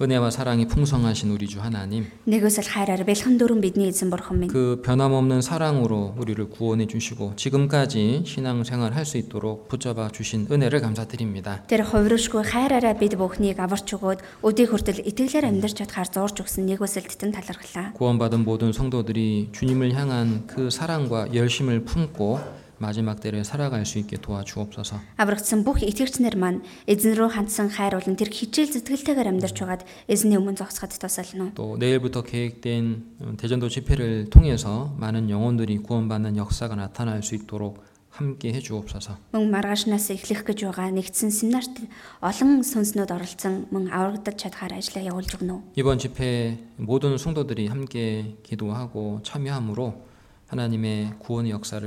Speaker 1: 은혜와 사랑이 풍성하신 우리 주 하나님,
Speaker 2: Нэгөөсөл хайраар бэлхэн дөрөн бидний эзэн бурхан минь.
Speaker 1: 그 변함없는 사랑으로 우리를 구원해 주시고 지금까지 신앙생활 할 수 있도록 붙잡아 주신 은혜를 감사드립니다.
Speaker 2: Тэр хувиршгүй хайраараа бид бүхнийг аварч өгөөд өдий хүртэл итгэлээр амьдарч чадхаар зурж өгсөн нэгөөсөлд тэн талархлаа.
Speaker 1: 구원받은 모든 성도들이 주님을 향한 그 사랑과 열심을 품고 마지막 때를 살아갈 수 있게 도와주옵소서.
Speaker 2: Аврагдсан бүх итгэгчнэр маань эзэн рүү хандсан хайр болон тэр хичээл зэтгэлтэйгээр амьдарч байгаад эзний өмнө зогсоход тусална.
Speaker 1: 또 내일부터 계획된 음, 대전도 집회를 통해서 많은 영혼들이 구원받는 역사가 나타날 수 있도록 함께 해주옵소서.
Speaker 2: Мөн маргаашнаас эхлэх гэж байгаа нэгдсэн семинарт олон сүнснүүд оролцсон мөн аврагдаж чадхаар ажиллаа явуулж өгнө.
Speaker 1: 이번 집회 모든 성도들이 함께 기도하고 참여함으로 하나님의 구원의 역사를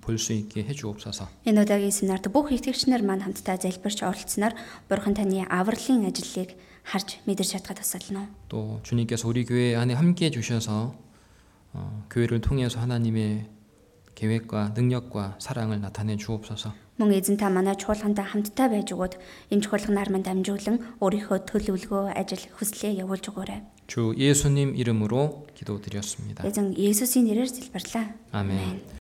Speaker 1: 볼 수 있게 해주옵소서.
Speaker 2: Энэ удаагийн семинарт бүх итгэгчнэр маань хамтдаа залбирч оролцсоноор Бурхан таны авралын ажлыг харж мэдэрч чадхад тусална.
Speaker 1: 또 주님께서 우리 교회 안에 함께 해주셔서 어, 교회를 통해서 하나님의 계획과 능력과 사랑을 나타내 주옵소서.
Speaker 2: Мөн эзэн та манай чуулгандаа хамтдаа байж өгөөд энэ чуулганаар маань дамжуулан өөрийнхөө төлөвлөгөө ажил хүслээ явуулж өгөөрэй.
Speaker 1: 주 예수님 이름으로 기도드렸습니다.
Speaker 2: Эзэн Есүсийн нэрээр залбирлаа.
Speaker 1: 아멘.